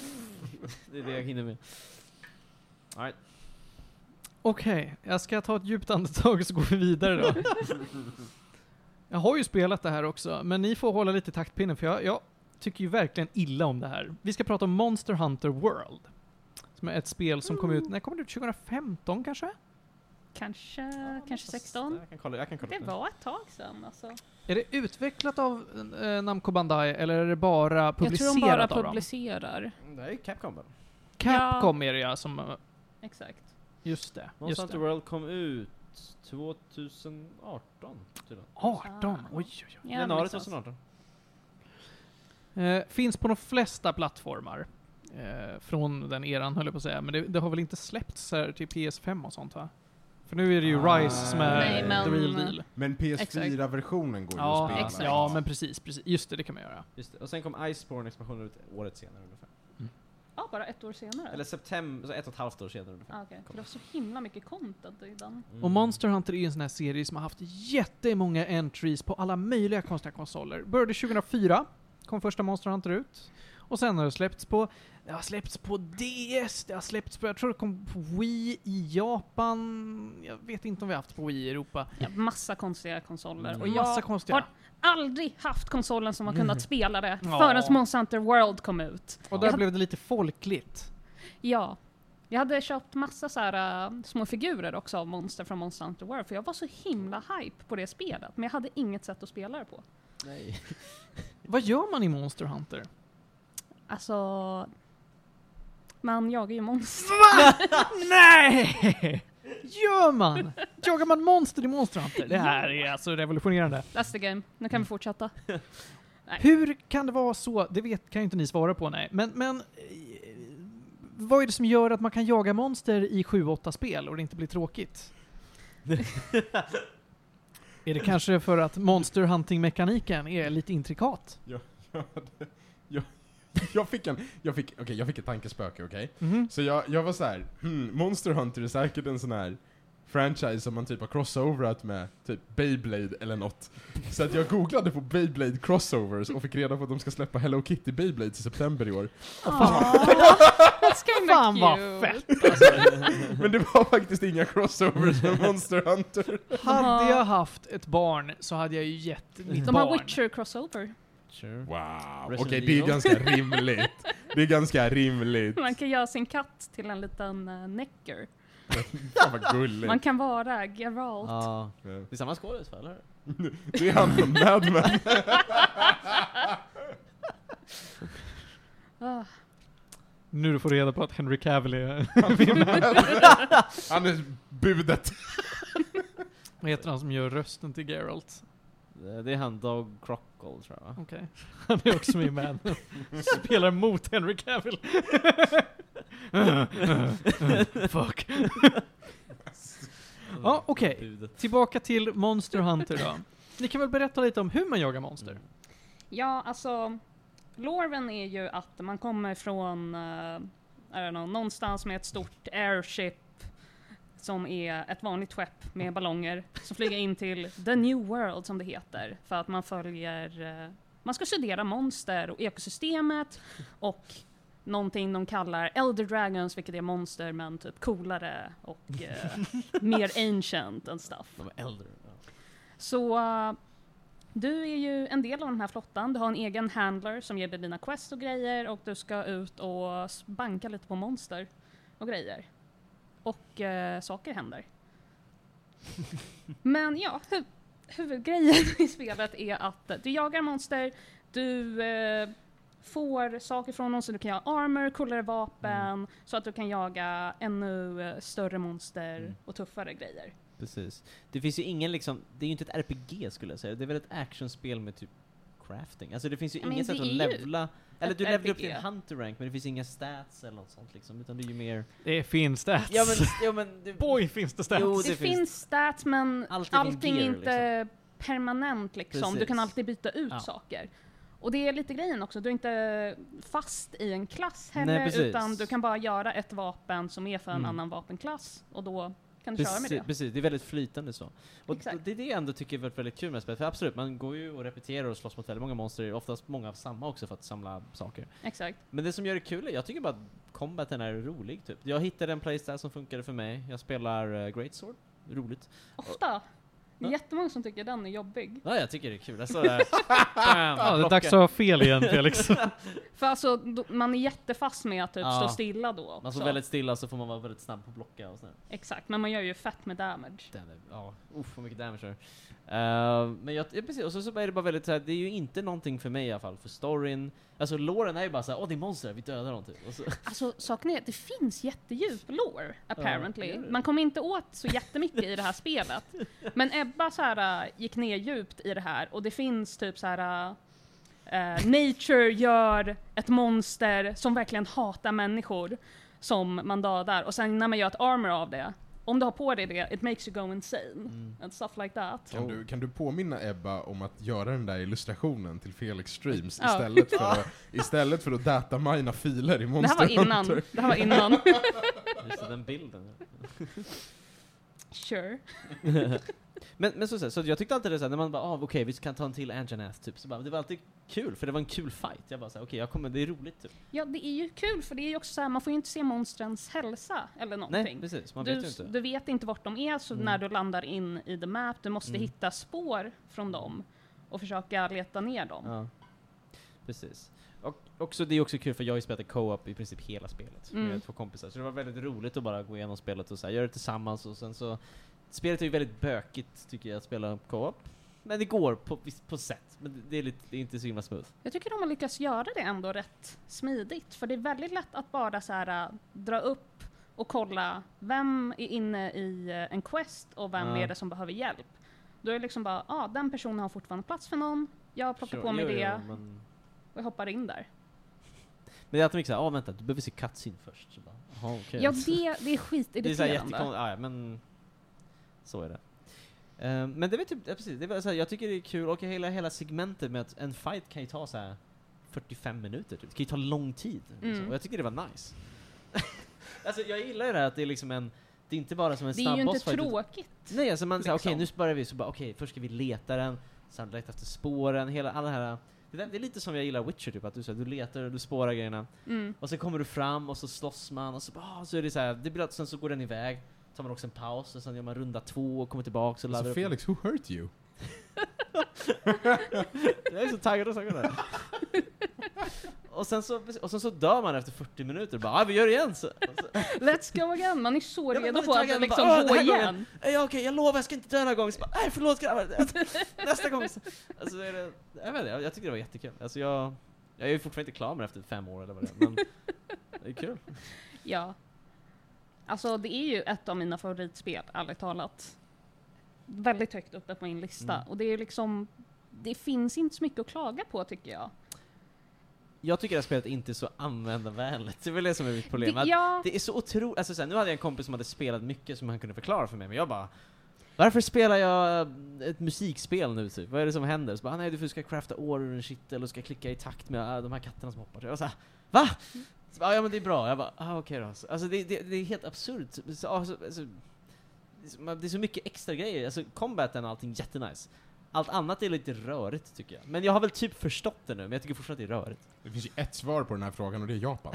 Speaker 1: det är det jag hinner med. All right.
Speaker 2: Okej, jag ska ta ett djupt andetag så går vi vidare då. jag har ju spelat det här också, men ni får hålla lite i taktpinnen för jag, jag tycker ju verkligen illa om det här. Vi ska prata om Monster
Speaker 4: Mm.
Speaker 2: Hunter World. Som är ett spel som kom ut, när kom det ut? 2015 kanske?
Speaker 4: Kanske,
Speaker 1: Ja,
Speaker 4: kanske
Speaker 1: fast
Speaker 4: 16?
Speaker 1: Jag kan kolla, jag kan kolla
Speaker 4: Det
Speaker 1: upp
Speaker 4: var ett tag sedan alltså.
Speaker 2: Är det utvecklat av eh, Namco Bandai eller är det bara
Speaker 4: Jag tror
Speaker 2: publicerat
Speaker 4: de bara
Speaker 2: av dem?
Speaker 4: publicerar.
Speaker 1: Mm, Det är ju Capcom väl?
Speaker 2: Capcom är det ja, som... eh,
Speaker 4: Exakt.
Speaker 2: Just det. Just
Speaker 1: Monsanto
Speaker 2: det.
Speaker 1: World kom ut 2018 tydligen.
Speaker 2: 18? Oj, oj,
Speaker 4: Ja,
Speaker 1: Januari
Speaker 4: men så-
Speaker 1: 2018.
Speaker 2: oj. Eh, finns på de flesta plattformar. Eh, från den eran höll jag på att säga, men det, det har väl inte släppts här till PS5 och sånt va? För nu är det ju
Speaker 3: Ah,
Speaker 2: Rise som är
Speaker 3: nej, men-
Speaker 2: the real deal.
Speaker 3: Men PS4-versionen går ju att
Speaker 2: Ja,
Speaker 3: spela. Mm.
Speaker 4: exakt.
Speaker 2: ja, men precis, precis. Just det, det kan man göra.
Speaker 1: Just det. Och sen kom Iceborne expansionen ut året senare ungefär.
Speaker 4: Ja, bara ett år senare.
Speaker 1: Eller september, så ett och ett halvt år senare ungefär.
Speaker 4: ah, okay. För det var så himla mycket content i den.
Speaker 1: Mm.
Speaker 2: Och Monster Hunter är ju en sån här serie som har haft jättemånga entries på alla möjliga konstiga konsoler. Började 2004, kom första Monster Hunter ut. Och sen har det släppts på, det har släppts på DS, det har släppts på, jag tror det kom på Wii i Japan. Jag vet inte om vi har haft på Wii i Europa.
Speaker 4: Ja, massa konstiga konsoler. Och
Speaker 2: Mm. Massa
Speaker 4: jag
Speaker 2: konstiga.
Speaker 4: har aldrig haft konsolen som har kunnat spela det
Speaker 2: Ja.
Speaker 4: förrän Monster Hunter World kom ut.
Speaker 1: Mm.
Speaker 2: Och där blev det lite folkligt.
Speaker 4: Ja. Jag hade köpt massa så här, äh, små figurer också av monster från Monster Hunter World för jag var så himla hype på det spelet men jag hade inget sätt att spela det på.
Speaker 1: Nej.
Speaker 2: Vad gör man i Monster Hunter?
Speaker 4: Alltså... Man jagar ju monster.
Speaker 2: Nej! Gör man? Jagar man monster i Monster Hunter? Det här är alltså revolutionerande.
Speaker 4: That's the game. Nu kan vi fortsätta.
Speaker 2: Hur kan det vara så? Det vet, kan ju inte ni svara på, nej. Men, men eh, vad är det som gör att man kan jaga monster i 7-8 spel och det inte blir tråkigt? är det kanske för att monster hunting-mekaniken är lite intrikat?
Speaker 3: jag, jag fick en, jag fick, okej, jag fick ett tankespöke, okej?
Speaker 2: Mhm.
Speaker 3: Så jag, jag var så här, hmm, Monster Hunter är säkert en sån här franchise som man typ har crossoverat med typ Beyblade eller något. Så att jag googlade på Beyblade crossovers och fick reda på att de ska släppa Hello Kitty Beyblades i september i år.
Speaker 4: Ah. That's kinda
Speaker 2: Fan vad
Speaker 4: cute.
Speaker 2: fett!
Speaker 3: Men det var faktiskt inga crossovers med Monster Hunter.
Speaker 2: Hade
Speaker 4: har-
Speaker 2: jag haft ett barn så hade jag ju gett mitt
Speaker 4: De
Speaker 2: barn...
Speaker 4: har Witcher Crossover.
Speaker 1: Sure.
Speaker 3: Wow, okej
Speaker 1: Resident
Speaker 3: det är
Speaker 1: Evil.
Speaker 3: ganska rimligt. Det är ganska rimligt.
Speaker 4: Man kan göra sin katt till en liten uh, necker.
Speaker 3: Fan vad gulligt.
Speaker 4: Man kan vara Geralt.
Speaker 1: Ja. Det är samma skådis va, eller?
Speaker 3: Det är han från Mad Men.
Speaker 4: Ah.
Speaker 2: Nu får du reda på att Henry Cavill är...
Speaker 3: Han är budet.
Speaker 2: Vad heter han som gör rösten till Geralt?
Speaker 1: Det det är han Dog Crockle tror jag va?
Speaker 2: Okej. Han är också med i Man. Spelar mot Henry Cavill. Fuck. Ja, okej.
Speaker 1: Budet.
Speaker 2: Tillbaka till Monster Hunter då. Ni kan väl berätta lite om hur man jagar monster?
Speaker 1: Mm.
Speaker 4: Ja, alltså Loren är ju att man kommer från eh, I don't know, någonstans med ett stort airship som är ett vanligt skepp med ballonger som flyger in till the new world som det heter för att man följer eh, man ska studera monster och ekosystemet och någonting de kallar elder dragons vilket är monster men typ coolare och eh, mer ancient and stuff.
Speaker 1: De är äldre. Ja.
Speaker 4: Så eh, du är ju en del av den här flottan. Du har en egen handler som ger dig dina quest och grejer och du ska ut och s- banka lite på monster och grejer. Och eh, saker händer. Men ja, hu- huvudgrejen i spelet är att du jagar monster, du eh, får saker från dem så du kan göra armor, coolare vapen, så att du kan jaga ännu eh, större monster
Speaker 1: Mm.
Speaker 4: och tuffare grejer.
Speaker 1: Precis. Det finns ju ingen liksom, det är ju inte ett RPG skulle jag säga, det är väl ett actionspel med typ crafting. Alltså det finns ju
Speaker 4: Ja, men
Speaker 1: inget
Speaker 4: det
Speaker 1: sätt
Speaker 4: är
Speaker 1: att
Speaker 4: ju
Speaker 1: levla, eller
Speaker 4: ett
Speaker 1: du levlar upp
Speaker 4: RPG.
Speaker 1: din hunter rank men det finns inga stats eller något sånt liksom, utan det är ju mer...
Speaker 2: Det finns stats.
Speaker 1: Ja men, ja, men det,
Speaker 2: Boy finns det stats.
Speaker 1: Jo,
Speaker 4: det,
Speaker 1: det
Speaker 4: finns,
Speaker 1: finns-
Speaker 4: stats men
Speaker 1: Allt är från
Speaker 4: allting är
Speaker 1: gear, liksom.
Speaker 4: inte permanent liksom. Du
Speaker 1: Precis.
Speaker 4: kan alltid byta ut
Speaker 1: Ja.
Speaker 4: saker. Och det är lite grejen också, du är inte fast i en klass
Speaker 1: Nej,
Speaker 4: heller
Speaker 1: precis.
Speaker 4: utan du kan bara göra ett vapen som är för en
Speaker 1: Mm.
Speaker 4: annan vapenklass och då kan du köra med
Speaker 1: Precis,
Speaker 4: det.
Speaker 1: precis, det är väldigt flytande så. Och
Speaker 4: Exakt.
Speaker 1: det är det jag ändå tycker är väldigt, väldigt kul med spelet, för absolut, man går ju och repeterar och slåss mot väldigt många monster, oftast många av samma också för att samla saker.
Speaker 4: Exakt.
Speaker 1: Men det som gör det kul är, jag tycker bara att combaten är rolig typ. Jag hittade en playstyle som funkade för mig, jag spelar eh, Greatsword, roligt.
Speaker 4: Ofta Det är jättemånga som tycker den är jobbig.
Speaker 1: Ja, jag tycker det är kul. Alltså, det här.
Speaker 2: Ja, det är
Speaker 1: plocka.
Speaker 2: dags att ha fel igen Felix.
Speaker 4: För alltså, då, man är jättefast med att typ
Speaker 1: Ja.
Speaker 4: stå stilla då också.
Speaker 1: man står väldigt stilla så får man vara väldigt snabb på att blocka och sådär.
Speaker 4: Exakt, men man gör ju fett med damage.
Speaker 1: Den är, ja, uff vad mycket damage det är. Eh, Men jag, ja, precis, och så, så är det bara väldigt såhär, det är ju inte någonting för mig i alla fall, för storyn, alltså låren är ju bara såhär, åh det är monster, vi dödar dem typ. Och så,
Speaker 4: Alltså saken är att det finns jättedjup lore, apparently.
Speaker 1: det gör det.
Speaker 4: Man kommer inte åt så jättemycket i det här spelet. Men Ebba så här, äh, gick ner djupt i det här och det finns typ så här. äh, nature gör ett monster som verkligen hatar människor som man dödar och sen när man gör ett armor av det, om du har på dig det, it makes you go insane.
Speaker 1: Mm.
Speaker 4: And stuff like that.
Speaker 3: Kan, du, kan du påminna Ebba om att göra den där illustrationen till Felix Streams
Speaker 4: Ja.
Speaker 3: istället, för att, istället för att datamina filer i
Speaker 4: Det här
Speaker 3: Monster
Speaker 4: var innan.
Speaker 3: Hunter?
Speaker 4: Det här var innan.
Speaker 1: just det, den bilden.
Speaker 4: Sure.
Speaker 1: Men, men så, så, så jag tyckte alltid det såhär, när man bara, ah, okej vi kan ta en till Anjanath typ, så bara, det var alltid kul, för det var en kul fight. Jag bara såhär, okej jag kommer, det är roligt typ.
Speaker 4: Ja, det är ju kul för det är ju också så här, man får ju inte se monstrens hälsa eller någonting.
Speaker 1: Nej precis, man
Speaker 4: du,
Speaker 1: vet ju inte.
Speaker 4: du vet inte vart de är, så
Speaker 1: Mm.
Speaker 4: när du landar in i the map, du måste
Speaker 1: Mm.
Speaker 4: hitta spår från dem och försöka leta ner dem.
Speaker 1: Ja. Precis. Och också, det är också kul för jag har ju spelat i co-op i princip hela spelet
Speaker 4: Mm.
Speaker 1: med två kompisar, så det var väldigt roligt att bara gå igenom spelet och så här, göra det tillsammans och sen så... Spelet är ju väldigt bökigt tycker jag att spela co-op. Men det går på, vis- på sätt, men det- det är, lite, det är inte så himla smooth.
Speaker 4: Jag tycker de har lyckats göra det ändå rätt smidigt, för det är väldigt lätt att bara så här, äh, dra upp och kolla vem är inne i äh, en quest och vem
Speaker 1: Ja.
Speaker 4: är det som behöver hjälp. Då är det liksom bara, ah, den personen har fortfarande plats för någon, jag plockar
Speaker 1: Sure,
Speaker 4: på mig
Speaker 1: jo, jo,
Speaker 4: det
Speaker 1: men,
Speaker 4: och jag hoppar in där.
Speaker 1: men det är alltid mycket såhär, ah vänta, du behöver se cutscene först. Så bara, aha, okej.
Speaker 4: Ja, det, det är skitirriterande.
Speaker 1: Det är såhär jättekonstigt, ah, ja, men så är det. Eh, men det var typ, ja, precis, det var såhär, jag tycker det är kul, och hela, hela segmentet med att en fight kan ju ta så här 45 minuter typ, det kan ju ta lång tid. Liksom.
Speaker 4: Mm.
Speaker 1: Och jag tycker det var nice. alltså jag gillar ju det här att det är liksom en, det är inte bara som en
Speaker 4: det är ju
Speaker 1: snabb
Speaker 4: inte
Speaker 1: bossfight. utan-
Speaker 4: tråkigt.
Speaker 1: Nej, alltså man säger okej
Speaker 4: liksom.
Speaker 1: nu börjar vi, så bara okej, först ska vi leta den, sen leta efter spåren, hela, alla det här. Det, där, det är lite som jag gillar Witcher typ, att du, så här, du letar och du spårar grejerna.
Speaker 4: Mm.
Speaker 1: Och sen kommer du fram och så slåss man och så, ah, så är det så här, det blir, att- sen så går den iväg, tar man också en paus och sen gör man runda två och kommer tillbaka och laddar
Speaker 3: Alltså
Speaker 1: upp.
Speaker 3: Felix, who hurt you?
Speaker 1: Jag är så taggad och saker där. och, sen så, och sen så dör man efter 40 minuter och bara ah, vi gör det igen! Så, och så,
Speaker 4: Let's go again! Man är så
Speaker 1: Ja, men
Speaker 4: redo
Speaker 1: man är
Speaker 4: på att
Speaker 1: taggad, man
Speaker 4: liksom
Speaker 1: bara, "Åh, den
Speaker 4: gå
Speaker 1: här gången."
Speaker 4: igen.
Speaker 1: "Eh, ja, okej jag lovar jag ska inte dö den här gången! Så bara, nej förlåt grabbar! Nästa gång! Så, alltså, är det, jag, vet, inte, jag, jag tycker det var jättekul. Alltså, jag, jag är ju fortfarande inte klar med det efter fem år eller vad det är, men det är kul.
Speaker 4: Ja. Alltså det är ju ett av mina favoritspel, ärligt talat. Väldigt högt uppe på min lista.
Speaker 1: Mm.
Speaker 4: Och det är liksom, det finns inte så mycket att klaga på tycker jag.
Speaker 1: Jag tycker det här spelet inte är så användarvänligt, det är väl det som är mitt problem.
Speaker 4: Det,
Speaker 1: att-
Speaker 4: ja,
Speaker 1: Det är så otroligt, alltså såhär, nu hade jag en kompis som hade spelat mycket som han kunde förklara för mig, men jag bara Varför spelar jag eh, ett musikspel nu typ? Vad är det som händer? Så bara, nej du ska crafta år ur en kittel och ska klicka i takt med äh, de här katterna som hoppar. Så jag var såhär, VA? Så bara, ja men det är bra, jag bara, ah, okej då. Så- Alltså det, det, det är helt absurt. Så, alltså, alltså, det är så- man- det är så mycket extra grejer, alltså combaten och allting jättenice. Allt annat är lite rörigt tycker jag. Men jag har väl typ förstått det nu, men jag tycker fortfarande det är rörigt.
Speaker 3: Det finns ju ett svar på den här frågan och det är Japan.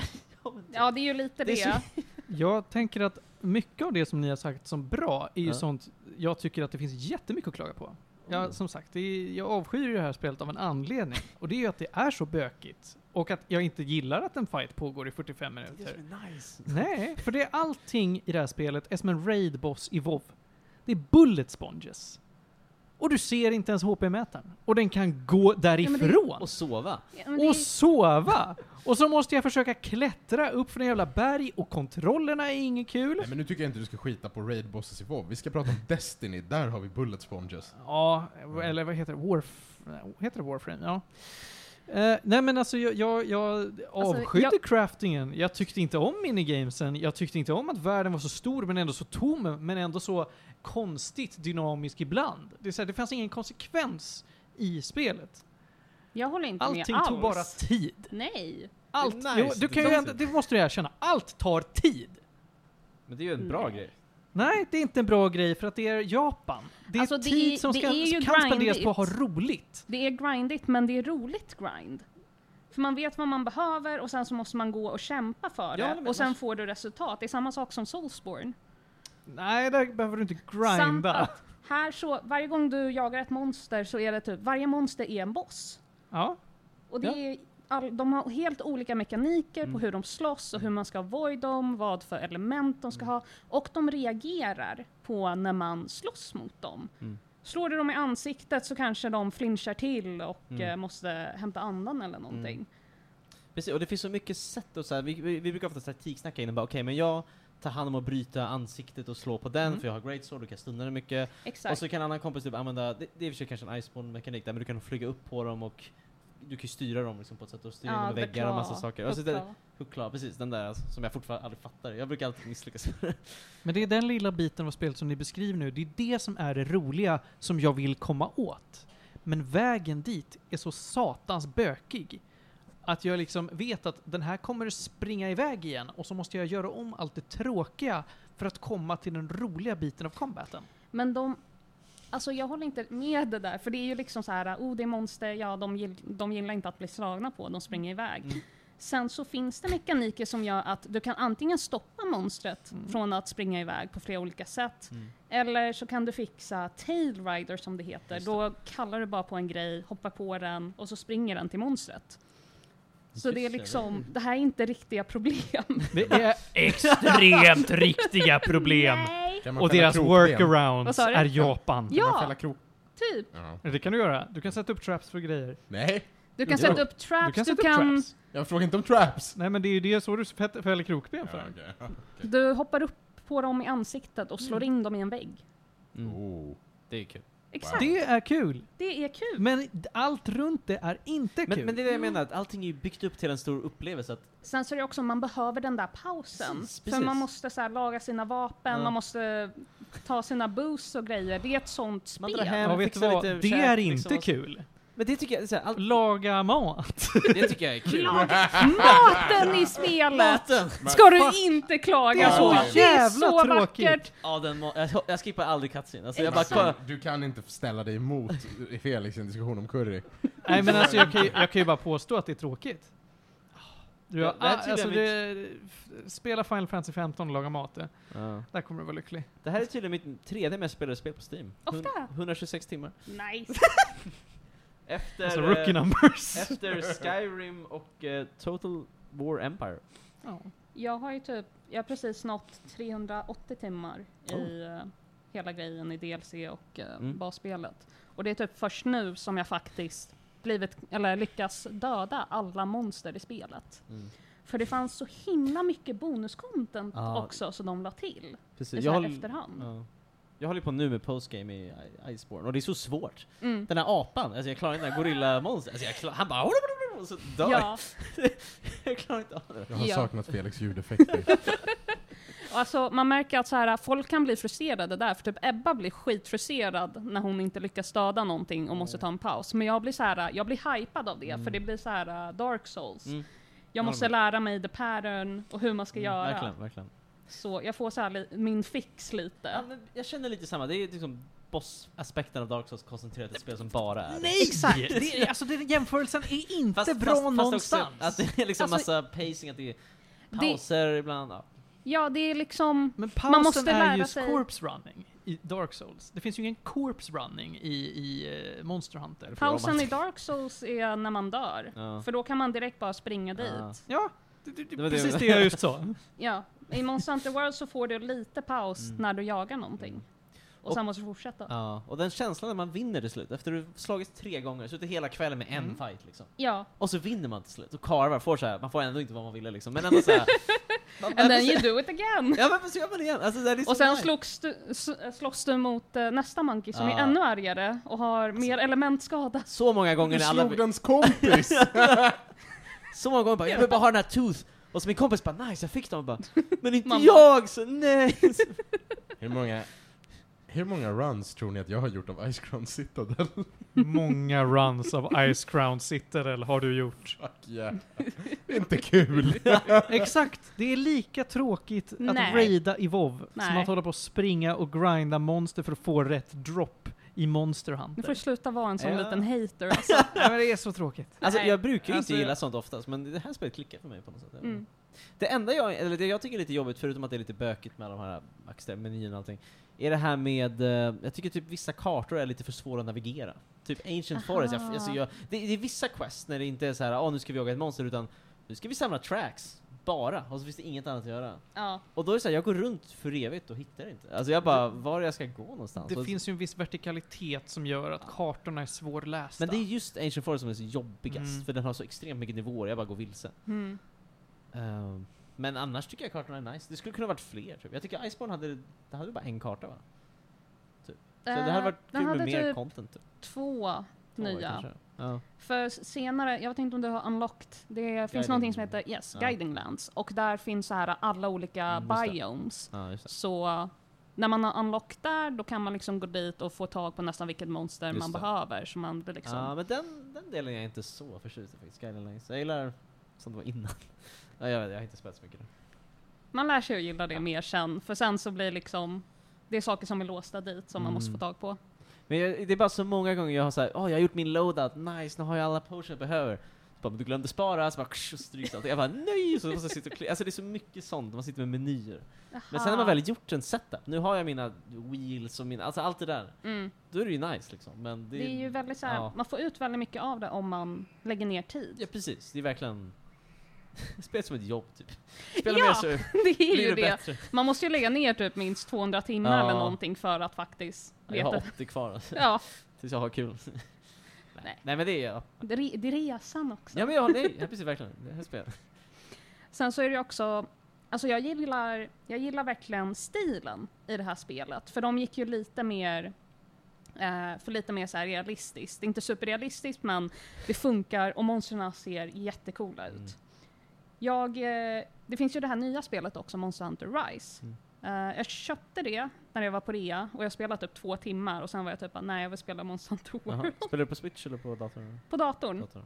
Speaker 4: ja, det är ju lite det.
Speaker 1: Det är
Speaker 2: Jag tänker att mycket av det som ni har sagt som bra är ju
Speaker 1: Ja.
Speaker 2: sånt jag tycker att det finns jättemycket att klaga på.
Speaker 1: Mm.
Speaker 2: Jag, som sagt, det är, jag avskyr ju det här spelet av en anledning. Och det är ju att det är så bökigt. Och att jag inte gillar att en fight pågår i 45
Speaker 1: Det är det
Speaker 2: minuter.
Speaker 1: som är nice.
Speaker 2: Nej, för det är allting i det här spelet är som en raid-boss i WoW. Det är bullet sponges. Och du ser inte ens HP-mätaren. Och den kan gå
Speaker 4: men
Speaker 2: därifrån
Speaker 4: det-
Speaker 1: Och sova.
Speaker 4: Ja, men det
Speaker 2: och
Speaker 4: är
Speaker 2: sova! Och så måste jag försöka klättra upp för en jävla berg och kontrollerna är inget kul.
Speaker 3: Nej men nu tycker jag inte du ska skita på Raid Bosses i WoW. Vi ska prata om Destiny, där har vi Bullet Sponges.
Speaker 2: Ja, eller vad heter det? Warf... Heter det Warframe? Ja. Eh, nej men alltså jag, jag, jag avskydde
Speaker 4: jag-
Speaker 2: craftingen. Jag tyckte inte om minigamesen. Jag tyckte inte om att världen var så stor men ändå så tom, men ändå så konstigt dynamisk ibland. Det, är så här, det fanns ingen konsekvens i spelet.
Speaker 4: jag håller inte
Speaker 2: Allting
Speaker 4: med alls.
Speaker 2: tog bara tid.
Speaker 4: Nej.
Speaker 2: Allt,
Speaker 1: nice
Speaker 2: jo,
Speaker 1: att
Speaker 2: du
Speaker 1: det
Speaker 2: kan ju
Speaker 1: tar
Speaker 2: ändå,
Speaker 1: tid.
Speaker 2: det måste du erkänna. Allt tar tid.
Speaker 1: Men det är ju en bra
Speaker 4: Nej.
Speaker 1: grej.
Speaker 2: Nej, det är inte en bra grej för att det är Japan. Det är
Speaker 4: Alltså, det
Speaker 2: tid
Speaker 4: är-
Speaker 2: som
Speaker 4: det
Speaker 2: ska,
Speaker 4: är ju
Speaker 2: kan spenderas
Speaker 4: grindigt.
Speaker 2: på att ha roligt.
Speaker 4: Det är grindigt, men det är roligt grind. För man vet vad man behöver och sen så måste man gå och kämpa för
Speaker 1: håller
Speaker 4: det.
Speaker 1: med.
Speaker 4: Och sen
Speaker 1: Man-
Speaker 4: får du resultat. Det är samma sak som Soulsborne.
Speaker 2: Nej, där behöver du inte
Speaker 4: Samt
Speaker 2: grinda.
Speaker 4: att Här så, varje gång du jagar ett monster så är det typ, varje monster är en boss.
Speaker 2: Ja.
Speaker 4: Och det är all, de har helt olika mekaniker på
Speaker 1: Mm.
Speaker 4: hur de slåss och hur man ska avoid dem, vad för element de
Speaker 1: Mm.
Speaker 4: ska ha. Och de reagerar på när man slåss mot dem.
Speaker 1: Mm.
Speaker 4: Slår du dem i ansiktet så kanske de flinchar till och
Speaker 1: Mm.
Speaker 4: eh, måste hämta andan eller någonting.
Speaker 1: Precis, och det finns så mycket sätt och så här, vi, vi, vi brukar ofta taktiksnacka innan bara okej men jag tar hand om att bryta ansiktet och slå på den
Speaker 2: Mm.
Speaker 1: för jag har great sword och kan stunna den mycket. Och
Speaker 4: Exakt.
Speaker 1: så kan en annan kompis typ använda, det, det är i och för sig kanske en iceborne mekanik där men du kan flyga upp på dem och du kan ju styra dem liksom på ett sätt och styra dem med
Speaker 4: the
Speaker 1: väggar och massa
Speaker 4: claw,
Speaker 1: saker. Och så
Speaker 4: hook
Speaker 1: det,
Speaker 4: claw.
Speaker 1: Huckla, precis den där alltså, som jag fortfarande aldrig fattar. Jag brukar alltid misslyckas med det.
Speaker 2: Men det är den lilla biten av spelet som ni beskriver nu, det är det som är det roliga som jag vill komma åt. Men vägen dit är så satans bökig. Att jag liksom vet att den här kommer springa iväg igen och så måste jag göra om allt det tråkiga för att komma till den roliga biten av combaten.
Speaker 4: Men de... Alltså jag håller inte med det där, för det är ju liksom så här, oh det är monster, ja de, gill, de gillar inte att bli slagna på, de springer iväg.
Speaker 1: Mm.
Speaker 4: Sen så finns det mekaniker som gör att du kan antingen stoppa monstret
Speaker 2: Mm.
Speaker 4: från att springa iväg på flera olika sätt,
Speaker 1: Mm.
Speaker 4: eller så kan du fixa tail rider som det heter.
Speaker 1: Just det.
Speaker 4: Då kallar du bara på en grej, hoppar på den och så springer den till monstret. Så det är
Speaker 1: Just det.
Speaker 4: liksom, det här är inte riktiga problem.
Speaker 2: Det är extremt riktiga problem.
Speaker 4: Nej!
Speaker 3: Kan man
Speaker 2: Och
Speaker 3: fälla
Speaker 2: deras
Speaker 3: krokben?
Speaker 2: workarounds
Speaker 4: Vad sa du?
Speaker 2: är Japan.
Speaker 3: Kan man
Speaker 4: Ja,
Speaker 3: fälla krok?
Speaker 4: typ!
Speaker 3: Ja.
Speaker 2: Det kan du göra. Du kan sätta upp traps för grejer.
Speaker 3: Nej,
Speaker 4: Du kan
Speaker 2: Ja.
Speaker 4: sätta upp traps,
Speaker 2: Du kan sätta upp traps.
Speaker 3: jag frågar inte om traps!
Speaker 2: Nej men det är ju det så du fäller fäller krokben för.
Speaker 3: Ja, okej.
Speaker 4: Du hoppar upp på dem i ansiktet och slår in dem i en vägg.
Speaker 1: Mm.
Speaker 3: Oh.
Speaker 1: Det är kul.
Speaker 4: Exakt,
Speaker 2: Det är kul!
Speaker 4: det är kul.
Speaker 2: Men allt runt det är inte
Speaker 1: Men,
Speaker 2: kul.
Speaker 1: men det är det jag menar, att allting är ju byggt upp till en stor upplevelse. Att,
Speaker 4: Sen så är det också, man behöver den där pausen.
Speaker 1: Precis,
Speaker 4: För
Speaker 1: precis.
Speaker 4: man måste så här, laga sina vapen,
Speaker 1: Ja.
Speaker 4: man måste ta sina boosts och grejer. Det är ett sånt
Speaker 1: Man drar
Speaker 4: spel.
Speaker 1: hem-
Speaker 2: ja, vet du
Speaker 1: fixar
Speaker 2: vad?
Speaker 1: lite
Speaker 2: Det
Speaker 1: käk,
Speaker 2: är
Speaker 1: liksom,
Speaker 2: inte
Speaker 1: och så.
Speaker 2: kul.
Speaker 1: men det tycker jag, så här, allt,
Speaker 2: Laga mat.
Speaker 1: det tycker jag är kul.
Speaker 4: Laga maten i spelet!
Speaker 1: Maten!
Speaker 4: Ska du inte klaga
Speaker 2: Det är
Speaker 4: på!
Speaker 2: så
Speaker 4: Det är
Speaker 2: jävla
Speaker 4: så
Speaker 2: tråkigt.
Speaker 4: vackert!
Speaker 1: Ja, den må- jag, jag skippar aldrig cutscene. Alltså, jag bara
Speaker 3: Alltså,
Speaker 1: kollar.
Speaker 3: du kan inte ställa dig emot i Felix i en diskussion om curry.
Speaker 2: Nej men alltså jag kan, ju- jag kan ju bara påstå att det är tråkigt. Du har,
Speaker 1: Det- det här tycker
Speaker 2: alltså,
Speaker 1: jag
Speaker 2: det, spela Final Fantasy 15 och laga mat. det.
Speaker 1: Ja.
Speaker 2: Där kommer du vara lycklig.
Speaker 1: Det här är tydligen mitt tredje mest spelade spel på Steam.
Speaker 4: Ofta.
Speaker 1: Hun- 126 timmar.
Speaker 4: Nice!
Speaker 1: Efter,
Speaker 2: Alltså
Speaker 1: eh,
Speaker 2: rookie numbers.
Speaker 1: efter Skyrim och eh, Total War Empire.
Speaker 2: Ja.
Speaker 4: Jag har ju typ, jag har precis nått 380 timmar i eh, hela grejen i DLC och eh,
Speaker 1: Oh. Mm.
Speaker 4: basspelet. Och det är typ först nu som jag faktiskt blivit, eller lyckas döda alla monster i spelet.
Speaker 1: Mm.
Speaker 4: För det fanns så himla mycket bonuscontent
Speaker 1: Ja.
Speaker 4: också som de la till. I
Speaker 1: Precis.
Speaker 4: så här
Speaker 1: håll-
Speaker 4: efterhand.
Speaker 1: ja. jag håller på nu med postgame i I- Iceborne, och det är så svårt.
Speaker 4: Mm.
Speaker 1: Den här apan, alltså jag klarar inte den här gorillamonstret. Alltså jag klarar, han bara och så dör jag.
Speaker 4: Ja,
Speaker 1: Jag klarar inte av det.
Speaker 3: Jag har
Speaker 4: Ja.
Speaker 3: saknat Felix ljudeffekter.
Speaker 4: och alltså man märker att så här, folk kan bli frustrerade där, för typ Ebba blir skitfrustrerad när hon inte lyckas döda någonting och måste ta en paus. Men jag blir så här, jag blir hypad av det, för det blir så här eh, dark souls.
Speaker 1: Mm.
Speaker 4: Jag måste
Speaker 1: Ja,
Speaker 4: lära mig the pattern och hur man ska göra.
Speaker 1: Verkligen, verkligen.
Speaker 4: Så jag får så här li- min fix lite.
Speaker 1: Ja, men jag känner lite samma, det är liksom boss-aspekten av Dark Souls koncentrerat till ett spel som bara är
Speaker 2: Nej! Exakt! Det, alltså den jämförelsen är inte bra någonstans.
Speaker 1: Också, att det är liksom
Speaker 4: Alltså-
Speaker 1: massa pacing, att det är
Speaker 4: Det-
Speaker 1: pauser ibland. Ja.
Speaker 4: Ja, det är liksom...
Speaker 2: Men
Speaker 4: Man
Speaker 2: pausen
Speaker 4: måste lära
Speaker 2: är just
Speaker 4: sig-
Speaker 2: corpse running i Dark Souls. Det finns ju ingen corpse running i, i eh, Monster Hunter.
Speaker 1: jag
Speaker 4: Pausen
Speaker 1: man-
Speaker 4: i Dark Souls är när man dör.
Speaker 1: Ja.
Speaker 4: För då kan man direkt bara springa
Speaker 1: Ja.
Speaker 4: dit.
Speaker 2: Ja, det, det, det,
Speaker 1: Det var det-
Speaker 2: precis det jag just sa.
Speaker 4: Ja. I Monster Hunter World så får du lite paus när du jagar någonting.
Speaker 1: Mm.
Speaker 4: Och sen måste du fortsätta. Ja.
Speaker 1: Ja, och den känslan när man vinner till slut, efter du slagit tre gånger, suttit hela kvällen med en fight liksom. Och så vinner man till slut, och karvar, får så här, man får ändå inte vad man ville liksom, men ändå såhär...
Speaker 4: And then you do it again!
Speaker 1: Ja men så gör man det igen, alltså, det här är så
Speaker 4: Och sen
Speaker 1: nice.
Speaker 4: slogs du, s- slåss du mot eh, nästa monkey som
Speaker 1: Ja. Alltså-
Speaker 4: är ännu argare och har mer elementskada.
Speaker 1: Så många gånger
Speaker 3: Du
Speaker 1: när alla...
Speaker 3: slog dens kompis!
Speaker 1: Så många gånger bara, jag vill bara ha den här tooth! Och så min kompis bara, nice jag fick dem, och bara, men inte
Speaker 4: Mamma.
Speaker 1: jag! Så nej!
Speaker 3: Hur många, hur många runs tror ni att jag har gjort av Ice Crown Citadel?
Speaker 2: Många runs av Ice Crown Citadel har du gjort.
Speaker 3: Fuck yeah. Det är inte kul.
Speaker 2: Exakt! Det är lika tråkigt att
Speaker 4: Nej.
Speaker 2: raida i WoW som
Speaker 4: Nej.
Speaker 2: att hålla på och springa och grinda monster för att få rätt drop i Monster
Speaker 4: Nu
Speaker 2: Hunter.
Speaker 4: får du sluta vara en sån
Speaker 1: Ja.
Speaker 4: liten hater alltså.
Speaker 2: Nej, men det är så tråkigt.
Speaker 1: Alltså
Speaker 4: Nej.
Speaker 1: jag brukar ju inte
Speaker 2: Alltså,
Speaker 1: gilla
Speaker 2: jag-
Speaker 1: sånt oftast, men det här spelet klickar för mig på något sätt.
Speaker 4: Mm.
Speaker 1: Det enda jag, eller det jag tycker är lite jobbigt, förutom att det är lite bökigt med de här extra- menyerna och allting, är det här med, eh, jag tycker typ vissa kartor är lite för svåra att navigera. Typ Ancient Forest, jag,
Speaker 4: Aha.
Speaker 1: alltså jag, det, det är vissa quest när det inte är så här, ah, nu ska vi jaga ett monster, utan nu ska vi samla tracks, bara, och så finns det inget annat att göra.
Speaker 4: Ja,
Speaker 1: Och då är det så här, jag går runt för evigt och hittar inte. Alltså jag bara, var jag ska gå någonstans?
Speaker 2: Det
Speaker 1: Och-
Speaker 2: finns ju en viss vertikalitet som gör att kartorna är svårlästa.
Speaker 1: men det är just Ancient Forest som är så jobbigast,
Speaker 2: Mm.
Speaker 1: för den har så extremt mycket nivåer, jag bara går vilse.
Speaker 4: mm.
Speaker 1: Ehm, men annars tycker jag kartorna är nice. Det skulle kunna varit fler. Typ. Jag tycker Iceborne hade, det hade bara en karta va? Så det hade
Speaker 4: Eh,
Speaker 1: varit
Speaker 4: den
Speaker 1: kul med
Speaker 4: hade
Speaker 1: mer
Speaker 4: typ
Speaker 1: content. Typ.
Speaker 4: två
Speaker 1: Två,
Speaker 4: nya.
Speaker 1: kanske. Ja.
Speaker 4: För senare, jag vet inte om du har unlocked, det finns
Speaker 1: Guiding
Speaker 4: någonting som heter yes,
Speaker 1: Ja.
Speaker 4: Guiding Lands. Och där finns så här alla olika
Speaker 1: Mm, just det.
Speaker 4: biomes.
Speaker 1: ja, just det.
Speaker 4: Så när man har unlocked där, då kan man liksom gå dit och få tag på nästan vilket monster
Speaker 1: Just
Speaker 4: man
Speaker 1: det.
Speaker 4: behöver. Så man blir liksom...
Speaker 1: Ja, men den, den delen är jag inte så förtjust i faktiskt. Skyline Lines. Jag gillar som det var innan. Ja, jag vet, jag har inte spelat så mycket. nu.
Speaker 4: Man lär sig att gilla det mer sen, för sen så blir liksom... Det är saker som är låsta dit som man måste
Speaker 1: Mm.
Speaker 4: få tag på.
Speaker 1: Men jag, det är bara så många gånger jag har såhär, åh jag har gjort min loadout, nice, nu har jag alla potions jag behöver. Så bara, men du glömde spara, så bara ksh, stryks allt. Jag bara nej! Så måste jag sitta och kli- Alltså det är så mycket sånt, man sitter med menyer. Men sen när man
Speaker 4: Aha.
Speaker 1: väl gjort en setup, nu har jag mina wheels och mina, alltså allt det där.
Speaker 4: Mm.
Speaker 1: Då är det ju nice liksom. Men det,
Speaker 4: Det är ju väldigt så här,
Speaker 1: ja.
Speaker 4: man får ut väldigt mycket av det om man lägger ner tid.
Speaker 1: Ja precis, det är verkligen... Spela som ett jobb typ. Spela
Speaker 4: Ja,
Speaker 1: mer så
Speaker 4: Det är
Speaker 1: blir det
Speaker 4: ju det.
Speaker 1: bättre.
Speaker 4: Man måste ju lägga ner typ minst 200 timmar
Speaker 1: Ja.
Speaker 4: eller någonting för att faktiskt
Speaker 1: Jag har
Speaker 4: veta.
Speaker 1: 80 kvar alltså,
Speaker 4: Ja,
Speaker 1: tills jag har kul. Nej.
Speaker 4: Nej.
Speaker 1: nej men det är jag.
Speaker 4: det är, det är resan också.
Speaker 1: Ja men jag, nej, ja, precis verkligen. Det här spelar.
Speaker 4: Sen så är det ju också, alltså jag gillar, jag gillar verkligen stilen i det här spelet. För de gick ju lite mer, eh, för lite mer så här realistiskt. Inte superrealistiskt men det funkar och monstren ser jättecoola ut.
Speaker 1: Mm.
Speaker 4: Jag, eh, det finns ju det här nya spelet också, Monster Hunter Rise.
Speaker 1: Mm.
Speaker 4: Eh, jag köpte det när jag var på rea och jag spelade typ två timmar och sen var jag typ bara, nej jag vill spela Monster Hunter World
Speaker 1: Jaha. Spelar du på Switch eller på datorn?
Speaker 4: på datorn.
Speaker 1: datorn.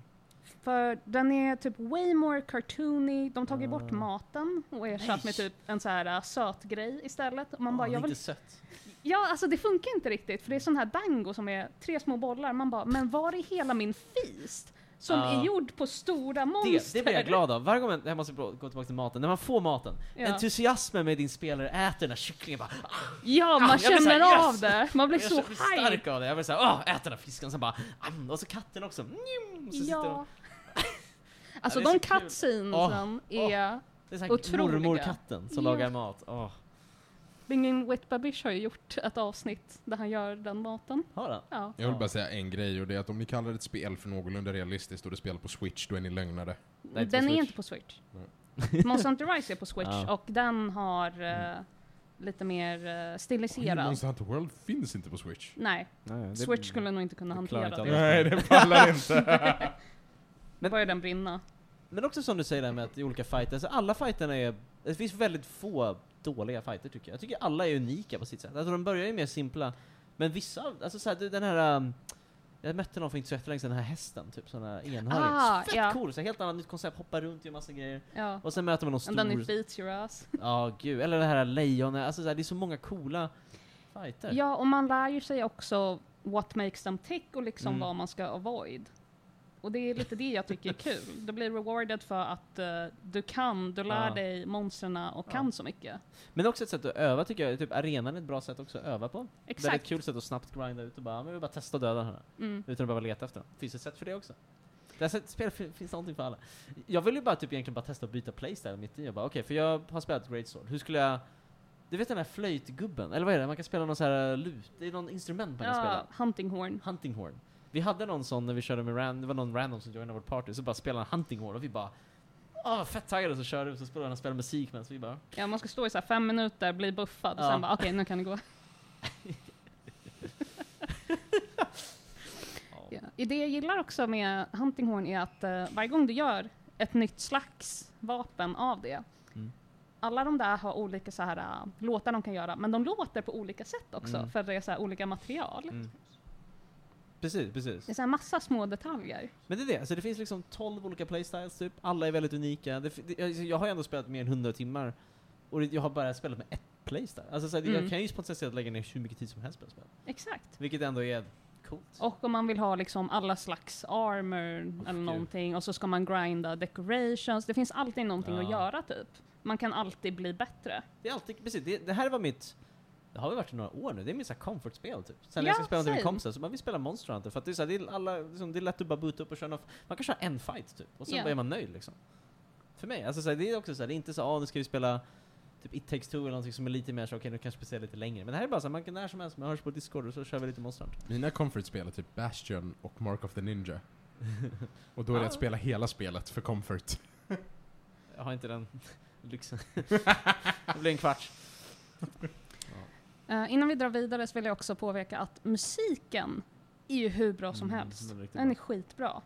Speaker 4: För den är typ way more cartoony, de tog ju bort
Speaker 1: Ah.
Speaker 4: maten och ersatt med typ en så här uh, söt grej istället. Och man bara,
Speaker 1: Åh,
Speaker 4: jag
Speaker 1: det är
Speaker 4: vill...
Speaker 1: inte sött.
Speaker 4: Ja, alltså det funkar inte riktigt för det är sån här dango som är tre små bollar. Man bara, men var är hela min feast? Som
Speaker 1: Ja.
Speaker 4: är gjord på stora
Speaker 1: Ah. Det,
Speaker 4: monster.
Speaker 1: det blir jag glad av. Varje gång man, det här måste jag gå tillbaka till maten, när man får maten,
Speaker 4: Ja.
Speaker 1: entusiasmen med din spelare äter den här kycklingen bara
Speaker 4: Ja, man
Speaker 1: jag blir
Speaker 4: känner
Speaker 1: så här,
Speaker 4: av
Speaker 1: yes!
Speaker 4: det. Man blir
Speaker 1: jag
Speaker 4: så
Speaker 1: känner mig
Speaker 4: high.
Speaker 1: stark av det. Jag blir såhär, åh, ät den här fisken, sen bara, "Am." och så katten också. Njum, och så sitter de-
Speaker 4: Ja. Alltså
Speaker 1: Ja, det är
Speaker 4: de
Speaker 1: så kul. Ah,
Speaker 4: cutscenesen är...
Speaker 1: Det är såhär
Speaker 4: Otroliga.
Speaker 1: mormorkatten som
Speaker 4: Ja.
Speaker 1: lagar mat. Åh,
Speaker 4: Bingin Whitbabish har ju gjort ett avsnitt där han gör den maten.
Speaker 1: har den?
Speaker 4: Ja.
Speaker 3: Jag vill bara säga en grej och det är att om ni kallar ett spel för någorlunda realistiskt och det spelar på Switch, då är ni lögnare.
Speaker 1: Nej, inte på
Speaker 4: den är
Speaker 1: Switch.
Speaker 4: inte på Switch. Monster Hunter Rise är på Switch
Speaker 1: Ja. Mm.
Speaker 4: och den har eh, lite mer eh, stiliserad.
Speaker 3: Monster Hunter World finns inte på Switch.
Speaker 4: Nej, Switch skulle nog inte kunna
Speaker 1: det klarar
Speaker 4: hantera
Speaker 1: inte
Speaker 4: det.
Speaker 1: alla. Nej,
Speaker 3: det pallar inte.
Speaker 1: Men-
Speaker 4: Börjar den brinna.
Speaker 1: Men också som du säger där med att det är olika fighter, alltså alla fighterna är, det finns väldigt få dåliga fighter tycker jag. Jag tycker alla är unika på sitt sätt. Alltså de börjar ju mer simpla, men vissa, av- alltså såhär, den här um, jag mötte någon för inte så jättelänge sedan, den här hästen, typ sån här enhörning.
Speaker 4: Ah,
Speaker 1: Fett
Speaker 4: ja.
Speaker 1: cool! Så helt annat nytt koncept, hoppar runt, gör massa grejer.
Speaker 4: Ja.
Speaker 1: Och sen möter man någon
Speaker 4: And then
Speaker 1: stor
Speaker 4: it beats your ass.
Speaker 1: Ja, gud. Eller det här lejonet. Alltså, så här, det är så många coola fighter.
Speaker 4: Ja, och man lär ju sig också what makes them tick och liksom
Speaker 1: Mm.
Speaker 4: vad man ska avoid. Och det är lite det jag tycker är kul. Du blir rewarded för att eh, du kan, du lär
Speaker 1: Ja.
Speaker 4: dig monstren och
Speaker 1: Ja.
Speaker 4: kan så mycket.
Speaker 1: Men också ett sätt att öva tycker jag. Typ arenan är ett bra sätt också att öva på. Väldigt
Speaker 4: Exakt.
Speaker 1: kul sätt att snabbt grinda ut och bara, "Ja, men vi bara testa att döda den här.
Speaker 4: Mm.
Speaker 1: Utan att behöva leta efter den. Finns det ett sätt för det också? Det här sättet- spelet fin- finns någonting för alla. Jag ville ju bara typ egentligen bara testa att byta playstyle mitt i. Jag bara okej, för jag har spelat Great Sword. Hur skulle jag... Du vet den här flöjtgubben? Eller vad är det? Man kan spela någon så här eh, lut. Det är någon instrument man kan spela.
Speaker 4: Ja, hunting horn.
Speaker 1: Hunting Horn. Vi hade någon sån när vi körde med Ran, det var någon random som joinade vårt party, så bara spelade han Hunting Horn och vi bara Åh, fett taggade så körde vi, så spelade han och spelade musik medan vi bara
Speaker 4: Ja, man ska stå i så här fem minuter, bli buffad och
Speaker 1: Ja.
Speaker 4: sen bara okej, nu kan det gå. Ja. I Det jag gillar också med Hunting Horn är att eh, varje gång du gör ett nytt slags vapen av det,
Speaker 1: Mm.
Speaker 4: alla de där har olika så här, eh, låtar de kan göra, men de låter på olika sätt också,
Speaker 1: Mm.
Speaker 4: för det är så här, olika material.
Speaker 1: Mm. Precis, precis.
Speaker 4: Det är så här massa små detaljer.
Speaker 1: Men det är det, alltså det finns liksom 12 olika playstyles typ, alla är väldigt unika. Det, fi- det, alltså, jag- jag har ju ändå spelat mer än 100 timmar, och det- jag har bara spelat med ett playstyle. Alltså så här, jag
Speaker 4: Mm.
Speaker 1: kan ju på ett sätt lägga ner hur mycket tid som helst på ett spel.
Speaker 4: Exakt.
Speaker 1: Vilket ändå är Coolt.
Speaker 4: Och om man vill ha liksom alla slags armor
Speaker 1: Åh,
Speaker 4: eller
Speaker 1: gud.
Speaker 4: någonting och så ska man grinda decorations. Det finns alltid någonting
Speaker 1: Ja.
Speaker 4: att göra typ. Man kan alltid bli bättre.
Speaker 1: Det är alltid, precis, det, det här var mitt, det har väl varit i några år nu, det är mitt så här comfort-spel typ. Sen när
Speaker 4: Ja,
Speaker 1: jag ska spela någonting med
Speaker 4: same.
Speaker 1: kompisar så bara vi spelar Monster Hunter för att det är så här, det är alla, liksom, det är lätt att bara boota upp och köra någon- man kanske har en fight typ, och sen
Speaker 4: Ja.
Speaker 1: bara är man nöjd liksom. För mig, alltså så här, det är också så här, det är inte så ah, nu ska vi spela typ It takes two eller någonting som är lite mer så okej nu kanske vi spelar lite längre. Men det här är bara så här, man kan när som helst, man hörs på Discord och så kör vi lite Monster Hunter.
Speaker 3: Mina comfortspel är typ Bastion och Mark of the Ninja. Och då är det att spela hela spelet för comfort.
Speaker 1: Jag har inte den lyxen. det blir en kvart.
Speaker 4: Eh, innan vi drar vidare så vill jag också påpeka att musiken är ju hur bra som
Speaker 1: Mm,
Speaker 4: helst.
Speaker 1: den är riktigt
Speaker 4: Den
Speaker 1: bra.
Speaker 4: är skitbra.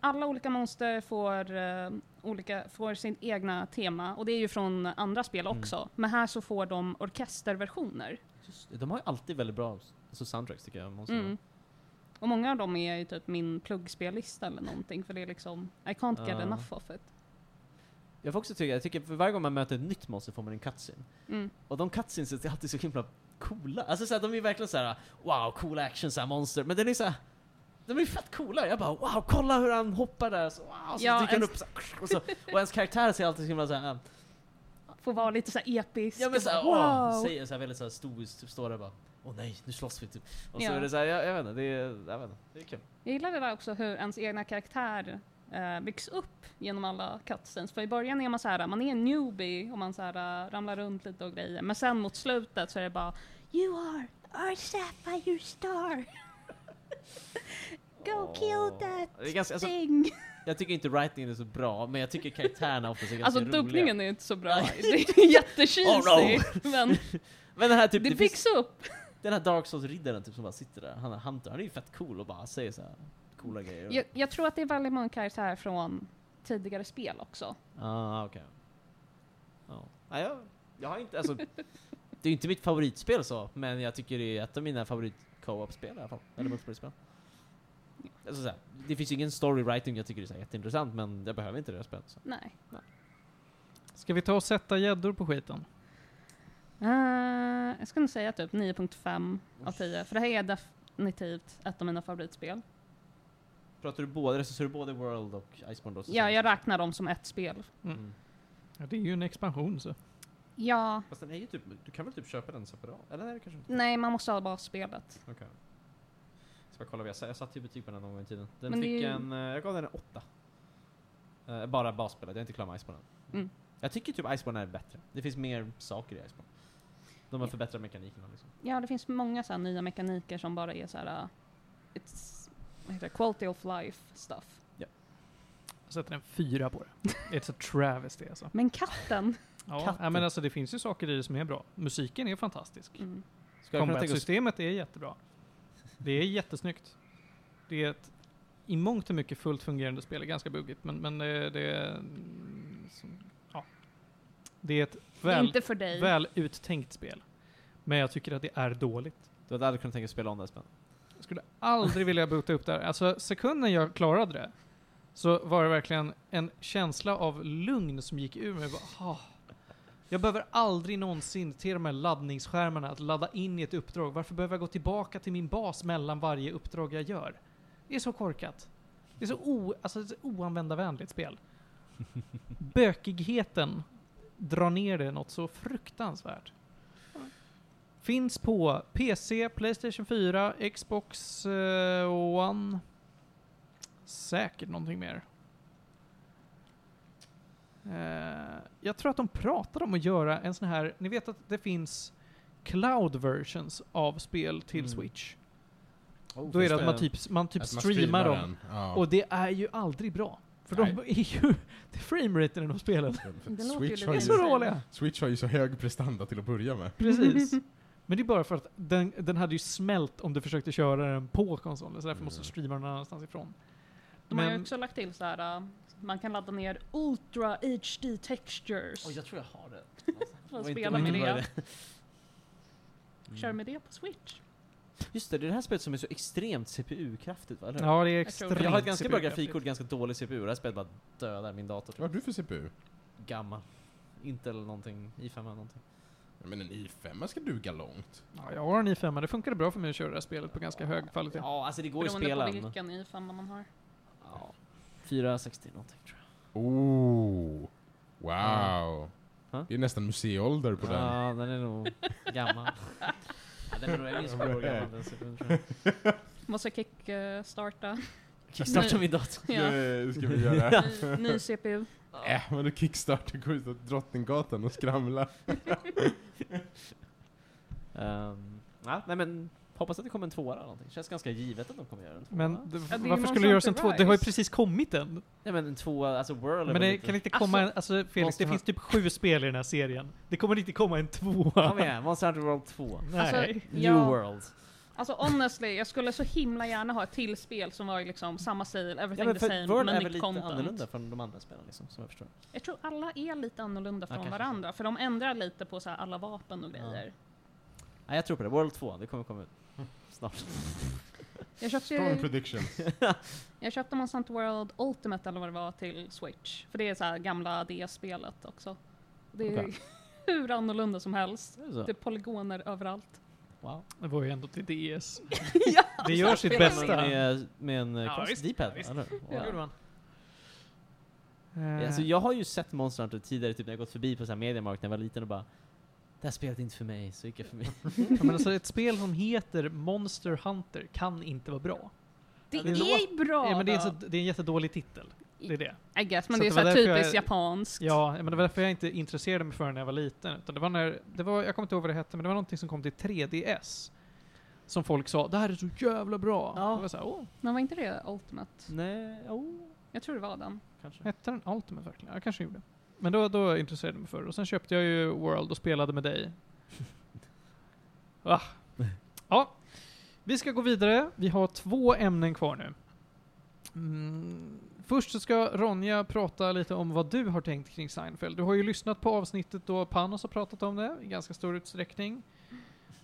Speaker 4: Alla olika monster får, eh, olika, får sin egna tema och det är ju från andra spel
Speaker 1: Mm.
Speaker 4: också. Men här så får de orkesterversioner.
Speaker 1: Just, det, de har ju alltid väldigt bra alltså soundtracks tycker jag. Monster Hunter.
Speaker 4: Mm. Och många av dem är ju typ min pluggspellista eller någonting för det är liksom, I can't get
Speaker 1: Ah.
Speaker 4: enough of it.
Speaker 1: Jag får också tycka, jag tycker för varje gång man möter ett nytt monster får man en cutscene.
Speaker 4: Mm.
Speaker 1: Och de cutscenes är alltid så himla coola. Alltså så här, de är verkligen så här: wow, cool action så här monster. Men den är så här, de är ju fett coola. Jag bara wow, kolla hur han hoppar där. Så, wow, så
Speaker 4: Ja,
Speaker 1: dyker han
Speaker 4: ens-
Speaker 1: upp så här, och, så, och ens karaktär ser alltid så eh, himla såhär,
Speaker 4: Får vara lite så här episk.
Speaker 1: ja men såhär,
Speaker 4: wow!
Speaker 1: wow. säger såhär väldigt såhär stoiskt, typ står där och bara Åh nej, nu slåss vi typ. Och så
Speaker 4: Ja.
Speaker 1: är det såhär, jag, jag vet inte, det är, jag vet inte, det är kul.
Speaker 4: Jag gillar det där också hur ens egna karaktär eh, byggs upp genom alla cutscenes. För i början är man så här, man är en newbie och man så här, eh, ramlar runt lite och grejer. Men sen mot slutet så är det bara You are our Sapphire Star! Go
Speaker 1: Åh.
Speaker 4: kill that
Speaker 1: Det är ganska, alltså,
Speaker 4: thing!
Speaker 1: jag tycker inte writingen är så bra, men jag tycker karaktärerna oftast är ganska
Speaker 4: Alltså
Speaker 1: roliga.
Speaker 4: dubbningen är ju inte så bra.
Speaker 1: Nej.
Speaker 4: Det är jättecheesy.
Speaker 1: Oh
Speaker 4: Men
Speaker 1: Men den här typ,
Speaker 4: det
Speaker 1: det finns-
Speaker 4: byggs upp.
Speaker 1: Den här Dark Souls-riddaren typ som bara sitter där, han är Hunter, han är ju fett cool och bara säger så här coola grejer.
Speaker 4: Jag, jag tror att det är väldigt många karaktärer från tidigare spel också.
Speaker 1: Ah, okej. Ja. Nej, jag, jag har inte, alltså, det är ju inte mitt favoritspel så, men jag tycker det är ett av mina favorit co-op-spel i alla fall. Eller multiplayer-spel. Alltså, så här, det finns ju ingen story writing jag tycker är så här, jätteintressant, men jag behöver inte det här spelet. Så.
Speaker 4: Nej.
Speaker 2: Ska vi ta och sätta gäddor på skiten?
Speaker 4: Eh, jag skulle nog säga typ 9.5 av 10. För det här är definitivt ett av mina favoritspel.
Speaker 1: Pratar du både, recenserar du både World och Iceborne då? så
Speaker 4: Ja,
Speaker 1: säger
Speaker 4: jag räknar dem som ett spel.
Speaker 1: jag-
Speaker 2: Mm. Ja, det är ju en expansion så.
Speaker 4: Ja,
Speaker 1: Fast den är ju typ, du kan väl typ köpa den separat? Eller nej, det kanske inte.
Speaker 4: nej man måste ha bara spelet.
Speaker 1: Okej. Ska bara kolla vad jag sa. Jag satte ju betyg på den någon gång i tiden. Den
Speaker 4: Men det är
Speaker 1: fick
Speaker 4: ju-
Speaker 1: en, eh, jag gav den en åtta. Eh, bara basspelet, jag är inte klar med Iceborne än.
Speaker 4: Mm.
Speaker 1: Jag tycker typ Iceborne är bättre. Det finns mer saker i Iceborne. De har förbättrat mekanikerna liksom.
Speaker 4: Ja, det finns många så här nya mekaniker som bara är så här... uh, It's, vad heter det? Quality of life stuff.
Speaker 2: Jag sätter en fyra på det. It's a travesty alltså.
Speaker 4: Men katten!
Speaker 2: Ja,
Speaker 1: Katten.
Speaker 2: ja, men alltså det finns ju saker i det som är bra. Musiken är fantastisk.
Speaker 4: Mm.
Speaker 1: Ska jag kunna tänka oss...
Speaker 2: Combat-systemet är jättebra. Det är jättesnyggt. Det är ett i mångt och mycket fullt fungerande spel. Det är ganska buggigt, men, men det, det är... mm, som- Ja. Det är ett
Speaker 4: Det är
Speaker 2: väl,
Speaker 4: inte för dig.
Speaker 2: väl uttänkt spel. Men jag tycker att det är dåligt.
Speaker 1: Du hade aldrig kunnat tänka dig spela om det här
Speaker 2: Oh,
Speaker 1: spelet?
Speaker 2: Jag skulle aldrig vilja boota upp där. Alltså, sekunden jag klarade det så var det verkligen en känsla av lugn som gick ur mig. Jag, bara, "Ah." jag behöver aldrig någonsin till de här laddningsskärmarna att ladda in i ett uppdrag. Varför behöver jag gå tillbaka till min bas mellan varje uppdrag jag gör? Det är så korkat. Det är så, o, alltså, det är så oanvändarvänligt spel. Bökigheten drar ner det något så fruktansvärt. Finns på PC, Playstation 4, Xbox eh, One. Säkert någonting mer. Eh, jag tror att de pratade om att göra en sån här, ni vet att det finns cloud versions av spel till
Speaker 1: Mm.
Speaker 2: Switch.
Speaker 1: Oh,
Speaker 2: Då är det att man typ, man typ
Speaker 3: Att Alltså, man
Speaker 2: streamar, dem.
Speaker 3: den. Ja.
Speaker 2: Och det är ju aldrig bra. För de är ju... Det är frameraten i de spelen.
Speaker 4: Det låter ju
Speaker 3: Switch,
Speaker 4: lite
Speaker 3: har
Speaker 2: Det är så
Speaker 3: ju,
Speaker 4: insane.
Speaker 2: dåliga.
Speaker 3: Switch har ju så hög prestanda till att börja med.
Speaker 2: Precis. Men det är bara för att den, den hade ju smält om du försökte köra den på konsolen, så därför måste du
Speaker 1: Mm.
Speaker 2: streama den någon annanstans ifrån.
Speaker 4: De har ju
Speaker 2: Men
Speaker 4: också lagt till så här... uh, Man kan ladda ner Ultra HD Textures.
Speaker 1: Oh, jag tror jag har det.
Speaker 4: Alltså,
Speaker 1: Det
Speaker 4: Får
Speaker 1: var
Speaker 4: spela
Speaker 1: inte-
Speaker 4: med
Speaker 1: var
Speaker 4: det.
Speaker 1: Mm.
Speaker 4: Kör med det på Switch.
Speaker 1: Just det, det är det här spelet som är så extremt CPU-kraftigt va? Eller? hur?
Speaker 2: ja, det är
Speaker 4: Jag tror-
Speaker 2: extremt
Speaker 1: Jag har ett ganska bra
Speaker 2: superkraftigt.
Speaker 1: grafikkort, ganska dålig CPU. Det här spelet bara dödar min dator. typ.
Speaker 3: Vad har du för CPU?
Speaker 1: gammal. Intel någonting, i5 eller någonting.
Speaker 3: Men en i5 ska duga långt.
Speaker 2: Ja, jag har en i5, det funkade bra för mig att köra det här spelet på ganska hög kvalitet.
Speaker 1: Ja, alltså det går ju att
Speaker 4: Beroende
Speaker 1: spela
Speaker 4: på
Speaker 1: en.
Speaker 4: vilken i femman man har.
Speaker 1: Ja, 460 någonting tror jag.
Speaker 3: Oh, wow.
Speaker 1: Ja.
Speaker 3: Det är nästan museiålder på den.
Speaker 1: Ja, den är nog gammal. ja, den är nog minst sju år gammal den sekunden tror jag.
Speaker 4: Måste eh, kickstarta.
Speaker 1: Kickstarta min dator.
Speaker 4: ja.
Speaker 3: Det ska vi göra.
Speaker 4: ny, ny CPU.
Speaker 3: Äh, men du kickstartar går ut åt Drottninggatan och skramlar.
Speaker 1: Ehm, ja, nej men, hoppas att det kommer en tvåa eller någonting. Känns ganska givet att de kommer göra en tvåa.
Speaker 2: Men det,
Speaker 4: det är
Speaker 2: varför
Speaker 4: ju
Speaker 2: skulle
Speaker 4: Monster
Speaker 2: det göras en
Speaker 4: Hunter
Speaker 2: två? Det har ju
Speaker 4: Rise.
Speaker 2: precis kommit en.
Speaker 1: Nej men en tvåa, alltså World
Speaker 2: Men det kan inte komma en, alltså Felix,
Speaker 1: Monster
Speaker 2: det finns typ sju spel i den här serien. Det kommer inte komma en tvåa.
Speaker 1: Kom igen, Monster Hunter World 2.
Speaker 2: Nej.
Speaker 4: Alltså,
Speaker 1: New
Speaker 4: jag-
Speaker 1: World.
Speaker 4: Alltså honestly, jag skulle så himla gärna ha ett till spel som var liksom samma stil,
Speaker 1: Ja,
Speaker 4: everything
Speaker 1: men
Speaker 4: the
Speaker 1: för
Speaker 4: same,
Speaker 1: World är
Speaker 4: men
Speaker 1: väl
Speaker 4: nytt
Speaker 1: lite
Speaker 4: content.
Speaker 1: annorlunda från de andra spelen liksom, som jag förstår.
Speaker 4: Jag tror alla är lite annorlunda
Speaker 1: Ja,
Speaker 4: från
Speaker 1: kanske
Speaker 4: varandra, för de ändrar lite på så här alla vapen och
Speaker 1: Ja.
Speaker 4: grejer.
Speaker 1: Nej jag tror på det, World 2, det kommer komma ut snart.
Speaker 4: Jag köpte
Speaker 3: Strong
Speaker 4: ju,
Speaker 3: prediction.
Speaker 4: jag köpte Monsanto World Ultimate eller vad det var till Switch, för det är så här gamla DS-spelet också. Det är
Speaker 1: Okej.
Speaker 4: hur annorlunda som helst.
Speaker 1: Det är så.
Speaker 4: Det är polygoner överallt.
Speaker 1: Wow.
Speaker 2: Det var ju ändå till DS.
Speaker 4: ja,
Speaker 2: Det gör sitt
Speaker 4: spelar
Speaker 2: bästa.
Speaker 1: Med, med en
Speaker 2: Ja,
Speaker 1: ja,
Speaker 2: visst,
Speaker 1: D-pad,
Speaker 2: visst.
Speaker 1: eller hur?
Speaker 2: Det
Speaker 1: Wow.
Speaker 2: gjorde man. Eh,
Speaker 1: Alltså, jag har ju sett Monster Hunter tidigare, typ när jag gått förbi på så här mediamarkt när jag var liten och bara Det här spelet är inte för mig, så gick jag förbi.
Speaker 2: ja, men alltså, ett spel som heter Monster Hunter kan inte vara bra.
Speaker 4: det
Speaker 2: det låter-
Speaker 4: är bra
Speaker 2: Ja, men det, är så,
Speaker 4: då.
Speaker 2: det är en jättedålig titel. Det är det.
Speaker 4: I guess, men
Speaker 2: Så
Speaker 4: det är
Speaker 2: det
Speaker 4: så
Speaker 2: var
Speaker 4: här
Speaker 2: därför
Speaker 4: typiskt
Speaker 2: jag-
Speaker 4: japanskt.
Speaker 2: Ja, men det var därför jag inte intresserade mig för den när jag var liten. Utan det var när, det var, jag kommer inte ihåg vad det hette, men det var någonting som kom till 3DS. Som folk sa, det här är så jävla bra.
Speaker 1: Ja.
Speaker 2: Jag var såhär, åh,
Speaker 4: Men var inte det Ultimate?
Speaker 1: Nej, oh,
Speaker 4: Jag tror det var den.
Speaker 1: kanske.
Speaker 2: hette den Ultimate verkligen? Jag kanske gjorde. Men då, då intresserade jag mig för det. Och sen köpte jag ju World och spelade med dig. Va? Ja. Vi ska gå vidare. Vi har två ämnen kvar nu. Mm. Först så ska Ronja prata lite om vad du har tänkt kring Seinfeld. Du har ju lyssnat på avsnittet då Panos har pratat om det i ganska stor utsträckning.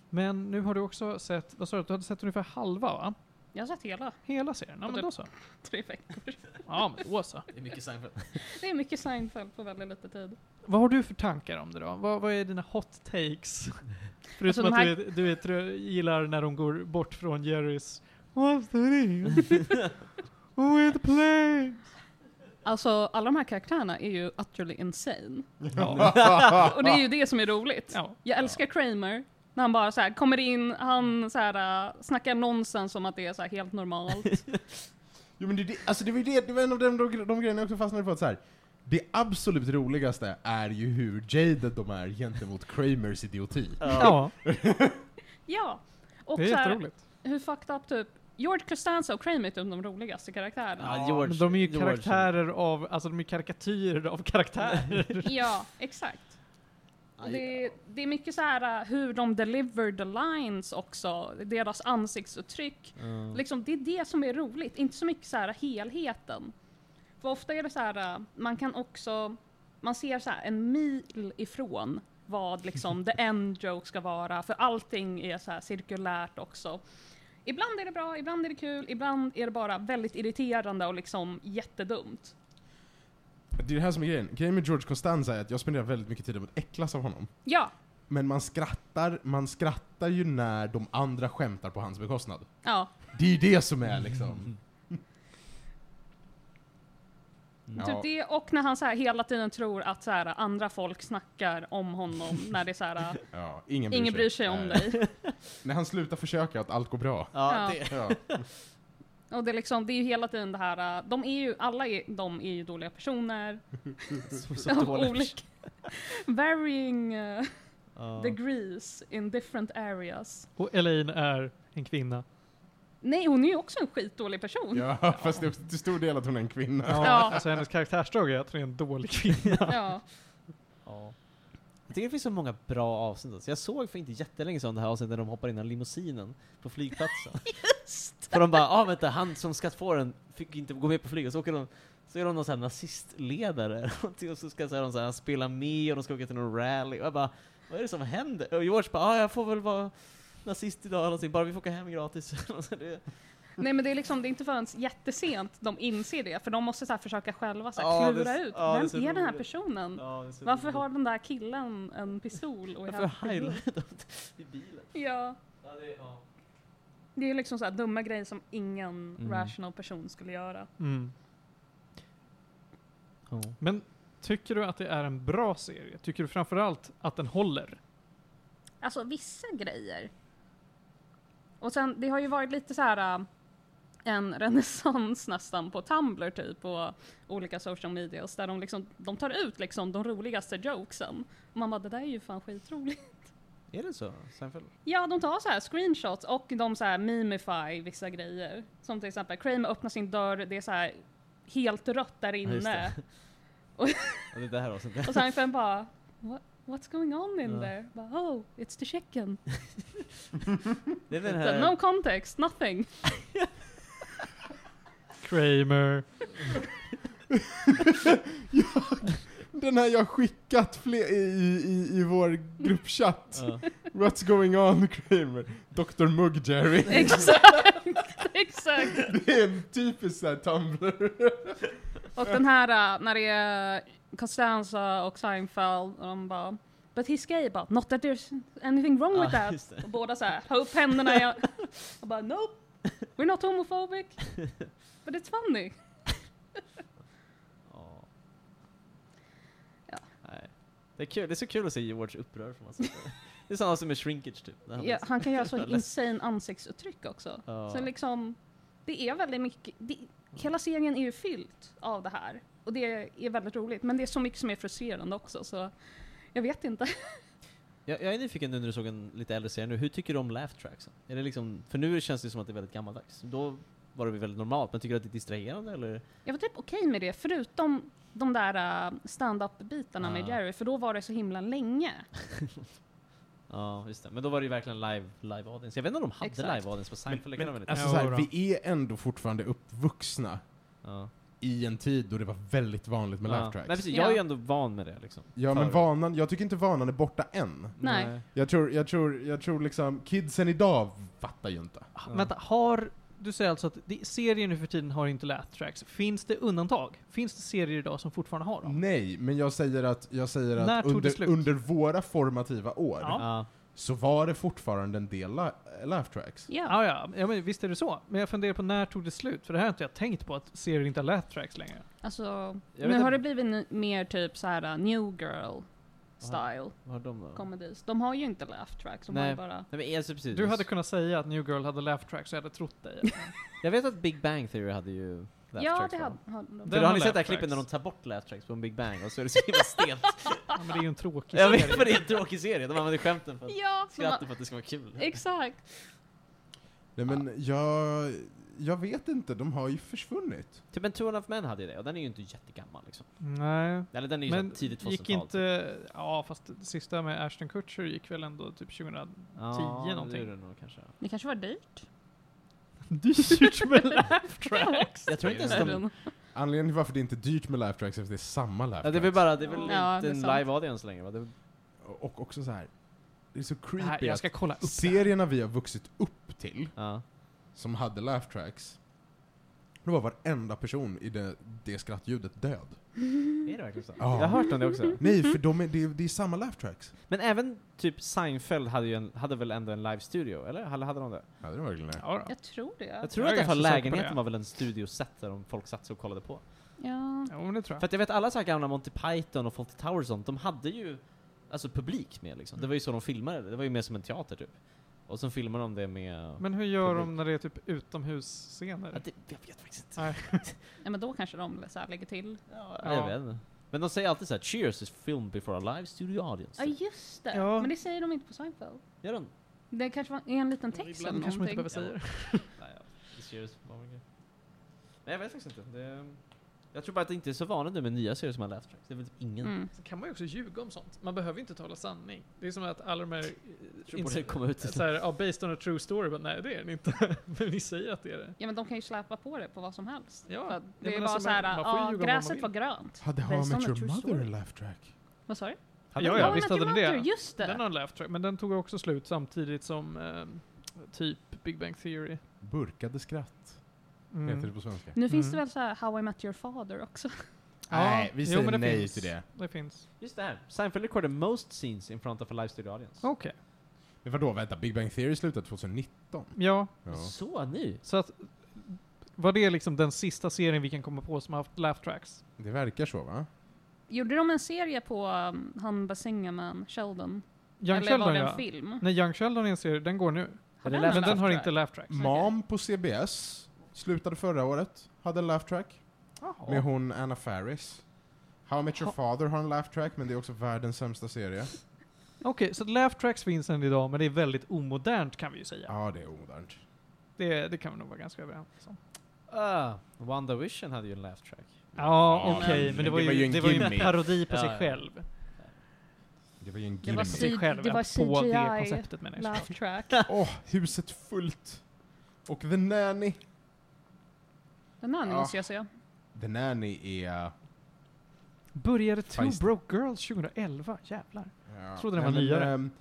Speaker 2: Men nu har du också sett, vad sa du, du hade sett ungefär halva va?
Speaker 4: Jag har sett hela
Speaker 2: Hela serien? Ja men då så.
Speaker 4: tre veckor.
Speaker 2: Ja men då så.
Speaker 1: Det är mycket Seinfeld.
Speaker 4: Det är mycket Seinfeld på väldigt lite tid.
Speaker 2: Vad har du för tankar om det då? Vad, vad är dina hot takes?
Speaker 4: Alltså,
Speaker 2: Förutom
Speaker 4: de här-
Speaker 2: att du, är- du är, trö- gillar när de går bort från Jerrys Avstängning! Oh, it play!
Speaker 4: Alltså alla de här karaktärerna är ju utterly insane.
Speaker 2: Ja.
Speaker 4: Och det är ju det som är roligt.
Speaker 2: ja.
Speaker 4: Jag älskar Kramer. När han bara så här kommer in, han så här, äh, snackar nonsens om att det är så här helt normalt.
Speaker 3: Jo, men det, det, alltså det, var ju det, det var en av de, de, de grejerna jag också fastnade på. Att så här, det absolut roligaste är ju hur jaded de är gentemot Kramers idioti.
Speaker 2: ja,
Speaker 4: ja! Och
Speaker 2: det är
Speaker 4: så här,
Speaker 2: jätteroligt.
Speaker 4: hur fucked up typ, George Costanza och Kramer är typ de roligaste karaktärerna.
Speaker 1: Ja, George-
Speaker 2: men de är ju
Speaker 1: George.
Speaker 2: karaktärer av, alltså de är karikatyrer av karaktärer.
Speaker 4: Ja, exakt. Och Det, det är mycket så här äh, hur de deliver the lines också, deras ansiktsuttryck.
Speaker 1: Mm.
Speaker 4: Liksom, det är det som är roligt, inte så mycket så här helheten. För ofta är det så här, äh, man kan också, man ser så här en mil ifrån vad liksom the end joke ska vara, för allting är så här cirkulärt också. Ibland är det bra, ibland är det kul, ibland är det bara väldigt irriterande och liksom jättedumt.
Speaker 3: Det är det här som är grejen. Grejen med George Costanza är att jag spenderar väldigt mycket tid med att äcklas av honom.
Speaker 4: Ja,
Speaker 3: Men man skrattar, man skrattar ju när de andra skämtar på hans bekostnad.
Speaker 4: ja.
Speaker 3: Det är ju det som är liksom...
Speaker 4: Typ det och när han så här hela tiden tror att så här, andra folk snackar om honom när det är så här, eh,
Speaker 3: ja, ingen bryr
Speaker 4: ingen
Speaker 3: sig,
Speaker 4: bryr sig om
Speaker 3: Nej.
Speaker 4: dig.
Speaker 3: När han slutar försöka att allt går bra.
Speaker 1: Ja,
Speaker 4: Ja.
Speaker 1: det.
Speaker 3: Ja.
Speaker 4: Och det är liksom, det är ju hela tiden det här, äh, de är ju, alla är, de är ju dåliga personer.
Speaker 1: Så, så dåligt.
Speaker 4: olika, varying uh,
Speaker 1: Ja.
Speaker 4: degrees in different areas.
Speaker 2: Och Elaine är en kvinna.
Speaker 4: Nej, hon är ju också en skitdålig person.
Speaker 3: Ja, fast det är också till stor del att hon är en kvinna.
Speaker 2: Ja,
Speaker 4: Ja.
Speaker 2: Alltså hennes karaktärsdrag är att hon är en dålig kvinna.
Speaker 4: Ja.
Speaker 1: Ja. Jag tycker det finns så många bra avsnitt. Alltså. Jag såg för inte jättelänge sedan det här avsnittet när de hoppar in i limousinen på flygplatsen. Just För de bara, ah vänta, han som skattfåren fick inte gå med på flyget, så åker de så är de någon sån här nazistledare eller någonting, och så ska så här, de så här, spela med och de ska åka till någon rally. Och jag bara, vad är det som händer? Och George bara, ah jag får väl vara nazist idag eller någonting, bara vi får åka hem gratis. Och så det,
Speaker 4: Nej men det är liksom, det är inte förrän jättesent de inser det, för de måste så här försöka själva så här
Speaker 1: Ja,
Speaker 4: klura
Speaker 1: det-
Speaker 4: ut,
Speaker 1: ja, det ser
Speaker 4: vem är den här
Speaker 1: roligt.
Speaker 4: personen?
Speaker 1: Ja, det är så
Speaker 4: Varför
Speaker 1: roligt.
Speaker 4: har den där killen en pistol? Och är här
Speaker 1: Varför
Speaker 4: på bild?
Speaker 1: highlightar de inte i bilen?
Speaker 4: Ja,
Speaker 1: Ja, det är, ja.
Speaker 4: det är liksom så här dumma grejer som ingen
Speaker 1: Mm.
Speaker 4: rational person skulle göra.
Speaker 2: Mm. Men tycker du att det är en bra serie? Tycker du framförallt att den håller?
Speaker 4: Alltså vissa grejer. Och sen, det har ju varit lite så här äh, en renässans nästan på Tumblr typ och olika social medias där de liksom, de tar ut liksom de roligaste jokesen. Och man bara, det där är ju fan skitroligt.
Speaker 1: är det så? Seinfeld?
Speaker 4: Ja, de tar så här screenshots och de så här memify vissa grejer. Som till exempel Kramer öppnar sin dörr, det är så här helt rött där
Speaker 1: Ja, just
Speaker 4: inne.
Speaker 1: det. Ja, det där avsnittet.
Speaker 4: och Seinfeld bara What, What's going on in
Speaker 1: Ja.
Speaker 4: there? Bara, oh, it's the chicken.
Speaker 1: Det är den
Speaker 4: Så,
Speaker 1: här...
Speaker 4: no context, nothing.
Speaker 2: Kramer.
Speaker 3: Den här jag skickat fler i, i, i vår gruppchatt.
Speaker 1: Ja.
Speaker 3: What's going on Kramer? Dr Mugg Jerry.
Speaker 4: exakt, exakt.
Speaker 3: Det är en typisk såhär Tumblr.
Speaker 4: Och den här äh, när det är Costanza och Seinfeld och de bara But he's gay, bara, not that there's anything wrong with
Speaker 1: Ja,
Speaker 4: that.
Speaker 1: just det.
Speaker 4: Och båda så här, ta upp händerna i- och bara nope, we're not homophobic. But it's funny.
Speaker 1: Ja.
Speaker 4: Ja.
Speaker 1: Nej. Det är kul, det är så kul att se George upprörd får man säga. Det är samma som med shrinkage typ. när han
Speaker 4: Ja,
Speaker 1: liksom-
Speaker 4: han kan göra så
Speaker 1: Eller-
Speaker 4: insane ansiktsuttryck också.
Speaker 1: Ja.
Speaker 4: Så liksom, det är väldigt mycket, det, hela serien är ju fyllt av det här. Och det är väldigt roligt, men det är så mycket som är frustrerande också så jag vet inte.
Speaker 1: Jag, jag är nyfiken nu när du såg en lite äldre serie nu, hur tycker du om laugh tracksen? Är det liksom, för nu känns det som att det är väldigt gammaldags. Då var det väl väldigt normalt, men tycker du att det är distraherande eller?
Speaker 4: Jag var typ okej med det, förutom de där uh, stand-up-bitarna med
Speaker 1: Ah.
Speaker 4: Jerry, för då var det så himla länge.
Speaker 1: Ja, just det. Men då var det ju verkligen live, live audience. Jag vet inte om de hade
Speaker 4: Exakt.
Speaker 1: live audience på Seinfeld, det kan de väl inte?
Speaker 3: Alltså
Speaker 2: Ja,
Speaker 3: så här,
Speaker 2: då.
Speaker 3: vi är ändå fortfarande uppvuxna
Speaker 1: Ja.
Speaker 3: i en tid då det var väldigt vanligt med
Speaker 1: Ja.
Speaker 3: laugh
Speaker 1: Nej,
Speaker 3: tracks.
Speaker 1: precis, jag är ju
Speaker 4: Ja.
Speaker 1: ändå van med det liksom.
Speaker 3: Ja men
Speaker 1: Förut.
Speaker 3: vanan, jag tycker inte vanan är borta än.
Speaker 4: Nej.
Speaker 3: Jag tror, jag tror, jag tror liksom, kidsen idag fattar ju inte.
Speaker 2: Ah,
Speaker 1: Ja.
Speaker 2: Vänta, har... Du säger alltså att det, serier nu för tiden har inte laugh tracks. Finns det undantag? Finns det serier idag som fortfarande har
Speaker 1: Mm.
Speaker 2: dem?
Speaker 3: Nej, men jag säger att, jag säger
Speaker 2: När
Speaker 3: att
Speaker 2: tog det
Speaker 3: under,
Speaker 2: slut?
Speaker 3: under våra formativa år
Speaker 2: Ja.
Speaker 1: Ja.
Speaker 3: så var det fortfarande en del la- laugh tracks.
Speaker 4: Ja.
Speaker 2: Ah, ja, ja men visst är det så. Men jag funderar på när tog det slut? För det här har inte jag tänkt på, att serier inte har laugh tracks längre.
Speaker 4: Alltså,
Speaker 1: Jag
Speaker 4: nu
Speaker 1: vet inte-
Speaker 4: har det blivit n- mer typ så här uh, new girl style
Speaker 1: Vad har de då?
Speaker 4: comedies. De har ju inte laugh tracks, de har
Speaker 1: Nej.
Speaker 4: ju bara...
Speaker 1: Nej, men, alltså, precis.
Speaker 2: Du hade kunnat säga att New Girl hade laugh tracks så jag hade trott dig.
Speaker 1: Jag vet att Big Bang Theory hade ju laugh
Speaker 4: ja,
Speaker 1: tracks
Speaker 4: det
Speaker 1: va?
Speaker 4: hade har de.
Speaker 2: Den
Speaker 1: För har
Speaker 2: har
Speaker 1: ni sett det här
Speaker 2: laugh
Speaker 1: klippet när de
Speaker 2: tracks.
Speaker 1: tar bort laugh tracks från Big Bang och så är det så himla stelt?
Speaker 2: Ja, men det är ju en tråkig
Speaker 1: jag
Speaker 2: serie.
Speaker 1: vet för det är en tråkig serie, de använder skämten för att,
Speaker 4: Ja, Eh, de har-
Speaker 1: skratten för att det ska vara kul.
Speaker 4: exakt.
Speaker 3: Nej men jag, jag vet inte, de har ju försvunnit.
Speaker 1: Typ en Two and a Half Men hade ju det, och den är ju inte jättegammal liksom.
Speaker 2: Nej.
Speaker 1: Eller den är ju
Speaker 2: Men
Speaker 1: men tidigt typ. 2000-tal.
Speaker 2: gick inte... Ja, fast det sista med Ashton Kutcher gick väl ändå typ 2000...
Speaker 1: ja,
Speaker 2: 10
Speaker 1: det
Speaker 2: någonting.
Speaker 1: gjorde den nog kanske.
Speaker 4: Det kanske var dyrt.
Speaker 2: Dyrt med laugh tracks!
Speaker 1: Jag tror inte ens
Speaker 4: Är
Speaker 1: de...
Speaker 4: den-
Speaker 3: Anledningen till varför det inte är dyrt med laugh tracks är för att det är samma laugh
Speaker 1: Ja,
Speaker 3: tracks.
Speaker 1: det är väl bara, det är väl
Speaker 4: Ja,
Speaker 1: inte
Speaker 4: det är
Speaker 1: en
Speaker 4: sant.
Speaker 1: live audience längre va? Det,
Speaker 3: Och också så här. det är så
Speaker 2: Det här,
Speaker 3: creepy
Speaker 2: jag
Speaker 3: att
Speaker 2: ska kolla upp det här.
Speaker 3: serierna vi har vuxit upp till,
Speaker 1: ja.
Speaker 3: som hade laugh tracks, då var varenda person i det, det skrattljudet död.
Speaker 1: Är det verkligen så?
Speaker 3: Ja.
Speaker 1: Jag har hört om det också.
Speaker 3: Nej,
Speaker 2: Mhm.
Speaker 3: för de är, det, är, det är samma laugh tracks.
Speaker 1: Men även typ Seinfeld hade ju en, hade väl ändå en live studio, eller? Hade, hade de det?
Speaker 3: Ja, det är verkligen det.
Speaker 2: Ja, då.
Speaker 4: Jag tror det.
Speaker 1: Jag tror
Speaker 2: Jag
Speaker 1: att i
Speaker 2: är
Speaker 1: alla fall
Speaker 2: ganska säker på
Speaker 1: lägenheten
Speaker 2: det.
Speaker 1: var väl en studioset där de folk satt sig och kollade på.
Speaker 4: Ja.
Speaker 2: Jo, men det tror
Speaker 1: För
Speaker 2: jag.
Speaker 1: att jag vet alla så här gamla Monty Python och Fawlty Towers och sånt, de hade ju alltså publik med liksom. Det var ju så de filmade det, det var ju mer som en teater typ. Och sen filmade de det med...
Speaker 2: Men hur gör de när det är typ utomhusscener?
Speaker 1: att det, jag vet faktiskt inte.
Speaker 2: Nej.
Speaker 4: ja, men då kanske de så här lägger till.
Speaker 1: Ja,
Speaker 2: Ja.
Speaker 1: Jag vet inte. Men de säger alltid så här: 'Cheers is filmed before a live studio audience'
Speaker 4: Ja, just det.
Speaker 2: Ja.
Speaker 4: Men det säger de inte på Seinfeld.
Speaker 1: Gör de?
Speaker 4: Det kanske var är en liten text eller
Speaker 2: Ibland kanske man inte
Speaker 4: någonting.
Speaker 2: behöver säga det.
Speaker 1: Nej, ja. It's Cheers var väl grej. Nej jag vet faktiskt inte. Det, jag tror bara att det inte är så vanligt nu med nya serier som har laugh tracks. Det är väl typ ingen...
Speaker 4: Mm.
Speaker 2: Sen kan man ju också ljuga om sånt. Man behöver ju inte tala sanning. Det är som att alla de här...
Speaker 1: tror borde komma ut.
Speaker 2: Så här, ja, based on a true story, men nej det är den inte. men ni säger att det är det.
Speaker 4: Ja men de kan ju släpa på det på vad som helst.
Speaker 2: Ja,
Speaker 4: För att
Speaker 2: men
Speaker 4: det är bara
Speaker 2: alltså,
Speaker 4: såhär,
Speaker 2: man- man får ju
Speaker 4: ja
Speaker 2: ljuga om
Speaker 4: gräset var
Speaker 2: man vill."
Speaker 4: grönt.
Speaker 3: Hade
Speaker 4: Based
Speaker 3: How I
Speaker 4: on
Speaker 3: Met
Speaker 4: a
Speaker 3: Your
Speaker 4: true
Speaker 3: Mother
Speaker 4: story.
Speaker 3: en laugh track?
Speaker 4: Vad sa du?
Speaker 1: Hade
Speaker 2: Ja,
Speaker 1: de
Speaker 2: ja,
Speaker 1: det?
Speaker 2: visst hade den det.
Speaker 4: Just det!
Speaker 2: Den har en laugh track, men den tog också slut samtidigt som eh, Typ Big Bang Theory.
Speaker 3: Burkade skratt
Speaker 2: Mm.
Speaker 3: heter det på svenska.
Speaker 4: Nu finns det
Speaker 2: Mm.
Speaker 4: väl så här How I Met Your Father också?
Speaker 2: Ja,
Speaker 3: Nej, vi
Speaker 2: jo,
Speaker 3: säger
Speaker 2: men det
Speaker 3: nej
Speaker 2: finns.
Speaker 3: till det.
Speaker 2: Det finns.
Speaker 1: Just det här. Seinfeld recorded most scenes in front of a live studio audience.
Speaker 2: Okej.
Speaker 3: Men vadå, vänta, Big Bang Theory slutade 2019?
Speaker 2: Ja,
Speaker 3: Ja.
Speaker 1: Så ny!
Speaker 2: så att... Var det liksom den sista serien vi kan komma på som har haft laugh tracks?
Speaker 3: Det verkar så va?
Speaker 4: Gjorde de en serie på um, han bassängamannen Sheldon?
Speaker 2: Young
Speaker 4: Eller var
Speaker 2: Sheldon
Speaker 4: det en
Speaker 2: ja.
Speaker 4: film?
Speaker 2: Nej, Young Sheldon är en serie, den går nu.
Speaker 4: Har
Speaker 1: det
Speaker 4: den
Speaker 1: lät-
Speaker 4: en
Speaker 2: Men den har
Speaker 4: laugh
Speaker 2: inte
Speaker 4: track?
Speaker 2: laugh tracks.
Speaker 3: Mam på CBS slutade förra året, hade en laugh track. Med
Speaker 2: Jaha.
Speaker 3: hon Anna Faris. How I Met Your
Speaker 2: Ha-
Speaker 3: Father har en laugh track, men det är också världens sämsta serie.
Speaker 2: Okej, så laugh tracks finns än idag, men det är väldigt omodernt kan vi ju säga.
Speaker 3: Ja, det är omodernt.
Speaker 2: Det, det kan vi nog vara ganska överens om.
Speaker 1: Uh, Wonder Vision hade ju en laugh track.
Speaker 2: Ja,
Speaker 4: Ja,
Speaker 2: okej, men, det var ju,
Speaker 3: en
Speaker 2: det var ju en
Speaker 3: gimmick.
Speaker 2: parodi på
Speaker 1: Ja,
Speaker 2: sig
Speaker 1: ja.
Speaker 2: själv.
Speaker 3: Det var ju en
Speaker 4: Det var
Speaker 2: På
Speaker 3: gimmick.
Speaker 4: C-
Speaker 2: sig själv,
Speaker 4: det var
Speaker 2: ja, på det
Speaker 4: CGI
Speaker 2: konceptet menar jag.
Speaker 4: Laugh track.
Speaker 3: Åh, huset fullt! Och The Nanny.
Speaker 4: Den här
Speaker 3: Ja.
Speaker 4: måste jag se.
Speaker 3: The Nanny är... eh,
Speaker 2: Började Two
Speaker 3: Feist.
Speaker 2: Broke Girls 2011? Jävlar.
Speaker 3: Ja,
Speaker 2: Trodde den var
Speaker 3: men,
Speaker 2: nyare.
Speaker 3: ehm,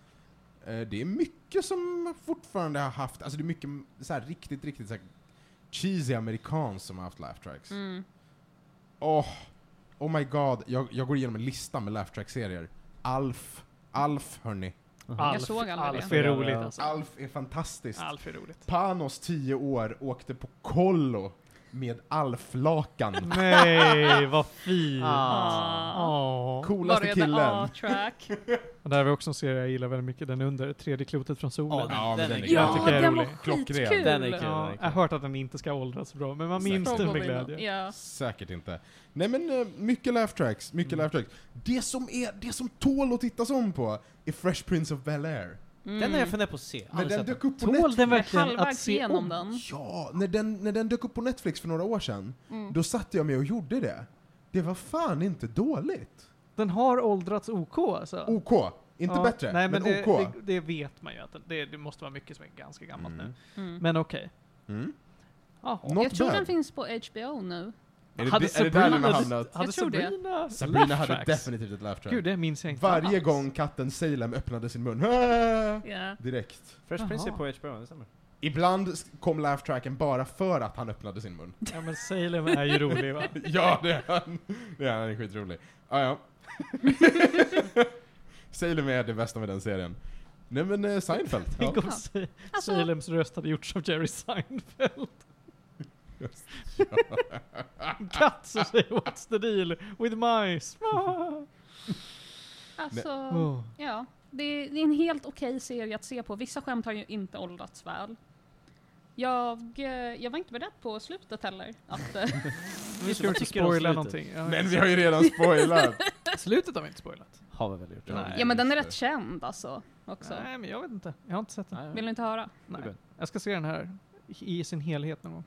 Speaker 3: eh, det är mycket som fortfarande har haft, alltså det är mycket m- så här riktigt, riktigt så här cheesy amerikans som har haft laugh tracks.
Speaker 4: Mm.
Speaker 3: Åh, oh my god, jag, jag går igenom en lista med laugh track-serier. Alf, Alf hörni.
Speaker 4: Jag såg aldrig
Speaker 2: Alf
Speaker 1: det.
Speaker 2: är roligt
Speaker 1: Ja.
Speaker 2: alltså.
Speaker 3: Alf är fantastiskt.
Speaker 2: Alf är roligt.
Speaker 3: Panos, 10 år, åkte på kollo med Alf-lakan.
Speaker 2: Nej, vad fint.
Speaker 1: Ah.
Speaker 2: Åh.
Speaker 3: Coolaste
Speaker 4: Började
Speaker 3: killen.
Speaker 4: A-track.
Speaker 2: Och Där har vi också en serie jag gillar väldigt mycket, den under, Tredje klotet från solen.
Speaker 3: Ja, men den är
Speaker 1: kul.
Speaker 2: Jag
Speaker 4: ja,
Speaker 2: tycker det är
Speaker 4: den var
Speaker 2: rolig.
Speaker 3: Klockren.
Speaker 4: skitkul!
Speaker 1: Den är kul.
Speaker 2: Ja, jag har hört att den inte ska åldras bra, men man minns den med
Speaker 4: Probably not.
Speaker 2: glädje.
Speaker 4: Ja.
Speaker 3: Säkert inte. Nej men eh, mycket laugh tracks, mycket
Speaker 1: Mm.
Speaker 3: laugh tracks. Det som, är, det som tål att tittas om på är Fresh Prince of Bel-Air.
Speaker 4: Mm.
Speaker 1: Den är jag funderat på att se.
Speaker 3: När
Speaker 1: Aldrig
Speaker 3: den
Speaker 1: sett den.
Speaker 3: dök upp på
Speaker 2: Tål
Speaker 3: Netflix.
Speaker 2: den
Speaker 4: Jag är
Speaker 2: verkligen att
Speaker 4: halvvägs
Speaker 2: se
Speaker 4: igenom
Speaker 2: om?
Speaker 4: den.
Speaker 3: Ja, när den, när den dök upp på Netflix för några år sedan,
Speaker 4: Mm.
Speaker 3: då satte jag mig och gjorde det. Det var fan inte dåligt.
Speaker 2: Den har åldrats OK alltså?
Speaker 3: OK, inte
Speaker 2: Ja,
Speaker 3: bättre,
Speaker 2: Nej, men,
Speaker 3: men,
Speaker 2: det,
Speaker 3: OK.
Speaker 2: det, det vet man ju att den- det, det måste vara mycket som är ganska gammalt
Speaker 3: Mm.
Speaker 2: nu.
Speaker 4: Mm.
Speaker 2: Men okej.
Speaker 3: Mm.
Speaker 2: Jaha.
Speaker 3: Not
Speaker 4: jag tror
Speaker 3: bad.
Speaker 4: den finns på HBO nu.
Speaker 3: Är det,
Speaker 2: Hade
Speaker 3: är det där den har
Speaker 2: Sabrina-
Speaker 3: hamnat?
Speaker 2: Hade
Speaker 4: Jag tror det.
Speaker 2: Sabrina
Speaker 3: Sabrina
Speaker 2: laugh
Speaker 3: hade
Speaker 2: tracks?
Speaker 3: definitivt ett laugh track.
Speaker 2: Gud, det minns jag inte
Speaker 3: Varje
Speaker 2: alls.
Speaker 3: gång katten Salem öppnade sin mun,
Speaker 4: Ja.
Speaker 3: direkt.
Speaker 1: Fresh Prince är
Speaker 2: Jaha.
Speaker 1: på HBO, det stämmer.
Speaker 3: Ibland s- kom laugh tracken bara för att han öppnade sin mun.
Speaker 2: Ja men Salem är ju rolig va?
Speaker 3: ja, det är han. Det är han, han är skitrolig. Ah, ja. Salem är det bästa med den serien. Nej men eh, Seinfeld. Ja.
Speaker 2: Tänk om Sa-
Speaker 4: Alltså-
Speaker 2: Salems röst hade gjorts av Jerry Seinfeld. En katt som säger What's the deal with mice? Ah.
Speaker 4: Alltså,
Speaker 2: Oh.
Speaker 4: ja. Det är, det är en helt okej serie att se på. Vissa skämt har ju inte åldrats väl. Jag, eh, jag var inte beredd på slutet heller. Att, eh,
Speaker 2: Vi ska inte
Speaker 1: tycker om
Speaker 2: spoila
Speaker 1: slutet?
Speaker 2: någonting. Ja,
Speaker 3: Men vi har ju redan spoilat.
Speaker 2: Slutet har vi inte spoilat.
Speaker 1: Har vi väl gjort.
Speaker 2: Nej.
Speaker 4: ja men den är
Speaker 3: just
Speaker 4: rätt känd alltså. Också.
Speaker 2: Nej men jag vet inte. Jag har inte sett den.
Speaker 1: Nej,
Speaker 4: Vill du inte höra?
Speaker 1: det är
Speaker 2: Nej.
Speaker 1: bra.
Speaker 2: Jag ska se den här i sin helhet någon gång.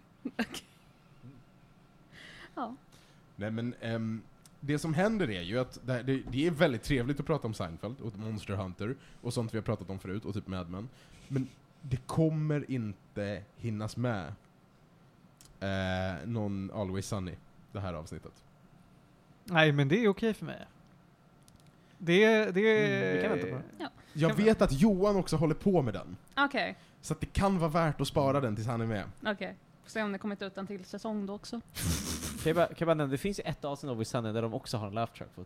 Speaker 4: Ja.
Speaker 3: Nej men ehm, det som händer är ju att det, det, det är väldigt trevligt att prata om Seinfeld och Monster Hunter och sånt vi har pratat om förut och typ Mad Men. Men det kommer inte hinnas med eh, någon Always Sunny det här avsnittet.
Speaker 2: Nej men det är okej för mig. Det, det,
Speaker 1: Mm, vi kan vänta på det.
Speaker 3: Jag
Speaker 2: Kan vi-
Speaker 3: vet att Johan också håller på med den.
Speaker 4: Okej,
Speaker 3: Så att det kan vara värt att spara den tills han är med.
Speaker 4: okej. Får se om det kommit ut en till säsong då också.
Speaker 1: Kan jag bara, kan jag bara nämna, det finns ju ett avsnitt av Sunny där de också har en laugh track. På.